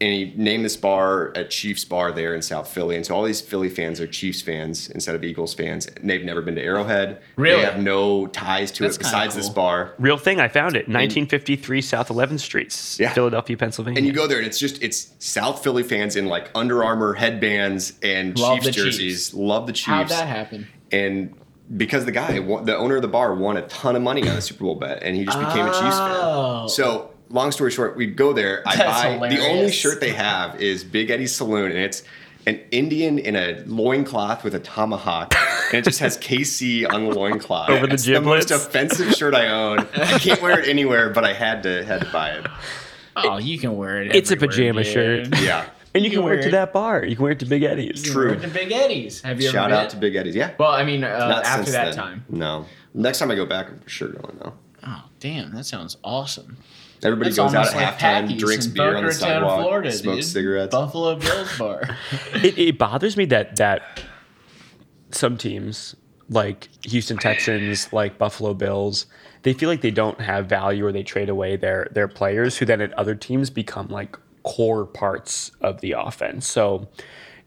Speaker 4: and he named this bar a Chiefs bar there in South Philly. And so all these Philly fans are Chiefs fans instead of Eagles fans, and they've never been to Arrowhead.
Speaker 2: Really?
Speaker 4: they have no ties to
Speaker 2: That's
Speaker 4: it
Speaker 2: kinda
Speaker 4: besides this
Speaker 2: cool.
Speaker 4: bar.
Speaker 3: Real thing, I found it. 1953 South 11th Street,
Speaker 4: Yeah.
Speaker 3: Philadelphia, Pennsylvania.
Speaker 4: And you go there, and it's just it's South Philly fans in like Under Armour headbands and
Speaker 2: Love
Speaker 4: Chiefs
Speaker 2: the Chiefs.
Speaker 4: jerseys. Love the Chiefs.
Speaker 2: How'd that happen?
Speaker 4: and because the guy, won- the owner of the bar, won a ton of money on the Super Bowl bet, and he just became a Chiefs
Speaker 2: Oh.
Speaker 4: fan. So, long story short, we go there. I
Speaker 2: That's
Speaker 4: buy the only
Speaker 2: hilarious.
Speaker 4: shirt they have is Big Eddie's Saloon, and it's an Indian in a loincloth with a tomahawk, and it just has KC on the loincloth.
Speaker 3: Over the
Speaker 4: it's the most
Speaker 3: giblets.
Speaker 4: offensive shirt I own. I can't wear it anywhere, but I had to had to buy it.
Speaker 2: Oh, you can wear it.
Speaker 3: It's a
Speaker 2: everywhere,
Speaker 3: pajama
Speaker 2: dude.
Speaker 3: shirt.
Speaker 4: Yeah,
Speaker 3: And you can
Speaker 2: You
Speaker 3: wear it to
Speaker 2: weird.
Speaker 3: that bar. You can wear it to Big Eddie's.
Speaker 2: You can
Speaker 4: True.
Speaker 2: wear it to Big Eddie's. Have you
Speaker 4: shout
Speaker 2: ever been?
Speaker 4: out to Big Eddie's. Yeah,
Speaker 2: Well, I mean, uh,
Speaker 4: Not
Speaker 2: after
Speaker 4: since
Speaker 2: that
Speaker 4: then.
Speaker 2: time.
Speaker 4: No, next time I go back, I'm for sure going though.
Speaker 2: Oh, damn, that sounds awesome.
Speaker 4: Everybody
Speaker 2: That's
Speaker 4: goes out
Speaker 2: almost
Speaker 4: at
Speaker 2: like
Speaker 4: halftime,
Speaker 2: Packy's
Speaker 4: drinks
Speaker 2: in
Speaker 4: beer on the
Speaker 2: Boca Raton,
Speaker 4: sidewalk,
Speaker 2: Florida,
Speaker 4: smokes
Speaker 2: dude.
Speaker 4: cigarettes.
Speaker 2: Buffalo Bills bar.
Speaker 3: It, it bothers me that that some teams like Houston Texans, like Buffalo Bills, they feel like they don't have value or they trade away their their players who then at other teams become like core parts of the offense. So,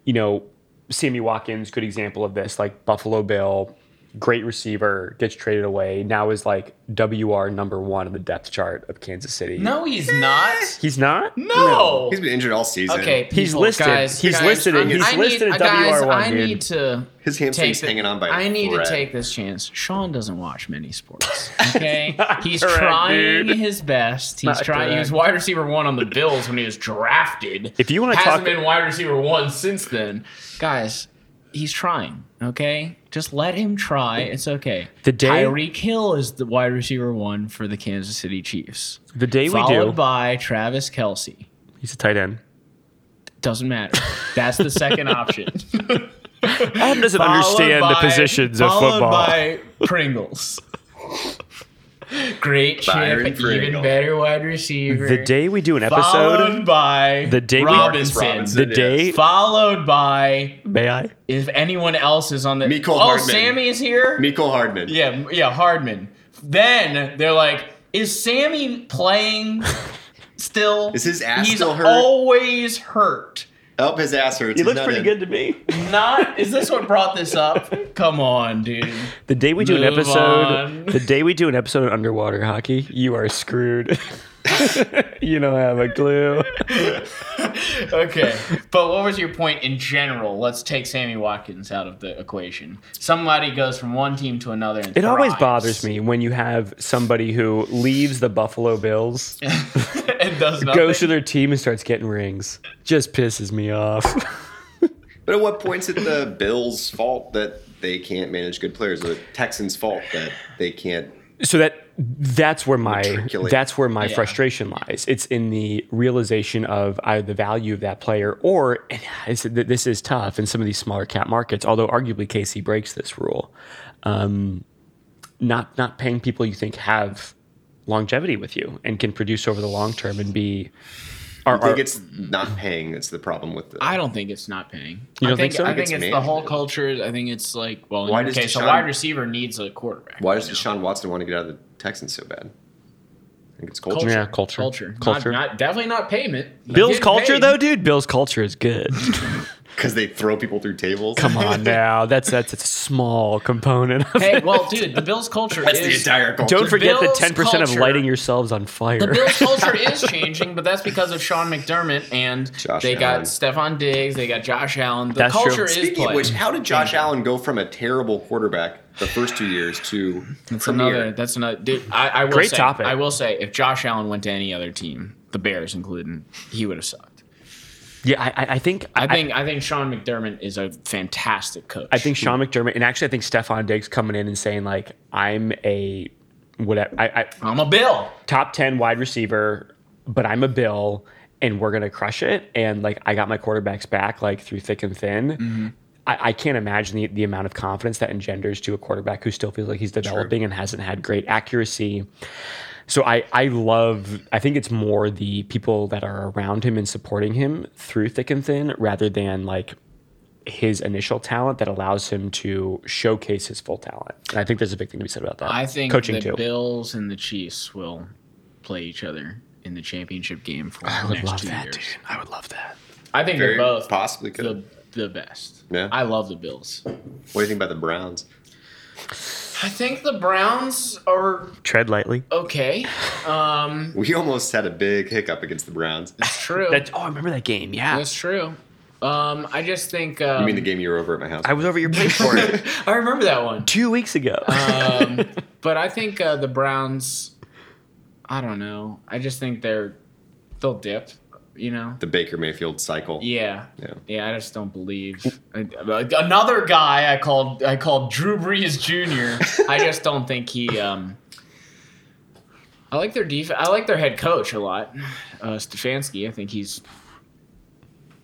Speaker 3: you know, Sammy Watkins, good example of this, like Buffalo Bill, great receiver, gets traded away, now is like WR number one on the depth chart of Kansas City.
Speaker 2: no, he's not.
Speaker 3: He's not?
Speaker 2: No.
Speaker 4: He's been injured all season.
Speaker 2: Okay,
Speaker 3: He's
Speaker 2: people,
Speaker 3: listed.
Speaker 2: Guys,
Speaker 3: He's
Speaker 2: guys,
Speaker 3: listed at-
Speaker 2: I'm-
Speaker 3: he's
Speaker 2: I need-
Speaker 3: listed at
Speaker 2: guys,
Speaker 3: WR1,
Speaker 2: I
Speaker 3: dude.
Speaker 2: need to.
Speaker 4: His
Speaker 2: take
Speaker 4: hamstring's
Speaker 2: the-
Speaker 4: hanging on by. a
Speaker 2: I need
Speaker 4: thread.
Speaker 2: to take this chance. Sean doesn't watch many sports. Okay, he's
Speaker 3: correct,
Speaker 2: trying
Speaker 3: dude.
Speaker 2: his best. He's
Speaker 3: Not
Speaker 2: trying. He was
Speaker 3: correct.
Speaker 2: wide receiver one on the Bills when he was drafted.
Speaker 3: If you wanna
Speaker 2: hasn't
Speaker 3: talk-
Speaker 2: been wide receiver one since then, guys. He's trying. Okay, just let him try. It's okay.
Speaker 3: The day-
Speaker 2: Tyreek Hill is the wide receiver one for the Kansas City Chiefs,
Speaker 3: The day we
Speaker 2: followed
Speaker 3: do,
Speaker 2: by Travis Kelsey.
Speaker 3: he's a tight end.
Speaker 2: Doesn't matter. That's the second option.
Speaker 3: Adam doesn't understand
Speaker 2: Followed
Speaker 3: the
Speaker 2: by-
Speaker 3: positions of
Speaker 2: followed
Speaker 3: football.
Speaker 2: by Pringles. Great
Speaker 4: Byron
Speaker 2: chip, even
Speaker 4: Pringle.
Speaker 2: better wide receiver.
Speaker 3: the day we do an
Speaker 2: followed
Speaker 3: episode,
Speaker 2: by
Speaker 3: The day we-
Speaker 2: Robinson.
Speaker 4: Robinson.
Speaker 3: the day
Speaker 2: followed by
Speaker 3: may I?
Speaker 2: if anyone else is on the
Speaker 4: Mecole
Speaker 2: oh
Speaker 4: Hardman.
Speaker 2: Sammy is here.
Speaker 4: Miko Hardman.
Speaker 2: yeah, yeah, Hardman. Then they're like, is Sammy playing still?
Speaker 4: Is his ass
Speaker 2: He's
Speaker 4: still hurt?
Speaker 2: Always hurt.
Speaker 4: Up his ass hurts.
Speaker 3: He
Speaker 4: He's
Speaker 3: looks
Speaker 4: not
Speaker 3: pretty
Speaker 4: in.
Speaker 3: good to me.
Speaker 2: Not is this what brought this up? Come on, dude.
Speaker 3: The day we do an
Speaker 2: Move
Speaker 3: episode,
Speaker 2: on.
Speaker 3: the day we do an episode on underwater hockey, you are screwed. you don't have a clue.
Speaker 2: Okay, but what was your point in general? Let's take Sammy Watkins out of the equation. Somebody goes from one team to another. And
Speaker 3: It always
Speaker 2: thrives
Speaker 3: bothers me when you have somebody who leaves the Buffalo Bills,
Speaker 2: and does nothing.
Speaker 3: goes to their team, and starts getting rings. Just pisses me off.
Speaker 4: But at what point's it the Bills' fault that they can't manage good players? Or the Texans' fault that they can't?
Speaker 3: so that that's where my
Speaker 4: Matriculate.
Speaker 3: that's where my
Speaker 2: Yeah.
Speaker 3: frustration lies. It's in the realization of either the value of that player or and I said that this is tough in some of these smaller cap markets. Although arguably KC breaks this rule, um, not not paying people you think have longevity with you and can produce over the long term and be. Are,
Speaker 4: I think
Speaker 3: are-
Speaker 4: it's not paying. That's the problem with the.
Speaker 2: I don't think it's not paying.
Speaker 3: You don't
Speaker 2: I think,
Speaker 3: think so?
Speaker 2: I
Speaker 3: I
Speaker 2: think
Speaker 4: think
Speaker 2: it's,
Speaker 4: it's
Speaker 2: the whole
Speaker 4: management.
Speaker 2: culture. I think it's like well,
Speaker 4: Why
Speaker 2: in
Speaker 4: does
Speaker 2: case a
Speaker 4: Deshaun-
Speaker 2: wide receiver needs a quarterback.
Speaker 4: Why does
Speaker 2: you know?
Speaker 4: Deshaun Watson want to get out of the Texans so bad? I think it's culture.
Speaker 2: culture?
Speaker 3: Yeah, culture.
Speaker 2: culture,
Speaker 3: Culture.
Speaker 2: Not, not- definitely not payment. He's
Speaker 3: Bill's
Speaker 2: getting
Speaker 3: culture
Speaker 2: paid.
Speaker 3: though, dude. Bill's culture is good.
Speaker 4: Because they throw people through tables.
Speaker 3: Come on now, that's that's a small component. Of
Speaker 2: Hey,
Speaker 3: it.
Speaker 2: well, dude, the Bills culture
Speaker 4: That's the
Speaker 2: is
Speaker 4: entire culture.
Speaker 3: don't forget the
Speaker 2: Bill's
Speaker 3: ten percent of
Speaker 2: culture-
Speaker 3: lighting yourselves on fire.
Speaker 2: The Bills culture is changing, but that's because of Sean McDermott and
Speaker 4: Josh
Speaker 2: they
Speaker 4: Allen.
Speaker 2: got Stefan Diggs, they got Josh Allen. The
Speaker 3: That's true.
Speaker 2: culture is
Speaker 4: Speaking of
Speaker 2: playing.
Speaker 4: which, how did Josh Allen go from a terrible quarterback the first two years to
Speaker 2: that's
Speaker 4: premier?
Speaker 2: another. That's another. Dude, I, I will
Speaker 3: Great
Speaker 2: say,
Speaker 3: topic.
Speaker 2: I will say, if Josh Allen went to any other team, the Bears including, he would have sucked.
Speaker 3: Yeah, I, I- I think
Speaker 2: I think I, think Sean McDermott is a fantastic coach.
Speaker 3: I think Sean McDermott and actually I think Stefan Diggs coming in and saying like I'm a whatever I, I
Speaker 2: I'm a Bill.
Speaker 3: top ten wide receiver, but I'm a Bill and we're gonna crush it. And like I got my quarterbacks back like through thick and thin.
Speaker 2: Mm-hmm.
Speaker 3: I, I can't imagine the, the amount of confidence that engenders to a quarterback who still feels like he's developing and hasn't had great accuracy. So I I love I think it's more the people that are around him and supporting him through thick and thin rather than like his initial talent that allows him to showcase his full talent. And I think there's a big thing to be said about that.
Speaker 2: I think
Speaker 3: coaching
Speaker 2: the
Speaker 3: too.
Speaker 2: Bills and the Chiefs will play each other in the championship game for
Speaker 3: I
Speaker 2: the
Speaker 3: would
Speaker 2: next
Speaker 3: love
Speaker 2: two
Speaker 3: that,
Speaker 2: years.
Speaker 3: dude. I would love that.
Speaker 2: I think
Speaker 4: Very
Speaker 2: they're both
Speaker 4: possibly could.
Speaker 2: the, the best.
Speaker 4: Yeah.
Speaker 2: I love the Bills.
Speaker 4: What do you think about the Browns?
Speaker 2: I think the Browns are
Speaker 3: Tread lightly.
Speaker 2: okay. Um,
Speaker 4: We almost had a big hiccup against the Browns.
Speaker 2: it's true.
Speaker 3: That's, oh, I remember that game. Yeah.
Speaker 2: That's true. Um, I just think. Um,
Speaker 4: I mean, the game you were over at my house.
Speaker 3: I was over your place for it
Speaker 2: I remember that one.
Speaker 3: two weeks ago.
Speaker 2: Um, but I think uh, the Browns. I don't know. I just think they're they'll dip. you know?
Speaker 4: the Baker Mayfield cycle.
Speaker 2: Yeah.
Speaker 4: Yeah.
Speaker 2: I just don't believe I- another guy I called I called Drew Brees Jr. I just don't think he um I like their def- I like their head coach a lot. Uh Stefanski, I think he's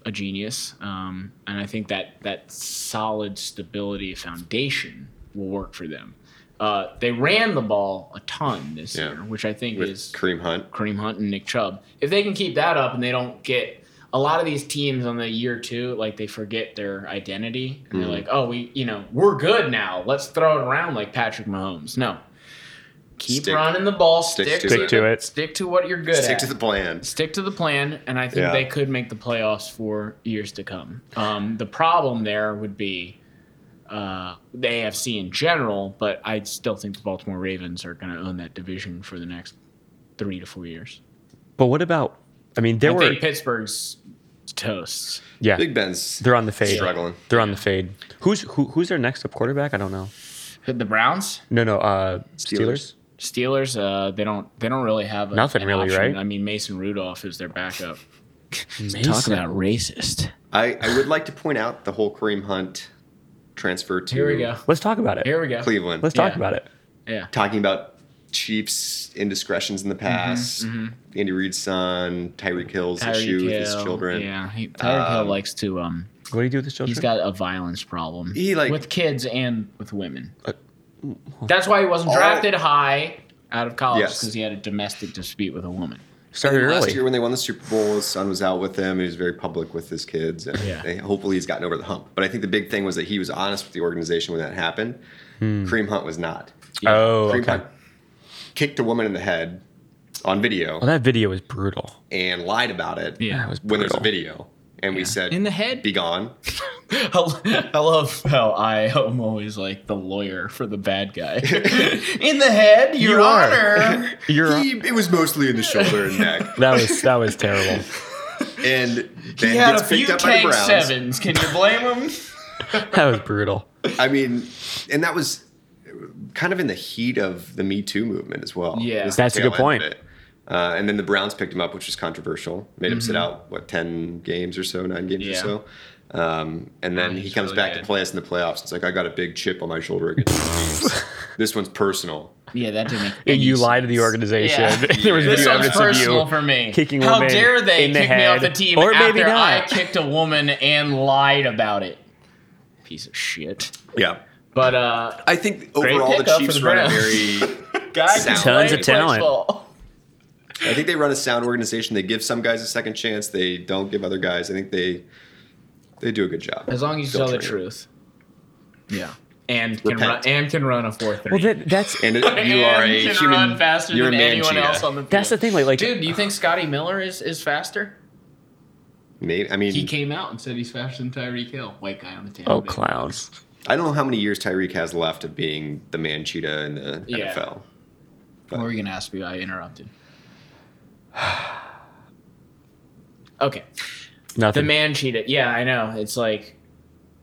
Speaker 2: a genius. Um and I think that that solid stability foundation will work for them. Uh, they ran the ball a ton this
Speaker 4: Yeah.
Speaker 2: year, which I think
Speaker 4: with
Speaker 2: is
Speaker 4: Kareem Hunt.
Speaker 2: Kareem Hunt and Nick Chubb. If they can keep that up and they don't get a lot of these teams on the year two, like they forget their identity and
Speaker 4: Mm-hmm.
Speaker 2: they're like, oh, we, you know, we're good now. Let's throw it around like Patrick Mahomes. No, keep
Speaker 4: Stick-
Speaker 2: running the ball.
Speaker 4: stick
Speaker 2: Stick,
Speaker 4: to
Speaker 2: to,
Speaker 4: it.
Speaker 3: Stick to it.
Speaker 2: Stick to what you're good
Speaker 4: Stick
Speaker 2: at.
Speaker 4: to the plan.
Speaker 2: Stick to the plan, and I think
Speaker 4: Yeah.
Speaker 2: they could make the playoffs for years to come. Um, the problem there would be uh, the AFC in general, but I still think the Baltimore Ravens are going to own that division for the next three to four years.
Speaker 3: But what about? I mean, there
Speaker 2: I
Speaker 3: were
Speaker 2: think Pittsburgh's toast.
Speaker 3: yeah.
Speaker 4: Big Ben's
Speaker 3: They're on the fade.
Speaker 4: struggling.
Speaker 3: They're on the fade. Who's who, who's their next up quarterback? I don't know.
Speaker 2: The Browns,
Speaker 3: No, no. Uh, Steelers.
Speaker 2: Steelers, uh, they don't they don't really have a,
Speaker 3: Nothing
Speaker 2: an
Speaker 3: really,
Speaker 2: option.
Speaker 3: right?
Speaker 2: I mean, Mason Rudolph is their backup. Talk about racist.
Speaker 4: I, I would like to point out the whole Kareem Hunt transfer to
Speaker 2: Here we go.
Speaker 3: Let's talk about it.
Speaker 2: Here we go.
Speaker 4: Cleveland.
Speaker 3: Let's talk
Speaker 2: Yeah.
Speaker 3: about it.
Speaker 2: Yeah.
Speaker 4: Talking about Chiefs indiscretions in
Speaker 2: Mm-hmm,
Speaker 4: the past, Andy Reid's son, Tyreek Hill's
Speaker 2: Tyreek
Speaker 4: issue with his
Speaker 2: Hill,
Speaker 4: children.
Speaker 2: Yeah, he, Tyreek Hill
Speaker 4: Um,
Speaker 2: likes to. Um,
Speaker 3: What do you do with this children?
Speaker 2: he's got a violence problem.
Speaker 4: He, like-
Speaker 2: with kids and with women.
Speaker 3: Uh,
Speaker 2: That's why he wasn't
Speaker 4: All-
Speaker 2: drafted high out of college
Speaker 4: Yes.
Speaker 2: because he had a domestic dispute with a woman.
Speaker 3: started
Speaker 4: Last year
Speaker 3: early.
Speaker 4: when they won the Super Bowl, his son was out with him. He was very public with his kids, and
Speaker 2: Yeah.
Speaker 4: they- hopefully he's gotten over the hump. But I think the big thing was that he was honest with the organization when that happened. Kareem Hunt was not.
Speaker 3: Oh,
Speaker 4: Kareem
Speaker 3: Hmm. okay.
Speaker 4: Hunt kicked a woman in the head on video
Speaker 3: Well, Oh, that video is brutal.
Speaker 4: and lied about it
Speaker 2: Yeah,
Speaker 3: That was brutal.
Speaker 4: when there's a video. And we said,
Speaker 2: In the head?
Speaker 4: be gone.
Speaker 2: I love how I am always like the lawyer for the bad guy. In the head, Your
Speaker 3: You are.
Speaker 2: Honor.
Speaker 3: You're.
Speaker 4: He, it was mostly in the shoulder and neck.
Speaker 3: that was that was terrible.
Speaker 4: And then
Speaker 2: he had
Speaker 4: gets
Speaker 2: a few
Speaker 4: picked up by the
Speaker 2: tank
Speaker 4: Browns.
Speaker 2: sevens. Can you blame him?
Speaker 3: That was brutal.
Speaker 4: I mean, and that was kind of in the heat of the Me Too movement as well.
Speaker 2: Yeah.
Speaker 4: This
Speaker 3: That's a
Speaker 4: tail
Speaker 3: good
Speaker 4: end of
Speaker 3: point.
Speaker 4: it. Uh, and then the Browns picked him up, which was controversial. Made him sit out what ten games or so, nine games or
Speaker 2: Mm-hmm. Yeah.
Speaker 4: so. Um, and then
Speaker 2: Oh,
Speaker 4: he
Speaker 2: he's
Speaker 4: comes
Speaker 2: really
Speaker 4: back to
Speaker 2: good.
Speaker 4: play us in the playoffs. It's like I got a big chip on my shoulder against the Chiefs. this one's personal.
Speaker 2: Yeah, that didn't make any
Speaker 3: You
Speaker 2: sense.
Speaker 3: lied to the organization.
Speaker 2: Yeah.
Speaker 3: there was
Speaker 2: This
Speaker 3: video
Speaker 2: one's
Speaker 3: evidence of
Speaker 2: personal
Speaker 3: you
Speaker 2: for me.
Speaker 3: kicking
Speaker 2: How
Speaker 3: women
Speaker 2: dare they
Speaker 3: in the
Speaker 2: kick me off the
Speaker 3: head.
Speaker 2: team
Speaker 3: Or
Speaker 2: after
Speaker 3: maybe
Speaker 2: I
Speaker 3: not.
Speaker 2: kicked a woman and lied about it? Piece of shit.
Speaker 4: Yeah,
Speaker 2: But uh,
Speaker 4: I think overall the
Speaker 2: pickup for
Speaker 4: Chiefs
Speaker 2: the
Speaker 4: run a
Speaker 2: Browns.
Speaker 4: very.
Speaker 2: guy
Speaker 4: Sound.
Speaker 2: can
Speaker 4: Tons
Speaker 2: play
Speaker 3: of talent.
Speaker 2: football.
Speaker 4: I think they run a sound organization. They give some guys a second chance. They don't give other guys. I think they they do a good job.
Speaker 2: As long as you tell the
Speaker 4: Filtering.
Speaker 2: truth. Yeah. And can run,
Speaker 4: Repent.
Speaker 2: and can run a four three.
Speaker 3: Well, that, that's
Speaker 4: And it- you are a
Speaker 2: can
Speaker 4: human.
Speaker 2: run faster
Speaker 4: you're
Speaker 2: than
Speaker 4: a man
Speaker 2: anyone
Speaker 4: cheetah.
Speaker 2: else on the field.
Speaker 3: that's the thing. Like, like
Speaker 2: Dude, do you think Scotty Miller is, is faster?
Speaker 4: Maybe I mean
Speaker 2: He came out and said he's faster than Tyreek Hill, white guy on the Tampa
Speaker 3: oh,
Speaker 2: Bay.
Speaker 3: clowns.
Speaker 4: I don't know how many years Tyreek has left of being the man cheetah in the
Speaker 2: Yeah.
Speaker 4: NFL.
Speaker 2: What were you gonna ask me? I interrupted. okay, the
Speaker 3: Nothing.
Speaker 2: man cheated. Yeah, I know. It's like,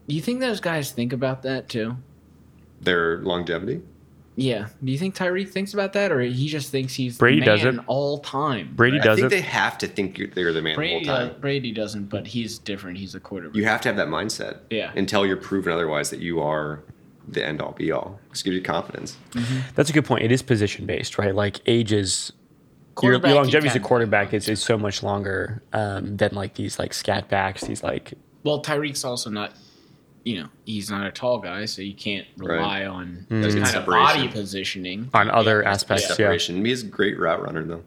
Speaker 2: do you think those guys think about that too?
Speaker 4: Their longevity.
Speaker 2: Yeah. Do you think Tyreek thinks about that, or he just thinks he's the
Speaker 3: Brady does
Speaker 2: man
Speaker 3: it.
Speaker 2: all time?
Speaker 3: Brady
Speaker 4: I
Speaker 3: does
Speaker 4: think
Speaker 3: it.
Speaker 4: they have to think you're, they're the man
Speaker 2: Brady,
Speaker 4: the whole time.
Speaker 2: does- Brady doesn't, but he's different. He's a quarterback.
Speaker 4: You have to have that mindset.
Speaker 2: Yeah.
Speaker 4: Until you're proven otherwise that you are the end all be all. Just gives you confidence.
Speaker 3: That's a good point. It is position based, right? Like ages. Your,
Speaker 2: Quarterback,
Speaker 3: your
Speaker 2: you
Speaker 3: longevity as a
Speaker 2: can-
Speaker 3: quarterback is, is so much longer um, than like these like scat backs. These like
Speaker 2: Well, Tyreek's also not, you know, he's not a tall guy, so you can't
Speaker 4: Right.
Speaker 2: rely on
Speaker 4: Does
Speaker 2: those
Speaker 4: get
Speaker 2: kind of
Speaker 4: separation.
Speaker 2: body positioning.
Speaker 3: on other
Speaker 2: Yeah,
Speaker 3: aspects. Yeah.
Speaker 4: Separation. He is a great route runner though.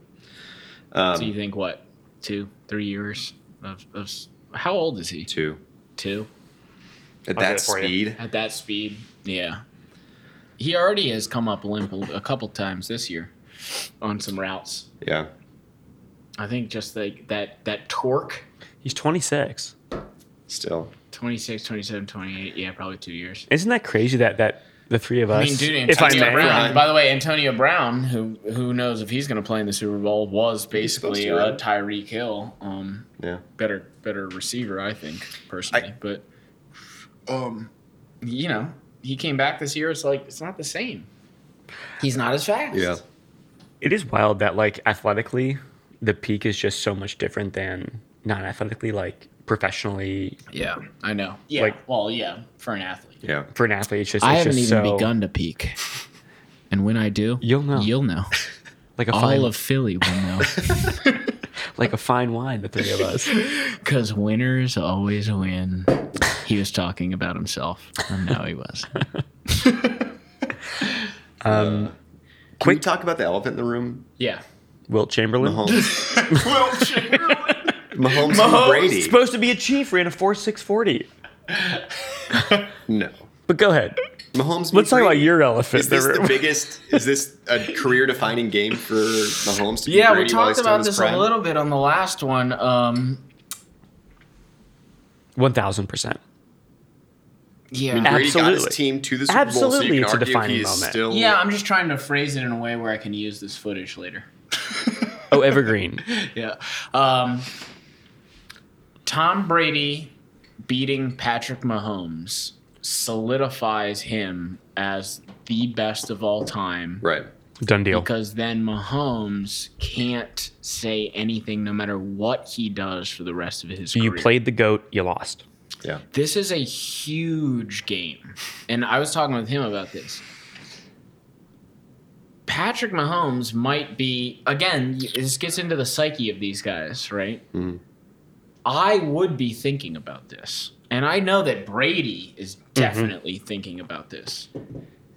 Speaker 4: Um,
Speaker 2: So you think what, two, three years of, of s- how old is he?
Speaker 4: Too.
Speaker 2: Two
Speaker 3: I'll
Speaker 4: At
Speaker 3: get
Speaker 4: that
Speaker 3: it for you.
Speaker 4: speed.
Speaker 2: at that speed. Yeah, he already has come up limp a a couple times this year on some routes.
Speaker 4: Yeah.
Speaker 2: I think just like that that torque.
Speaker 3: He's 26.
Speaker 4: Still.
Speaker 2: 26, 27, 28, yeah, probably two years.
Speaker 3: Isn't that crazy that that the three of us?
Speaker 2: I mean, dude,
Speaker 3: if I
Speaker 2: Antonio
Speaker 3: may,
Speaker 2: Brown.
Speaker 4: may.
Speaker 2: By the way, Antonio Brown, who who knows if he's going to play in the Super Bowl, was basically
Speaker 4: supposed to,
Speaker 2: a
Speaker 4: right?
Speaker 2: Tyreek Hill, um,
Speaker 4: Yeah.
Speaker 2: better better receiver, I think personally.
Speaker 4: I-
Speaker 2: but um, you know, he came back this year. It's like it's not the same. He's not as fast.
Speaker 4: Yeah.
Speaker 3: it is wild that like athletically, the peak is just so much different than non athletically, like professionally.
Speaker 2: Yeah, I know. Yeah.
Speaker 3: Like-
Speaker 2: well, yeah, for an athlete.
Speaker 4: Yeah.
Speaker 3: For an athlete, it's just,
Speaker 2: I
Speaker 3: it's
Speaker 2: haven't even
Speaker 3: just so-
Speaker 2: begun to peak. And when I do,
Speaker 3: You'll know.
Speaker 2: You'll know.
Speaker 3: like a fine,
Speaker 2: All of Philly will know.
Speaker 3: like a fine wine. The three of us.
Speaker 2: Because winners always win. He was talking about himself. And now he was.
Speaker 4: Can we talk about the elephant in the room?
Speaker 2: Yeah.
Speaker 3: Wilt Chamberlain.
Speaker 4: Mahomes. Mahomes, and Brady.
Speaker 3: Supposed to be a Chief, ran a four six forty.
Speaker 4: no.
Speaker 3: But go ahead.
Speaker 4: Mahomes. and
Speaker 3: Let's talk about
Speaker 4: Brady.
Speaker 3: your elephant.
Speaker 4: Is this
Speaker 3: There-
Speaker 4: the biggest? Is this a career-defining game for Mahomes? To be
Speaker 2: Yeah, we
Speaker 4: Brady while
Speaker 2: talked
Speaker 4: he's still in
Speaker 2: about
Speaker 4: his
Speaker 2: this
Speaker 4: prime?
Speaker 2: a little bit on the last one. Um,
Speaker 3: One thousand percent.
Speaker 2: yeah.
Speaker 3: ab-
Speaker 4: Brady got his
Speaker 3: Absolutely.
Speaker 4: team to the Super Bowl, so
Speaker 3: Absolutely,
Speaker 4: you can
Speaker 3: it's a
Speaker 4: argue
Speaker 3: defining
Speaker 4: he's
Speaker 3: moment.
Speaker 4: still
Speaker 2: Yeah, I'm just trying to phrase it in a way where I can use this footage later.
Speaker 3: Oh, evergreen.
Speaker 2: Yeah. Um, Tom Brady beating Patrick Mahomes solidifies him as the best of all time.
Speaker 4: right.
Speaker 3: Done deal.
Speaker 2: Because then Mahomes can't say anything no matter what he does for the rest of his
Speaker 3: You
Speaker 2: career.
Speaker 3: played the goat. You lost.
Speaker 4: Yeah.
Speaker 2: this is a huge game. And I was talking with him about this. Patrick Mahomes might be, again, this gets into the psyche of these guys, right? I would be thinking about this. And I know that Brady is definitely thinking about this.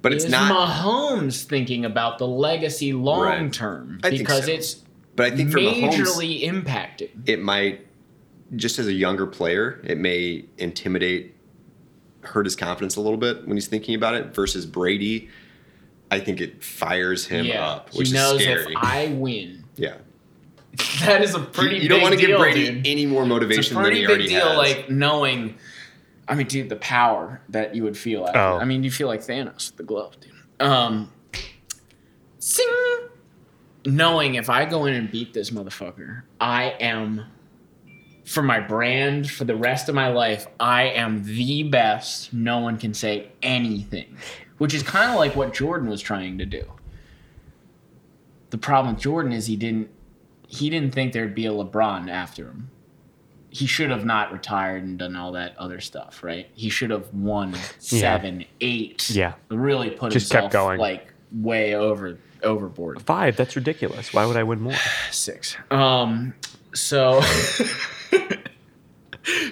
Speaker 4: But it's
Speaker 2: is
Speaker 4: not.
Speaker 2: Mahomes thinking about the legacy long
Speaker 4: Right.
Speaker 2: term
Speaker 4: I think
Speaker 2: because
Speaker 4: so.
Speaker 2: it's
Speaker 4: But I think for Mahomes,
Speaker 2: majorly impacted.
Speaker 4: it might just as a younger player, it may intimidate, hurt his confidence a little bit when he's thinking about it. Versus Brady, I think it fires him
Speaker 2: yeah,
Speaker 4: up, which
Speaker 2: he knows
Speaker 4: is scary.
Speaker 2: if I win,
Speaker 4: yeah,
Speaker 2: that is a pretty.
Speaker 4: you, you don't
Speaker 2: big
Speaker 4: want to give
Speaker 2: deal,
Speaker 4: Brady
Speaker 2: dude.
Speaker 4: any more
Speaker 2: It's a
Speaker 4: motivation than
Speaker 2: pretty
Speaker 4: he
Speaker 2: big
Speaker 4: already
Speaker 2: deal,
Speaker 4: has.
Speaker 2: like knowing. I mean, dude, the power that you would feel. After.
Speaker 3: Oh.
Speaker 2: I mean, you feel like Thanos with the glove, dude. Um, sing. Knowing if I go in and beat this motherfucker, I am for my brand for the rest of my life. I am the best. No one can say anything, which is kind of like what Jordan was trying to do. The problem with Jordan is he didn't he didn't think there'd be a LeBron after him. He should have not retired and done all that other stuff, right? He should have won seven, eight.
Speaker 3: Yeah.
Speaker 2: Really put
Speaker 3: Just
Speaker 2: himself
Speaker 3: kept going.
Speaker 2: like way over overboard.
Speaker 3: Five. That's ridiculous. Why would I win more?
Speaker 2: Six. Um so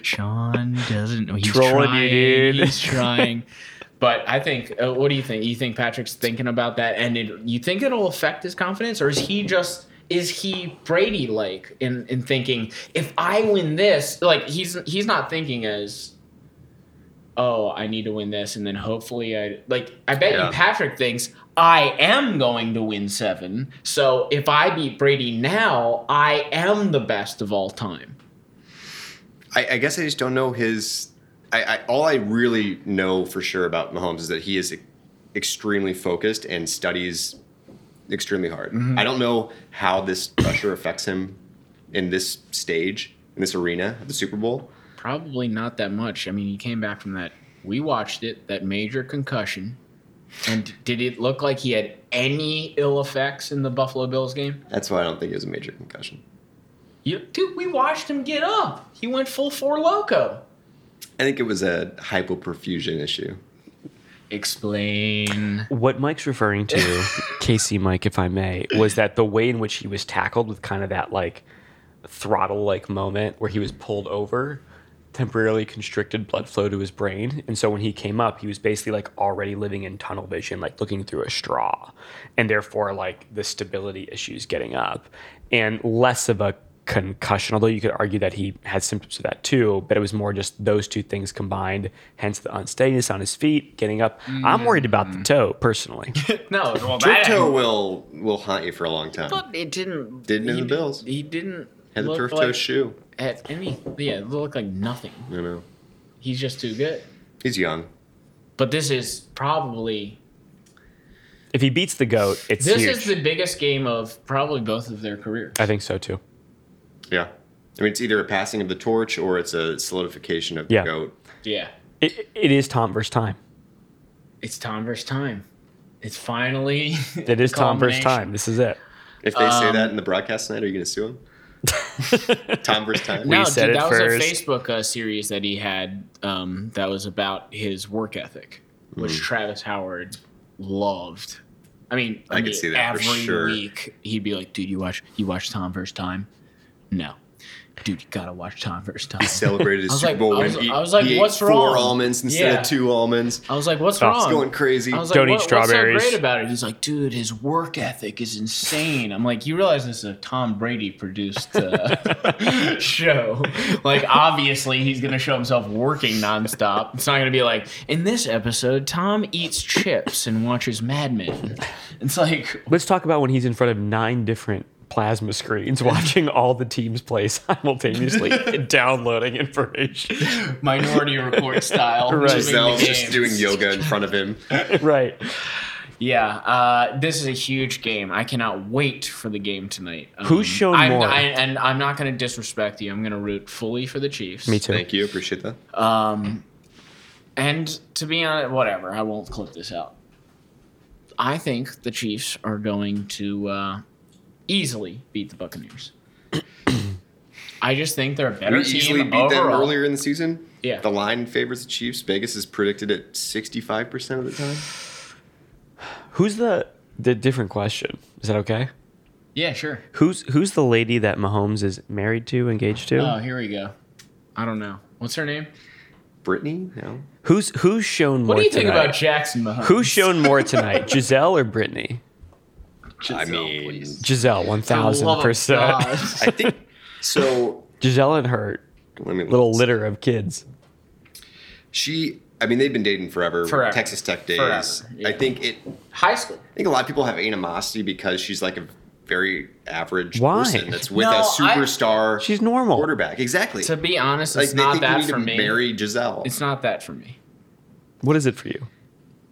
Speaker 2: Sean doesn't he's
Speaker 3: Trolling you,
Speaker 2: trying,
Speaker 3: dude.
Speaker 2: He's trying. But I think uh, what do you think? You think Patrick's thinking about that and it, you think it'll affect his confidence or is he just is he Brady like in in thinking if I win this like he's he's not thinking as oh, I need to win this, and then hopefully I like. I bet
Speaker 4: Yeah.
Speaker 2: you Patrick thinks I am going to win seven. So if I beat Brady now, I am the best of all time.
Speaker 4: I, I guess I just don't know his. I, I all I really know for sure about Mahomes is that he is extremely focused and studies extremely hard.
Speaker 2: Mm-hmm.
Speaker 4: I don't know how this pressure affects him in this stage, in this arena, of the Super Bowl.
Speaker 2: Probably not that much. I mean, he came back from that. We watched it. That major concussion. And did it look like he had any ill effects in the Buffalo Bills game?
Speaker 4: That's why I don't think it was a major concussion.
Speaker 2: You, dude, we watched him get up. He went full four loco.
Speaker 4: I think it was a hypoperfusion issue.
Speaker 2: Explain.
Speaker 3: What Mike's referring to, Casey Mike, if I may, was that the way in which he was tackled with kind of that like throttle like moment where he was pulled over temporarily constricted blood flow to his brain and so when he came up he was basically like already living in tunnel vision like looking through a straw and therefore like the stability issues getting up and less of a concussion although you could argue that he had symptoms of that too but it was more just those two things combined hence the unsteadiness on his feet getting up i'm worried about
Speaker 2: Mm.
Speaker 3: the toe personally
Speaker 2: No, well,
Speaker 4: Your
Speaker 2: that-
Speaker 4: toe will will haunt you for a long time.
Speaker 2: But it didn't.
Speaker 4: Didn't in
Speaker 2: he
Speaker 4: the
Speaker 2: di-
Speaker 4: Bills.
Speaker 2: He didn't.
Speaker 4: Had a
Speaker 2: look
Speaker 4: turf toe
Speaker 2: like-
Speaker 4: shoe.
Speaker 2: At any, yeah, it looked like nothing.
Speaker 4: I know.
Speaker 2: He's just too good.
Speaker 4: He's young.
Speaker 2: But this is probably
Speaker 3: if he beats the goat it's
Speaker 2: this
Speaker 3: huge
Speaker 2: is the biggest game of probably both of their careers.
Speaker 3: i think so too
Speaker 4: Yeah. I mean, it's either a passing of the torch or it's a solidification of the
Speaker 3: Yeah.
Speaker 4: goat.
Speaker 2: Yeah,
Speaker 3: it, it is tom versus time
Speaker 2: it's Tom versus time. It's finally
Speaker 3: It is Tom versus
Speaker 2: culmination.
Speaker 3: time. This is it.
Speaker 4: If they say
Speaker 2: Um,
Speaker 4: that in the broadcast tonight, are you going to sue him? Time versus time.
Speaker 2: no,
Speaker 3: said
Speaker 2: dude,
Speaker 3: it
Speaker 2: that was
Speaker 3: first.
Speaker 2: a Facebook uh, series that he had um, that was about his work ethic, which
Speaker 4: Hmm.
Speaker 2: Travis Howard loved. I mean,
Speaker 4: I could see that for
Speaker 2: every
Speaker 4: sure.
Speaker 2: week he'd be like, "Dude, you watch you watch Tom First Time?" No, dude, you gotta watch Tom First Time.
Speaker 4: Celebrated
Speaker 2: I
Speaker 4: his
Speaker 2: was
Speaker 4: Super
Speaker 2: like-
Speaker 4: Bowl
Speaker 2: I
Speaker 4: win.
Speaker 2: was-
Speaker 4: He-
Speaker 2: I was like,
Speaker 4: he ate
Speaker 2: what's wrong?
Speaker 4: Four almonds instead
Speaker 2: Yeah.
Speaker 4: of two almonds.
Speaker 2: I was like, "What's
Speaker 3: Tom's
Speaker 2: wrong?"
Speaker 4: It's going crazy.
Speaker 2: I was
Speaker 3: Don't eat
Speaker 2: like, "What-
Speaker 3: strawberries."
Speaker 2: What's so great about it? He's like, dude, his work ethic is insane. I'm like, you realize this is a Tom Brady produced uh, show? Like, obviously, he's gonna show himself working nonstop. It's not gonna be like in this episode, Tom eats chips and watches Mad Men. It's like,
Speaker 3: Let's talk about when he's in front of nine different plasma screens watching all the teams play simultaneously and downloading information.
Speaker 2: Minority Report style.
Speaker 3: Right.
Speaker 2: moving the
Speaker 4: Giselle's just
Speaker 2: games.
Speaker 4: doing yoga in front of him.
Speaker 3: right.
Speaker 2: Yeah, uh, this is a huge game. I cannot wait for the game tonight. Um,
Speaker 3: Who's shown
Speaker 2: I'm,
Speaker 3: more?
Speaker 2: I, and I'm not going to disrespect you. I'm going to root fully for the Chiefs.
Speaker 3: Me too.
Speaker 4: Thank you. Appreciate that.
Speaker 2: Um, and to be honest, whatever. I won't clip this out. I think the Chiefs are going to uh, easily beat the Buccaneers. I just think they're a better
Speaker 4: We
Speaker 2: team
Speaker 4: easily beat them
Speaker 2: overall.
Speaker 4: earlier in the season.
Speaker 2: Yeah.
Speaker 4: The line favors the Chiefs. Vegas is predicted at 65% of the time.
Speaker 3: Who's the the different question? Is that okay?
Speaker 2: Yeah, sure.
Speaker 3: Who's who's the lady that Mahomes is married to, engaged to?
Speaker 2: Oh, here we go. I don't know. What's her name?
Speaker 4: Brittany? No.
Speaker 3: who's who's shown
Speaker 2: What
Speaker 3: more
Speaker 2: do you think
Speaker 3: tonight?
Speaker 2: about Jackson Mahomes?
Speaker 3: Who's shown more tonight, Giselle or Brittany?
Speaker 4: I
Speaker 2: Giselle,
Speaker 4: mean,
Speaker 2: please.
Speaker 3: Giselle, one thousand percent.
Speaker 4: I think so.
Speaker 3: Giselle and her
Speaker 4: Let me
Speaker 3: little litter of kids.
Speaker 4: She, I mean, they've been dating forever.
Speaker 2: Forever.
Speaker 4: Texas Tech days.
Speaker 2: Forever, yeah.
Speaker 4: I think it.
Speaker 2: High school.
Speaker 4: I think a lot of people have animosity because she's like a very average
Speaker 3: Why?
Speaker 4: person that's with
Speaker 2: No,
Speaker 4: a
Speaker 2: I-
Speaker 4: superstar.
Speaker 3: She's normal.
Speaker 4: quarterback. Exactly.
Speaker 2: To be honest,
Speaker 4: like
Speaker 2: it's
Speaker 4: they
Speaker 2: not
Speaker 4: think you
Speaker 2: that
Speaker 4: need
Speaker 2: for
Speaker 4: to
Speaker 2: me.
Speaker 4: marry Giselle.
Speaker 2: It's not that for me.
Speaker 3: What is it for you?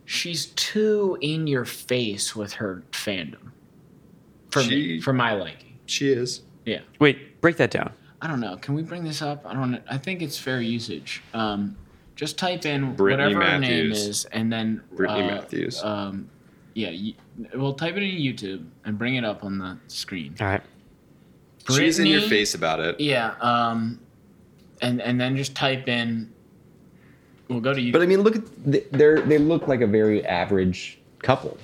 Speaker 2: She's too in your face with her fandom. For me,
Speaker 4: She-
Speaker 2: for my liking.
Speaker 4: she is.
Speaker 2: Yeah.
Speaker 3: Wait, break that down.
Speaker 2: I don't know. Can we bring this up? I don't. I think it's fair usage. Um, just type in
Speaker 4: Brittany
Speaker 2: whatever her name
Speaker 4: Matthews.
Speaker 2: is, and then
Speaker 4: Brittany
Speaker 2: uh,
Speaker 4: Matthews.
Speaker 2: Um, yeah. You, well, type it in YouTube and bring it up on the screen.
Speaker 3: All right.
Speaker 4: She's in your
Speaker 2: Brittany- E-
Speaker 4: face about it.
Speaker 2: Yeah. Um, and and then just type in. We'll go to YouTube.
Speaker 4: But I mean, look at they're they look like a very average couple.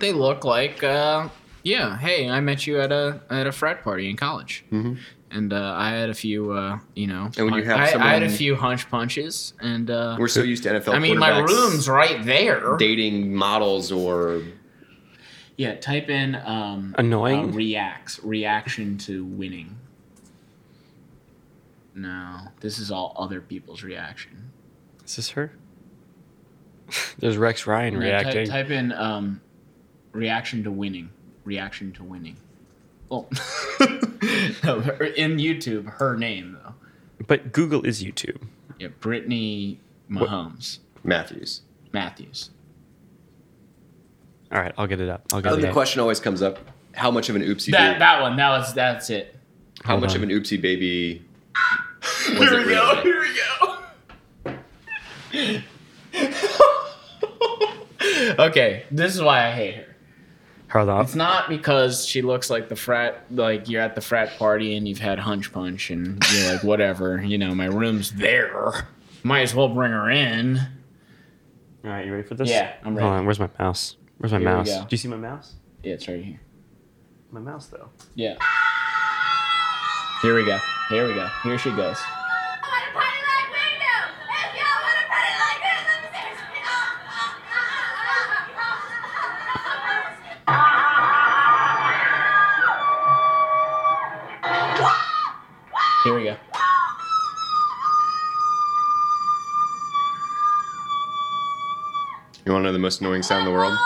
Speaker 2: they look like uh, yeah hey i met you at a at a frat party in college mm-hmm. and uh, i had a few uh, you know
Speaker 4: And when you have
Speaker 2: I, I had a
Speaker 4: someone-
Speaker 2: few hunch punches and uh,
Speaker 4: We're so used to NFL.
Speaker 2: i mean my
Speaker 4: quarterbacks
Speaker 2: room's right there
Speaker 4: dating models or
Speaker 2: yeah type in um,
Speaker 3: Annoying?
Speaker 2: uh, reacts reaction to winning no this is all other people's reaction
Speaker 3: Is this her? There's Rex Ryan
Speaker 2: Yeah, ty-
Speaker 3: reacting.
Speaker 2: type in um, reaction to winning. Reaction to winning. Well, no, her- in YouTube, her name though.
Speaker 3: But Google is YouTube.
Speaker 2: Yeah, Brittany Mahomes
Speaker 4: Matthews.
Speaker 2: Matthews.
Speaker 3: All right, I'll get it up. I'll get
Speaker 4: Uh,
Speaker 3: it
Speaker 4: the
Speaker 3: up.
Speaker 4: question always comes up: How much of an oopsie?
Speaker 2: That
Speaker 4: baby-
Speaker 2: that one. That was that's it.
Speaker 4: how
Speaker 3: Hold
Speaker 4: much
Speaker 3: on.
Speaker 4: of an oopsie baby? Was
Speaker 2: Here
Speaker 4: it
Speaker 2: we go.
Speaker 4: really?
Speaker 2: Here we go. okay, this is why I hate her.
Speaker 3: Hold on.
Speaker 2: It's not because she looks like the frat, like you're at the frat party and you've had hunch punch and you're like, whatever, you know, my room's there. Might as well bring her in.
Speaker 3: All right, you ready for this?
Speaker 2: Yeah, I'm ready.
Speaker 3: Hold on. Where's my mouse? Where's my
Speaker 2: Here we
Speaker 3: mouse?
Speaker 2: go.
Speaker 3: Do you see my mouse?
Speaker 2: Yeah, it's right here.
Speaker 3: My mouse though.
Speaker 2: Yeah. Here we go. Here we go. Here she goes. Here we go.
Speaker 4: You want to know the most annoying sound in the world?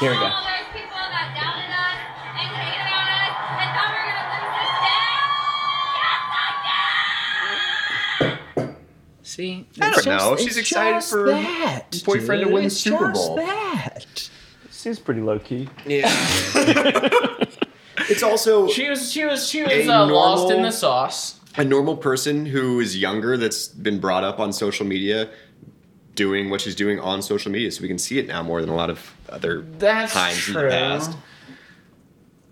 Speaker 2: Here we go. See?
Speaker 4: I
Speaker 2: It's
Speaker 4: don't know.
Speaker 2: just-
Speaker 4: She's
Speaker 2: it's
Speaker 4: excited
Speaker 2: just
Speaker 4: for
Speaker 2: that,
Speaker 4: boyfriend to
Speaker 2: dude.
Speaker 4: win the
Speaker 2: It's
Speaker 4: Super
Speaker 2: just
Speaker 4: Bowl.
Speaker 2: that.
Speaker 3: Seems pretty low key.
Speaker 4: Yeah. it's also
Speaker 2: She was she was she
Speaker 4: A
Speaker 2: was uh, lost in
Speaker 4: normal-
Speaker 2: the sauce.
Speaker 4: a normal person who is younger that's been brought up on social media doing what she's doing on social media, so we can see it now more than a lot of other
Speaker 2: That's
Speaker 4: times in
Speaker 2: true.
Speaker 4: the past.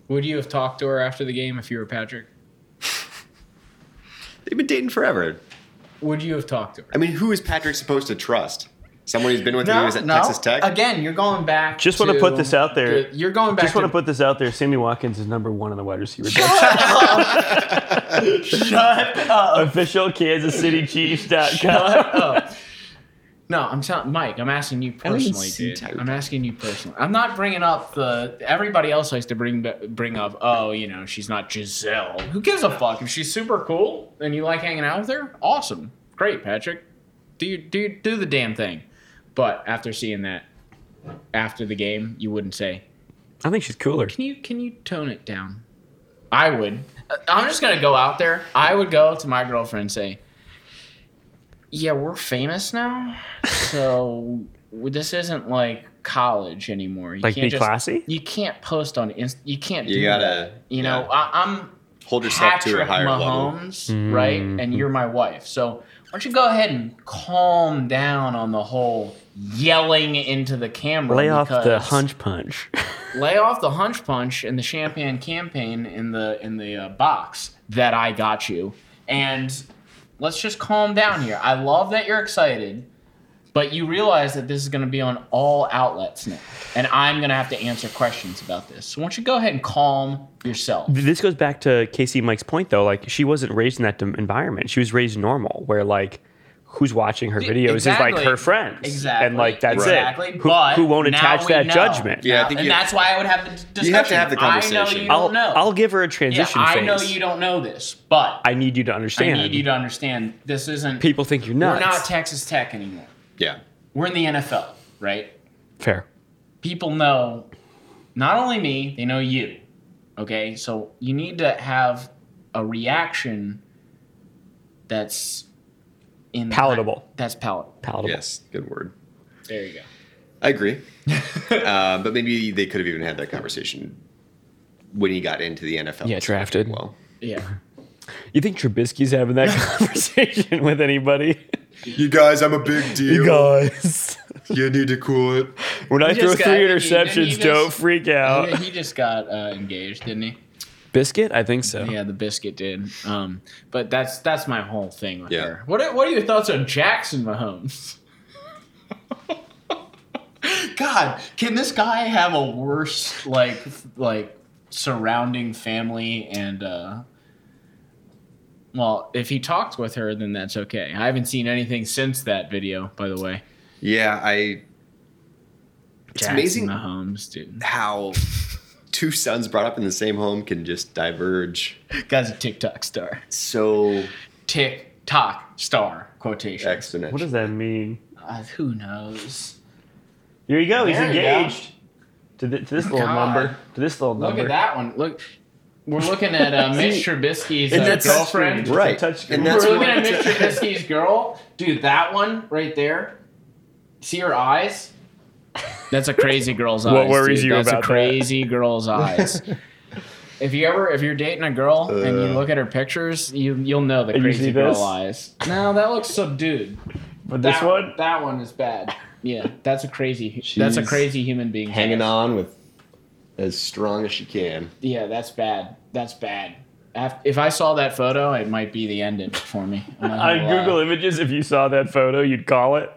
Speaker 2: Would you have talked to her after the game if you were Patrick?
Speaker 4: They've been dating forever.
Speaker 2: Would you have talked to her?
Speaker 4: I mean, who is Patrick supposed to trust? Someone he's been with who was at Texas Tech.
Speaker 2: Again, you're going back.
Speaker 3: Just want to put this out there.
Speaker 2: You're going back.
Speaker 3: Just want
Speaker 2: to
Speaker 3: to put this out there. Sammy Watkins is number one on the wide receiver.
Speaker 2: Shut up.
Speaker 3: Official Kansas City Chiefs.com.
Speaker 2: oh. No, I'm telling Mike. I'm asking you
Speaker 4: don't even
Speaker 2: personally,
Speaker 4: see
Speaker 2: dude.
Speaker 4: Tyreek.
Speaker 2: I'm asking you personally. I'm not bringing up the. Everybody else likes to bring ba- bring up. Oh, you know, she's not Giselle. Who gives a fuck if she's super cool and you like hanging out with her? Awesome, great, Patrick. Do you do you, do the damn thing? But after seeing that, after the game, you wouldn't say,
Speaker 3: I think she's cooler.
Speaker 2: Can you can you tone it down? I would. Uh, I'm just gonna go out there. I would go to my girlfriend and say, "Yeah, we're famous now, so this isn't like college anymore. You
Speaker 3: Like, be
Speaker 2: just-
Speaker 3: classy?
Speaker 2: You can't post on Inst- You can't. Do
Speaker 4: You gotta,
Speaker 2: that. You know,
Speaker 4: yeah.
Speaker 2: I, I'm
Speaker 4: Hold yourself
Speaker 2: Patrick
Speaker 4: to a higher level.
Speaker 2: Mahomes, right?
Speaker 3: Mm-hmm.
Speaker 2: And you're my wife, so why don't you go ahead and calm down on the whole yelling into the camera?
Speaker 3: Lay off the
Speaker 2: because-
Speaker 3: hunch punch.
Speaker 2: lay off the hunch punch and the champagne campaign in the in the uh, box that I got you, and let's just calm down here. I love that you're excited, but you realize that this is going to be on all outlets now, and I'm going to have to answer questions about this. So why don't you go ahead and calm yourself?
Speaker 3: this goes back to Casey Mike's point though. Like she wasn't raised in that dem- environment. She was raised normal, where like who's watching her videos is
Speaker 2: E, Exactly.
Speaker 3: like her friends,
Speaker 2: Exactly.
Speaker 3: and like that's
Speaker 2: exactly.
Speaker 3: it. Who,
Speaker 2: But
Speaker 3: who won't
Speaker 2: now
Speaker 3: attach
Speaker 2: we
Speaker 3: that
Speaker 2: know.
Speaker 3: judgment?
Speaker 4: Yeah, I
Speaker 2: Now-
Speaker 4: think
Speaker 2: and
Speaker 4: you-
Speaker 2: that's why I would have the discussion.
Speaker 4: You have to have the
Speaker 2: I know
Speaker 4: conversation.
Speaker 2: you
Speaker 3: I'll
Speaker 2: don't know.
Speaker 3: I'll give her a
Speaker 2: yeah,
Speaker 3: transition
Speaker 2: I
Speaker 3: phase.
Speaker 2: know you don't know this, but
Speaker 3: I need you to understand.
Speaker 2: I need you to understand this isn't.
Speaker 3: People think you're
Speaker 2: we're
Speaker 3: nuts.
Speaker 2: not Texas Tech anymore.
Speaker 4: Yeah.
Speaker 2: We're in the NFL, right?
Speaker 3: Fair.
Speaker 2: People know not only me, they know you. Okay, so you need to have a reaction that's in
Speaker 3: Palatable.
Speaker 2: That's palatable.
Speaker 3: Palatable.
Speaker 4: Yes. Good word.
Speaker 2: There you go.
Speaker 4: I agree. uh, but maybe they could have even had that conversation when he got into the NFL.
Speaker 3: Yeah, drafted.
Speaker 4: Well,
Speaker 2: Yeah.
Speaker 3: You think Trubisky's having that conversation with anybody?
Speaker 4: you guys, I'm a big deal.
Speaker 3: You guys.
Speaker 4: You need to cool it.
Speaker 3: When I
Speaker 2: He
Speaker 3: throw
Speaker 2: just
Speaker 3: three
Speaker 2: got- he-
Speaker 3: interceptions,
Speaker 2: he just-
Speaker 3: don't freak out.
Speaker 2: he, he just got uh, engaged, didn't he?
Speaker 3: Biscuit? I think so.
Speaker 2: Yeah, the biscuit did. Um, but that's that's my whole thing with
Speaker 4: Yeah.
Speaker 2: her. What are, what are your thoughts on Jackson Mahomes? God, can this guy have a worse like f- like surrounding family and uh well, if he talked with her, then that's okay. I haven't seen anything since that video, by the way.
Speaker 4: Yeah, I. It's
Speaker 2: Jackson
Speaker 4: amazing
Speaker 2: Mahomes, dude.
Speaker 4: how two sons brought up in the same home can just diverge
Speaker 2: Guy's a TikTok star.
Speaker 4: so
Speaker 2: Tick tock star quotation.
Speaker 4: exponentially.
Speaker 3: What does that mean?
Speaker 2: Uh, who knows?
Speaker 3: Here you go. He's
Speaker 2: There you go.
Speaker 3: engaged to, th- to this little
Speaker 2: God.
Speaker 3: number. To this little
Speaker 2: Look
Speaker 3: number.
Speaker 2: at that one. Look, we're looking at uh, Mitch Trubisky's
Speaker 3: Isn't
Speaker 2: uh,
Speaker 3: that such-
Speaker 2: girlfriend.
Speaker 3: Right.
Speaker 4: Right,
Speaker 3: Touch screen.
Speaker 4: and
Speaker 2: We're
Speaker 4: that's
Speaker 2: looking
Speaker 4: what-
Speaker 2: at Mitch Trubisky's girl, dude. That one right there. See her eyes. That's a crazy girl's eyes.
Speaker 3: What worries
Speaker 2: dude.
Speaker 3: you
Speaker 2: That's
Speaker 3: about
Speaker 2: a
Speaker 3: that?
Speaker 2: crazy girl's eyes. if you ever, if you're dating a girl and you look at her pictures, you you'll know the
Speaker 3: Uh, you
Speaker 2: crazy
Speaker 3: see
Speaker 2: girl
Speaker 3: this?
Speaker 2: eyes. No, that looks subdued.
Speaker 3: But
Speaker 2: That
Speaker 3: this one?
Speaker 2: that one is bad. Yeah, that's a crazy. that's a
Speaker 4: She's
Speaker 2: crazy human being.
Speaker 4: hanging on with as strong as she can.
Speaker 2: Yeah, that's bad. That's bad. Af- If I saw that photo, it might be the end of it for me. I'm not
Speaker 3: On
Speaker 2: gonna lie.
Speaker 3: Google Images, if you saw that photo, you'd call it.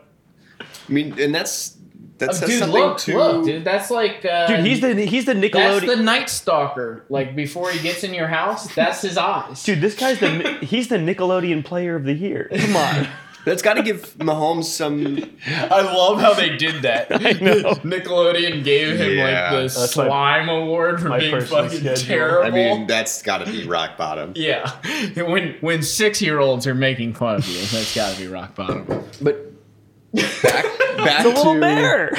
Speaker 4: I mean, and that's that
Speaker 2: Oh,
Speaker 4: says
Speaker 2: dude,
Speaker 4: something
Speaker 2: look,
Speaker 4: too.
Speaker 2: look, dude. That's like uh,
Speaker 3: Dude, he's the he's the
Speaker 2: that's
Speaker 3: Nickelodeon.
Speaker 2: the Night Stalker. Like before he gets in your house, that's his eyes.
Speaker 3: Dude, this guy's the he's the Nickelodeon Player of the Year. Come on,
Speaker 4: That's got to give Mahomes some.
Speaker 2: I love how they did that.
Speaker 3: I know.
Speaker 2: Nickelodeon gave him
Speaker 4: Yeah,
Speaker 2: like the
Speaker 4: that's
Speaker 3: my-
Speaker 2: slime award for
Speaker 3: my
Speaker 2: being
Speaker 3: personal
Speaker 2: fucking
Speaker 3: schedule.
Speaker 2: terrible.
Speaker 4: I mean, that's got to be rock bottom.
Speaker 2: yeah, when when six year olds are making fun of you, that's got to be rock bottom.
Speaker 4: But back, back
Speaker 3: the little
Speaker 4: to
Speaker 3: bear.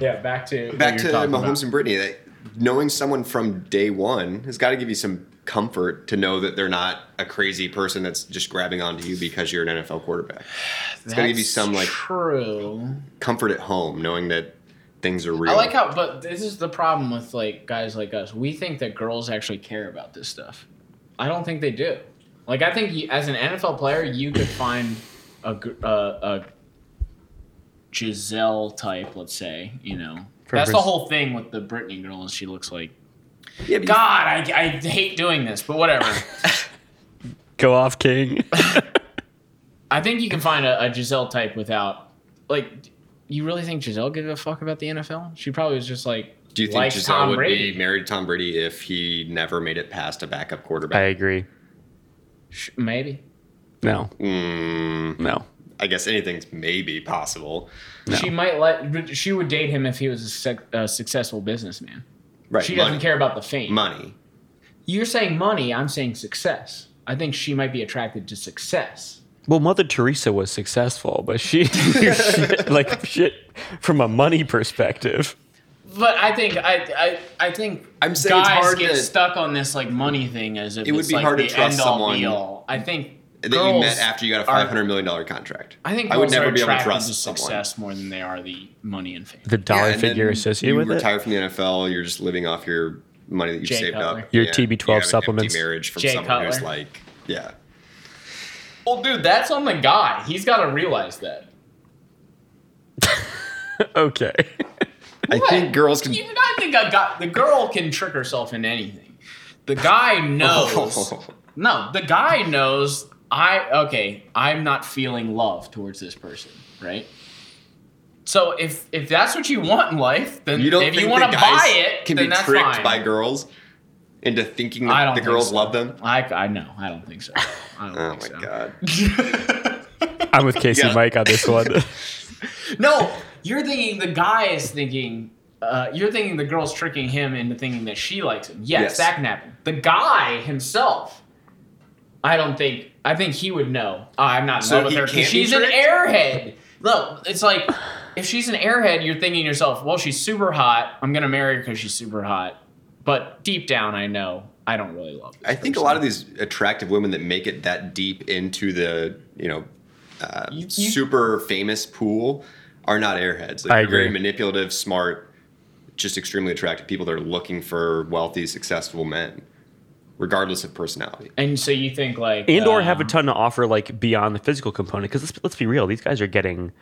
Speaker 2: Yeah, back to what
Speaker 4: back
Speaker 2: you're
Speaker 4: to
Speaker 2: talking
Speaker 4: Mahomes
Speaker 2: about.
Speaker 4: and Brittany. That knowing someone from day one has got to give you some comfort to know that they're not a crazy person that's just grabbing onto you because you're an NFL quarterback.
Speaker 2: It's
Speaker 4: gotta give you some, like-
Speaker 2: true.
Speaker 4: Comfort at home, knowing that things are real.
Speaker 2: I like how, but this is the problem with like guys like us. We think that girls actually care about this stuff. I don't think they do. Like I think you, as an NFL player, you could find a gr- uh, a Giselle type, let's say, you know.
Speaker 3: For
Speaker 2: That's
Speaker 3: her-
Speaker 2: the whole thing with the Britney girl, is she looks like.
Speaker 4: Yeah, but
Speaker 2: God, I, I hate doing this, but whatever.
Speaker 3: Go off, King.
Speaker 2: I think you can find a, a Giselle type without, like, you really think Giselle gave a fuck about the NFL? She probably was just like,
Speaker 4: Do you think
Speaker 2: like
Speaker 4: Giselle
Speaker 2: Tom
Speaker 4: would
Speaker 2: Brady.
Speaker 4: be married to Tom Brady if he never made it past a backup
Speaker 3: I
Speaker 4: quarterback?
Speaker 3: agree.
Speaker 2: Sh- Maybe.
Speaker 3: No,
Speaker 4: Mm,
Speaker 3: no.
Speaker 4: I guess anything's maybe possible.
Speaker 3: No.
Speaker 2: She might let. but She would date him if he was a, sec, a successful businessman.
Speaker 4: Right.
Speaker 2: she
Speaker 4: money.
Speaker 2: doesn't care about the fame.
Speaker 4: Money.
Speaker 2: You're saying money. I'm saying success. I think she might be attracted to success.
Speaker 3: Well, Mother Teresa was successful, but she like shit from a money perspective.
Speaker 2: But I think I I, I think
Speaker 4: I'm saying it's
Speaker 2: guys
Speaker 4: hard
Speaker 2: get
Speaker 4: to-
Speaker 2: stuck on this like money thing as if
Speaker 4: It would
Speaker 2: it's,
Speaker 4: be
Speaker 2: like,
Speaker 4: hard to
Speaker 2: the
Speaker 4: trust
Speaker 2: end-all,
Speaker 4: someone
Speaker 2: be-all. I think
Speaker 4: That
Speaker 2: girls
Speaker 4: you met after you got a
Speaker 2: are-
Speaker 4: five hundred million dollar contract.
Speaker 2: I think
Speaker 4: I would
Speaker 2: girls
Speaker 4: never
Speaker 2: are
Speaker 4: be able to
Speaker 2: attracted
Speaker 4: trust
Speaker 2: to
Speaker 4: someone.
Speaker 2: success more than they are the money and fame.
Speaker 3: The dollar
Speaker 4: Yeah, and
Speaker 3: figure
Speaker 4: then
Speaker 3: associated
Speaker 4: you
Speaker 3: with
Speaker 4: retire from the NFL. You're just living off your money that you've
Speaker 2: Jay
Speaker 4: saved
Speaker 2: Cutler.
Speaker 4: up.
Speaker 3: Your
Speaker 4: Yeah,
Speaker 3: TB12
Speaker 4: you have an empty
Speaker 3: supplements.
Speaker 4: Marriage from
Speaker 2: Jay
Speaker 4: someone who's
Speaker 2: Cutler.
Speaker 4: like, yeah,
Speaker 2: Well, dude, that's on the guy. He's got to realize that.
Speaker 3: it. Okay.
Speaker 4: I
Speaker 2: What?
Speaker 4: think girls can.
Speaker 2: You, I think I got the girl can trick herself into anything. The guy knows. no, the guy knows. I okay. I'm not feeling love towards this person, right? So if if that's what you want in life, then
Speaker 4: You don't
Speaker 2: if
Speaker 4: think
Speaker 2: you want
Speaker 4: the
Speaker 2: to
Speaker 4: guys
Speaker 2: buy it,
Speaker 4: can
Speaker 2: then
Speaker 4: be
Speaker 2: that's
Speaker 4: tricked
Speaker 2: fine.
Speaker 4: by girls into thinking
Speaker 2: I
Speaker 4: that
Speaker 2: don't
Speaker 4: the
Speaker 2: think
Speaker 4: girls
Speaker 2: so.
Speaker 4: love them?
Speaker 2: I I know. I don't think so. I don't
Speaker 4: Oh my
Speaker 2: think so.
Speaker 4: god!
Speaker 3: I'm with Casey
Speaker 4: Yeah.
Speaker 3: Mike on this one.
Speaker 2: No, you're thinking the guy is thinking. Uh, you're thinking the girl's tricking him into thinking that she likes him. Yes,
Speaker 4: Yes.
Speaker 2: that can happen. The guy himself, I don't think. I think he would know. "Oh, I'm not in
Speaker 4: So
Speaker 2: love with
Speaker 4: he
Speaker 2: her. 'cause
Speaker 4: can't be
Speaker 2: She's an
Speaker 4: tricked?
Speaker 2: airhead. Look, it's like if she's an airhead, you're thinking to yourself, "Well, she's super hot. I'm gonna marry her because she's super hot." But deep down, I know I don't really love. This
Speaker 4: I think a
Speaker 2: person.
Speaker 4: lot of these attractive women that make it that deep into the you know uh,
Speaker 2: You- you-
Speaker 4: super famous pool are not airheads.
Speaker 3: I
Speaker 4: they're Very
Speaker 3: agree.
Speaker 4: manipulative, smart, just extremely attractive people that are looking for wealthy, successful men, regardless of personality.
Speaker 2: And so you think like
Speaker 3: and or
Speaker 2: uh,
Speaker 3: have a ton to offer like beyond the physical component because let's, let's be real these guys are getting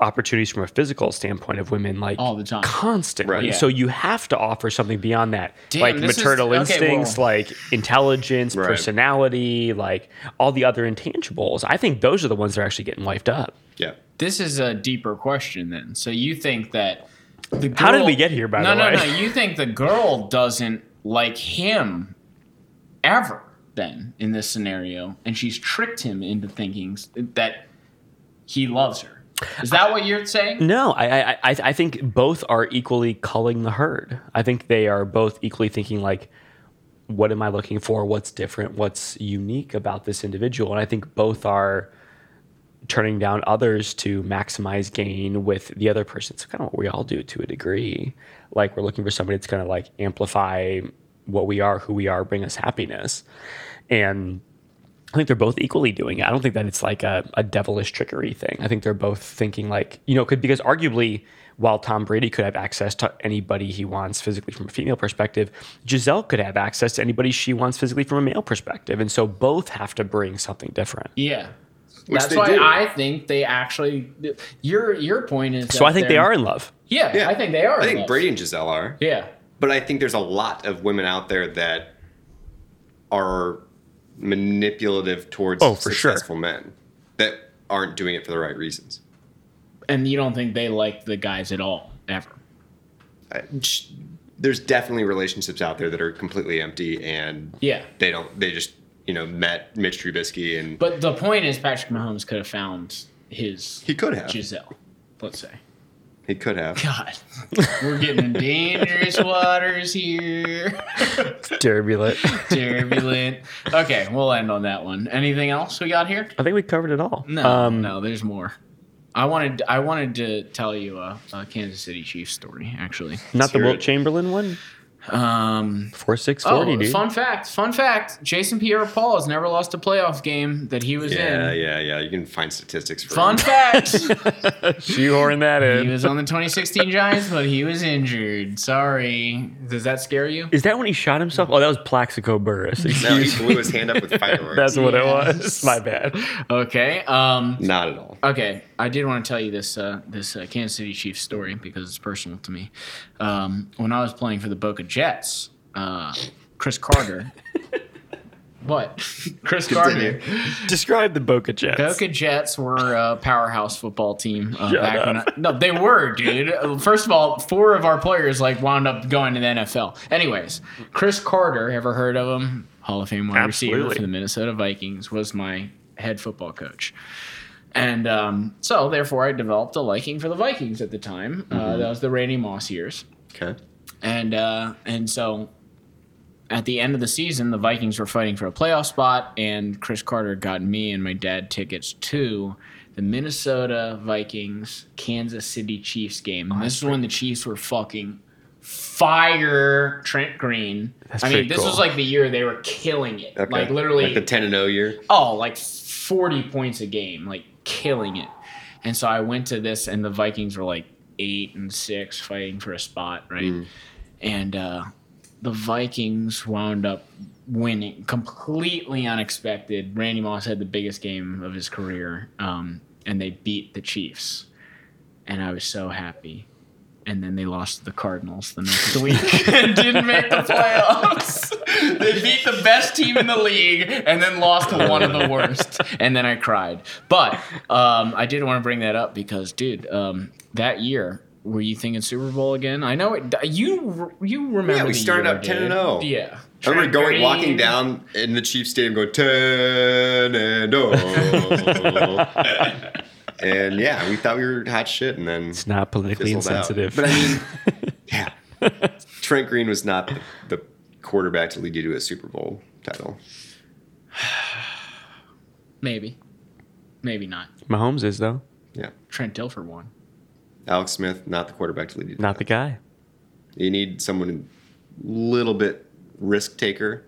Speaker 3: opportunities from a physical standpoint of women like
Speaker 2: All the time.
Speaker 3: constantly
Speaker 4: Right.
Speaker 2: Yeah.
Speaker 3: so you have to offer something beyond that
Speaker 2: Damn,
Speaker 3: like
Speaker 2: this is-
Speaker 3: maternal
Speaker 2: okay,
Speaker 3: instincts
Speaker 2: well-
Speaker 3: like intelligence
Speaker 4: Right.
Speaker 3: personality like all the other intangibles i think those are the ones that are actually getting wifed up
Speaker 4: Yeah.
Speaker 2: This is a deeper question then. So you think that the girl,
Speaker 3: How did we get here, by
Speaker 2: no,
Speaker 3: the way?
Speaker 2: No, no, You think the girl doesn't like him ever then in this scenario, and she's tricked him into thinking s- that he loves her. Is that what you're saying?
Speaker 3: no I, I i i think both are equally culling the herd i think they are both equally thinking like what am I looking for? What's different? What's unique about this individual? And I think both are turning down others to maximize gain with the other person. It's kind of what we all do to a degree. Like we're looking for somebody that's going to like amplify what we are, who we are, bring us happiness. And I think they're both equally doing it. I don't think that it's like a, a devilish trickery thing. I think they're both thinking like, you know, could because arguably while Tom Brady could have access to anybody he wants physically from a female perspective, Giselle could have access to anybody she wants physically from a male perspective. And so both have to bring something different.
Speaker 2: Yeah.
Speaker 4: Which
Speaker 2: That's
Speaker 4: they
Speaker 2: why
Speaker 4: do.
Speaker 2: I think they actually. Your your point is.
Speaker 3: So
Speaker 2: that
Speaker 3: I think they
Speaker 2: they're-
Speaker 3: are in love.
Speaker 2: Yeah,
Speaker 4: Yeah.
Speaker 2: I think they are.
Speaker 4: I think
Speaker 2: in love.
Speaker 4: Brady and Giselle are.
Speaker 2: Yeah.
Speaker 4: But I think there's a lot of women out there that are manipulative towards
Speaker 3: Oh, for sure.
Speaker 4: successful men that aren't doing it for the right reasons.
Speaker 2: And you don't think they like the guys at all ever.
Speaker 4: I- sh- there's definitely relationships out there that are completely empty and
Speaker 2: Yeah.
Speaker 4: they don't they just you know met Mitch Trubisky and
Speaker 2: But the point is, Patrick Mahomes could have found his
Speaker 4: he could have
Speaker 2: Giselle, let's say.
Speaker 4: he could have
Speaker 2: God, we're getting in dangerous waters here.
Speaker 3: Turbulent.
Speaker 2: Turbulent. Okay, we'll end on that one. Anything else we got here?
Speaker 3: I think we covered it all.
Speaker 2: No,
Speaker 3: Um,
Speaker 2: no. There's more. I wanted, I wanted to tell you a, a Kansas City Chiefs story. Actually,
Speaker 3: Not the
Speaker 4: hear
Speaker 3: Wilt
Speaker 4: it.
Speaker 3: Chamberlain one.
Speaker 2: Um,
Speaker 3: Four six
Speaker 2: oh,
Speaker 3: forty, dude.
Speaker 2: fun fact! Fun fact! Jason Pierre-Paul has never lost a playoff game that he was
Speaker 4: Yeah,
Speaker 2: in.
Speaker 4: yeah, yeah. You can find statistics for
Speaker 2: Fun fact!
Speaker 3: Shoehorn that
Speaker 2: he
Speaker 3: in.
Speaker 2: was on the 2016 Giants, but he was injured. Sorry. Does that scare you?
Speaker 3: Is that when he shot himself? Oh, that was Plaxico Burris.
Speaker 4: No, he
Speaker 3: Excuse me.
Speaker 4: blew his hand up with fireworks.
Speaker 3: That's what it was.
Speaker 2: Yes.
Speaker 3: My bad.
Speaker 2: Okay. Um,
Speaker 4: Not at all.
Speaker 2: Okay, I did want to tell you this uh, this uh, Kansas City Chiefs story because it's personal to me. Um, when I was playing for the Boca Jets, uh, Chris Carter. what? Chris
Speaker 4: Continue.
Speaker 2: Carter.
Speaker 3: Describe the Boca Jets.
Speaker 2: Boca Jets were a powerhouse football team uh,
Speaker 3: Shut
Speaker 2: back when. I,
Speaker 3: up.
Speaker 2: no, they were, dude. Uh, First of all, four of our players like wound up going to the NFL. Anyways, Chris Carter, ever heard of him? Hall of Fame wide receiver
Speaker 3: Absolutely.
Speaker 2: for the Minnesota Vikings was my head football coach. And um, so, therefore, I developed a liking for the Vikings at the time.
Speaker 3: Mm-hmm.
Speaker 2: Uh, that was the Randy Moss years
Speaker 4: Okay.
Speaker 2: and uh, and so at the end of the season, the Vikings were fighting for a playoff spot, and Chris Carter got me and my dad tickets to the Minnesota Vikings Kansas City Chiefs game. And this is when the Chiefs were fucking fire Trent Green.
Speaker 3: That's
Speaker 2: I mean,
Speaker 3: pretty
Speaker 2: this
Speaker 3: cool.
Speaker 2: was like the year they were killing it.
Speaker 4: okay.
Speaker 2: Like literally
Speaker 4: Like the 10 and 0 year.
Speaker 2: oh, like 40 points a game, like killing it. And so I went to this, and the Vikings were like eight and six fighting for a spot, right? And uh, the Vikings wound up winning completely unexpected. Randy Moss had the biggest game of his career, um, and they beat the Chiefs. And I was so happy. And then they lost to the Cardinals the next week and didn't make the playoffs. they beat the best team in the league and then lost to one of the worst. And then I cried. But um, I did want to bring that up because, dude, um, that year, were you thinking Super Bowl again? I know it. You you remember?
Speaker 4: we
Speaker 2: the
Speaker 4: started
Speaker 2: year,
Speaker 4: out 10 and
Speaker 2: dude.
Speaker 4: 0.
Speaker 2: Yeah,
Speaker 4: I remember
Speaker 2: Trent
Speaker 4: going walking
Speaker 2: Green.
Speaker 4: down in the Chiefs stadium going 10 and 0. and yeah, we thought we were hot shit and then
Speaker 3: It's not politically
Speaker 4: fizzled out.
Speaker 3: insensitive.
Speaker 4: But I mean, yeah. Trent Green was not the, the quarterback to lead you to a Super Bowl title.
Speaker 2: Maybe, maybe not.
Speaker 3: Mahomes is though
Speaker 4: Yeah.
Speaker 2: Trent Dilfer won.
Speaker 4: Alex Smith, not the quarterback to lead you to
Speaker 3: not the guy.
Speaker 4: You need someone a little bit risk taker.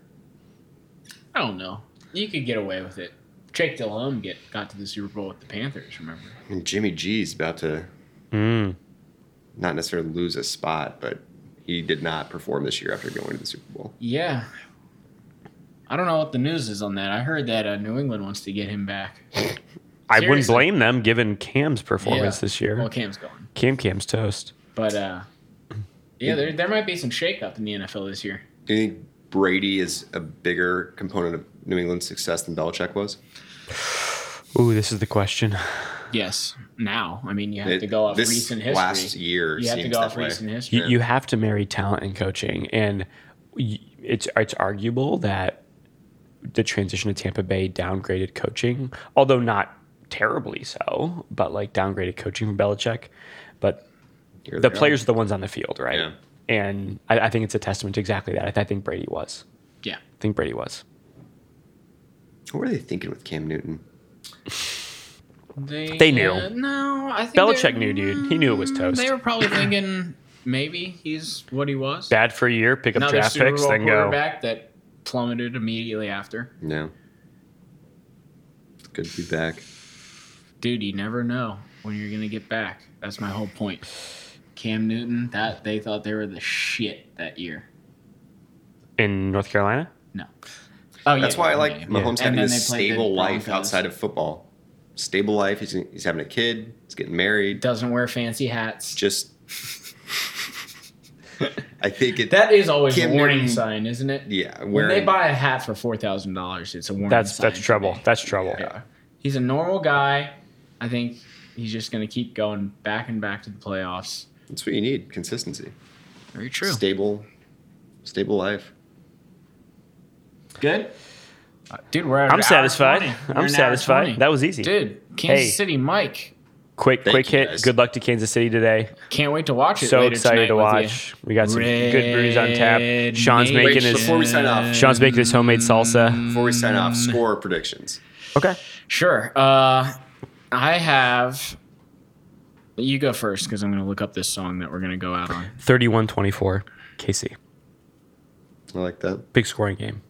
Speaker 2: I don't know. You could get away with it. Jake Delhomme get got to the Super Bowl with the Panthers. Remember?
Speaker 4: I mean, Jimmy G's about to
Speaker 3: Mm.
Speaker 4: not necessarily lose a spot, but he did not perform this year after going to the Super Bowl.
Speaker 2: Yeah. I don't know what the news is on that. I heard that uh, New England wants to get him back.
Speaker 3: I wouldn't
Speaker 2: Seriously.
Speaker 3: blame them given Cam's performance
Speaker 2: Yeah.
Speaker 3: this year.
Speaker 2: Well, Cam's gone,
Speaker 3: Cam Cam's toast.
Speaker 2: but uh, yeah, there there might be some shakeup in the NFL this year.
Speaker 4: Do you think Brady is a bigger component of New England's success than Belichick was?
Speaker 3: Ooh, this is the question.
Speaker 2: Yes. Now, I mean, you have
Speaker 4: It-
Speaker 2: to go off
Speaker 4: this
Speaker 2: recent history.
Speaker 4: Last year,
Speaker 2: you have to
Speaker 4: seems
Speaker 2: go
Speaker 4: that
Speaker 2: off
Speaker 4: way.
Speaker 2: recent history.
Speaker 3: You, you have to marry talent and coaching, and y- it's it's arguable that the transition to Tampa Bay downgraded coaching, although not terribly so, but like downgraded coaching from Belichick. But
Speaker 4: Here
Speaker 3: the
Speaker 4: they are.
Speaker 3: players are the ones on the field, right?
Speaker 4: Yeah.
Speaker 3: And I, I think it's a testament to exactly that. I, I think Brady was.
Speaker 2: yeah.
Speaker 3: I think Brady was.
Speaker 4: What were they thinking with Cam Newton?
Speaker 2: They,
Speaker 3: They knew.
Speaker 2: uh, no, I think
Speaker 3: Belichick
Speaker 2: they're-
Speaker 3: knew, dude. He knew it was toast.
Speaker 2: They were probably thinking maybe he's what he was.
Speaker 3: Bad for a year, pick up
Speaker 2: Another
Speaker 3: draft
Speaker 2: Super
Speaker 3: picks,
Speaker 2: Bowl
Speaker 3: then go.
Speaker 2: quarterback that plummeted immediately after.
Speaker 4: No. Good to be back.
Speaker 2: Dude, you never know when you're gonna get back. That's my whole point. Cam Newton, that they thought they were the shit that year.
Speaker 3: In North Carolina?
Speaker 2: No. Oh, yeah,
Speaker 4: That's why I
Speaker 2: yeah,
Speaker 4: like
Speaker 2: yeah.
Speaker 4: Mahomes
Speaker 2: And
Speaker 4: having
Speaker 2: then
Speaker 4: this
Speaker 2: they played the
Speaker 4: stable life
Speaker 2: Broncos.
Speaker 4: outside of football. Stable life. He's, he's having a kid. He's getting married.
Speaker 2: Doesn't wear fancy hats.
Speaker 4: Just, I think it.
Speaker 2: That is always
Speaker 4: Cam
Speaker 2: a warning
Speaker 4: Newton-
Speaker 2: sign, isn't it?
Speaker 4: yeah,
Speaker 2: When
Speaker 4: wearing
Speaker 2: they buy a hat for four thousand dollars, it's a warning.
Speaker 3: That's
Speaker 2: sign
Speaker 3: that's
Speaker 2: to
Speaker 3: trouble.
Speaker 2: me.
Speaker 3: That's trouble.
Speaker 2: Yeah. He's a normal guy. I think he's just gonna keep going back and back to the playoffs.
Speaker 4: That's what you need. Consistency.
Speaker 2: Very true.
Speaker 4: Stable, stable life.
Speaker 2: Good. Uh, Dude, we're at an
Speaker 3: I'm
Speaker 2: hour
Speaker 3: satisfied.
Speaker 2: 20. We're
Speaker 3: I'm
Speaker 2: an hour
Speaker 3: satisfied.
Speaker 2: 20.
Speaker 3: That was easy.
Speaker 2: Dude, Kansas
Speaker 3: Hey.
Speaker 2: City Mike.
Speaker 3: Quick,
Speaker 4: Thank
Speaker 3: quick
Speaker 4: you,
Speaker 3: hit.
Speaker 4: guys.
Speaker 3: Good luck to Kansas City today.
Speaker 2: Can't wait to watch it.
Speaker 3: So
Speaker 2: later
Speaker 3: excited to
Speaker 2: tonight with
Speaker 3: watch. We got some
Speaker 2: you.
Speaker 3: good brews on tap.
Speaker 2: Red
Speaker 3: Sean's
Speaker 2: Nation.
Speaker 3: making
Speaker 4: Wait,
Speaker 3: his
Speaker 4: before we sign off,
Speaker 3: Sean's Mm. making his homemade
Speaker 2: Mm.
Speaker 3: salsa.
Speaker 4: Before we sign off, score predictions.
Speaker 3: Okay.
Speaker 2: Sure. Uh, I have. You go first because I'm going to look up this song that we're going to go out on.
Speaker 3: 31-24. KC.
Speaker 4: I like that.
Speaker 3: Big scoring game.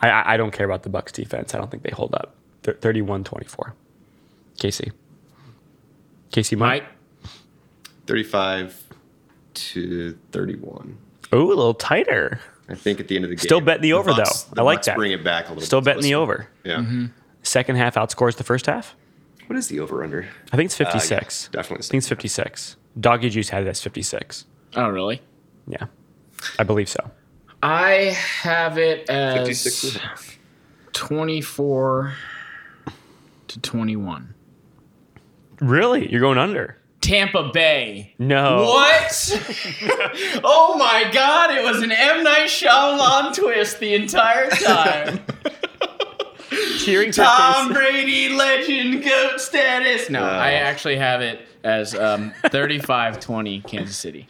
Speaker 3: I, I, I don't care about the Bucks defense. I don't think they hold up. Thir- 31-24. Casey. Casey Mike.
Speaker 2: Mike,
Speaker 4: 35 to 31.
Speaker 3: Ooh, a little tighter.
Speaker 4: I think at the end of the game.
Speaker 3: Still betting the over,
Speaker 4: Bucks-
Speaker 3: though.
Speaker 4: the
Speaker 3: I like
Speaker 4: Bucks
Speaker 3: that.
Speaker 4: Bring it back a little.
Speaker 3: Still
Speaker 4: bit
Speaker 3: betting the
Speaker 4: closer.
Speaker 3: over. Mm-hmm.
Speaker 4: Yeah.
Speaker 3: Second half outscores the first half.
Speaker 4: What is the over under? Uh,
Speaker 3: I think it's 56.
Speaker 4: definitely
Speaker 3: I think it's 56. Doggy Juice had it as 56.
Speaker 2: oh really?
Speaker 3: Yeah. I believe so.
Speaker 2: I have it as
Speaker 4: 56.
Speaker 2: 24 to 21.
Speaker 3: Really? You're going under?
Speaker 2: Tampa Bay.
Speaker 3: No.
Speaker 2: What? oh my God! It was an M Night Shyamalan twist the entire time.
Speaker 3: Cheering for
Speaker 2: Tom
Speaker 3: Casey.
Speaker 2: Brady, legend, goat status. No,
Speaker 4: Wow.
Speaker 2: I actually have it as um, 35-20 Kansas City.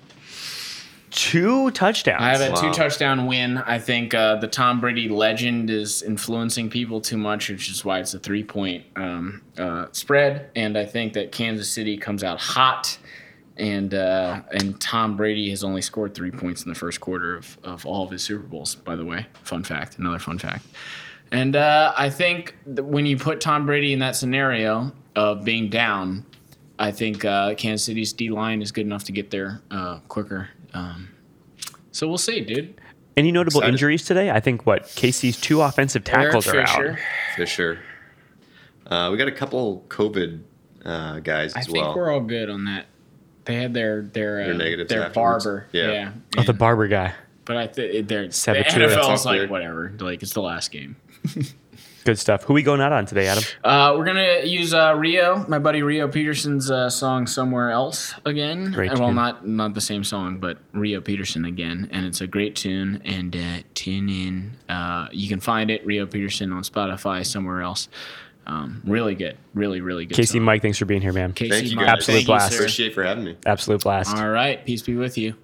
Speaker 3: Two touchdowns.
Speaker 2: I have a
Speaker 4: Wow.
Speaker 2: two touchdown win. I think uh, the Tom Brady legend is influencing people too much, which is why it's a three point um, uh, spread. And I think that Kansas City comes out hot, and uh, and Tom Brady has only scored three points in the first quarter of, of all of his Super Bowls. By the way, fun fact, another fun fact. And uh, I think that when you put Tom Brady in that scenario of being down, I think uh, Kansas City's D line is good enough to get there uh, quicker. Um, so we'll see, dude.
Speaker 3: Any notable
Speaker 4: Excited.
Speaker 3: injuries today? I think what Casey's two offensive tackles are
Speaker 2: Eric
Speaker 3: out.
Speaker 2: Fisher.
Speaker 4: Fisher. Uh, we got a couple COVID uh, guys
Speaker 2: I
Speaker 4: as
Speaker 2: think
Speaker 4: well.
Speaker 2: we're all good on that. They had their their
Speaker 4: Their
Speaker 2: uh,
Speaker 4: negatives
Speaker 2: their
Speaker 4: afterwards.
Speaker 2: barber.
Speaker 4: Yeah.
Speaker 2: Yeah.
Speaker 3: Oh, the barber guy.
Speaker 2: but I think they're the
Speaker 3: Saboteur.
Speaker 2: NFL's
Speaker 4: That's all
Speaker 2: like
Speaker 4: clear.
Speaker 2: whatever. Like it's the last game.
Speaker 3: Good stuff. Who we going out on today, Adam?
Speaker 2: Uh, we're gonna use uh, Rio, my buddy Rio Peterson's uh, song "Somewhere Else" again.
Speaker 3: Great
Speaker 2: And, well,
Speaker 3: tune.
Speaker 2: not not the same song, but Rio Peterson again, and it's a great tune. And uh, tune in. Uh, you can find it Rio Peterson on Spotify. Somewhere else, um, really good, really really good.
Speaker 3: Casey
Speaker 2: song.
Speaker 3: Mike, thanks for being here, man.
Speaker 2: Casey,
Speaker 4: Thank you
Speaker 2: Mike,
Speaker 4: guys.
Speaker 3: Absolute
Speaker 2: thank you,
Speaker 3: blast.
Speaker 2: sir.
Speaker 4: Appreciate for having me.
Speaker 3: Absolute blast.
Speaker 2: All right, peace be with you.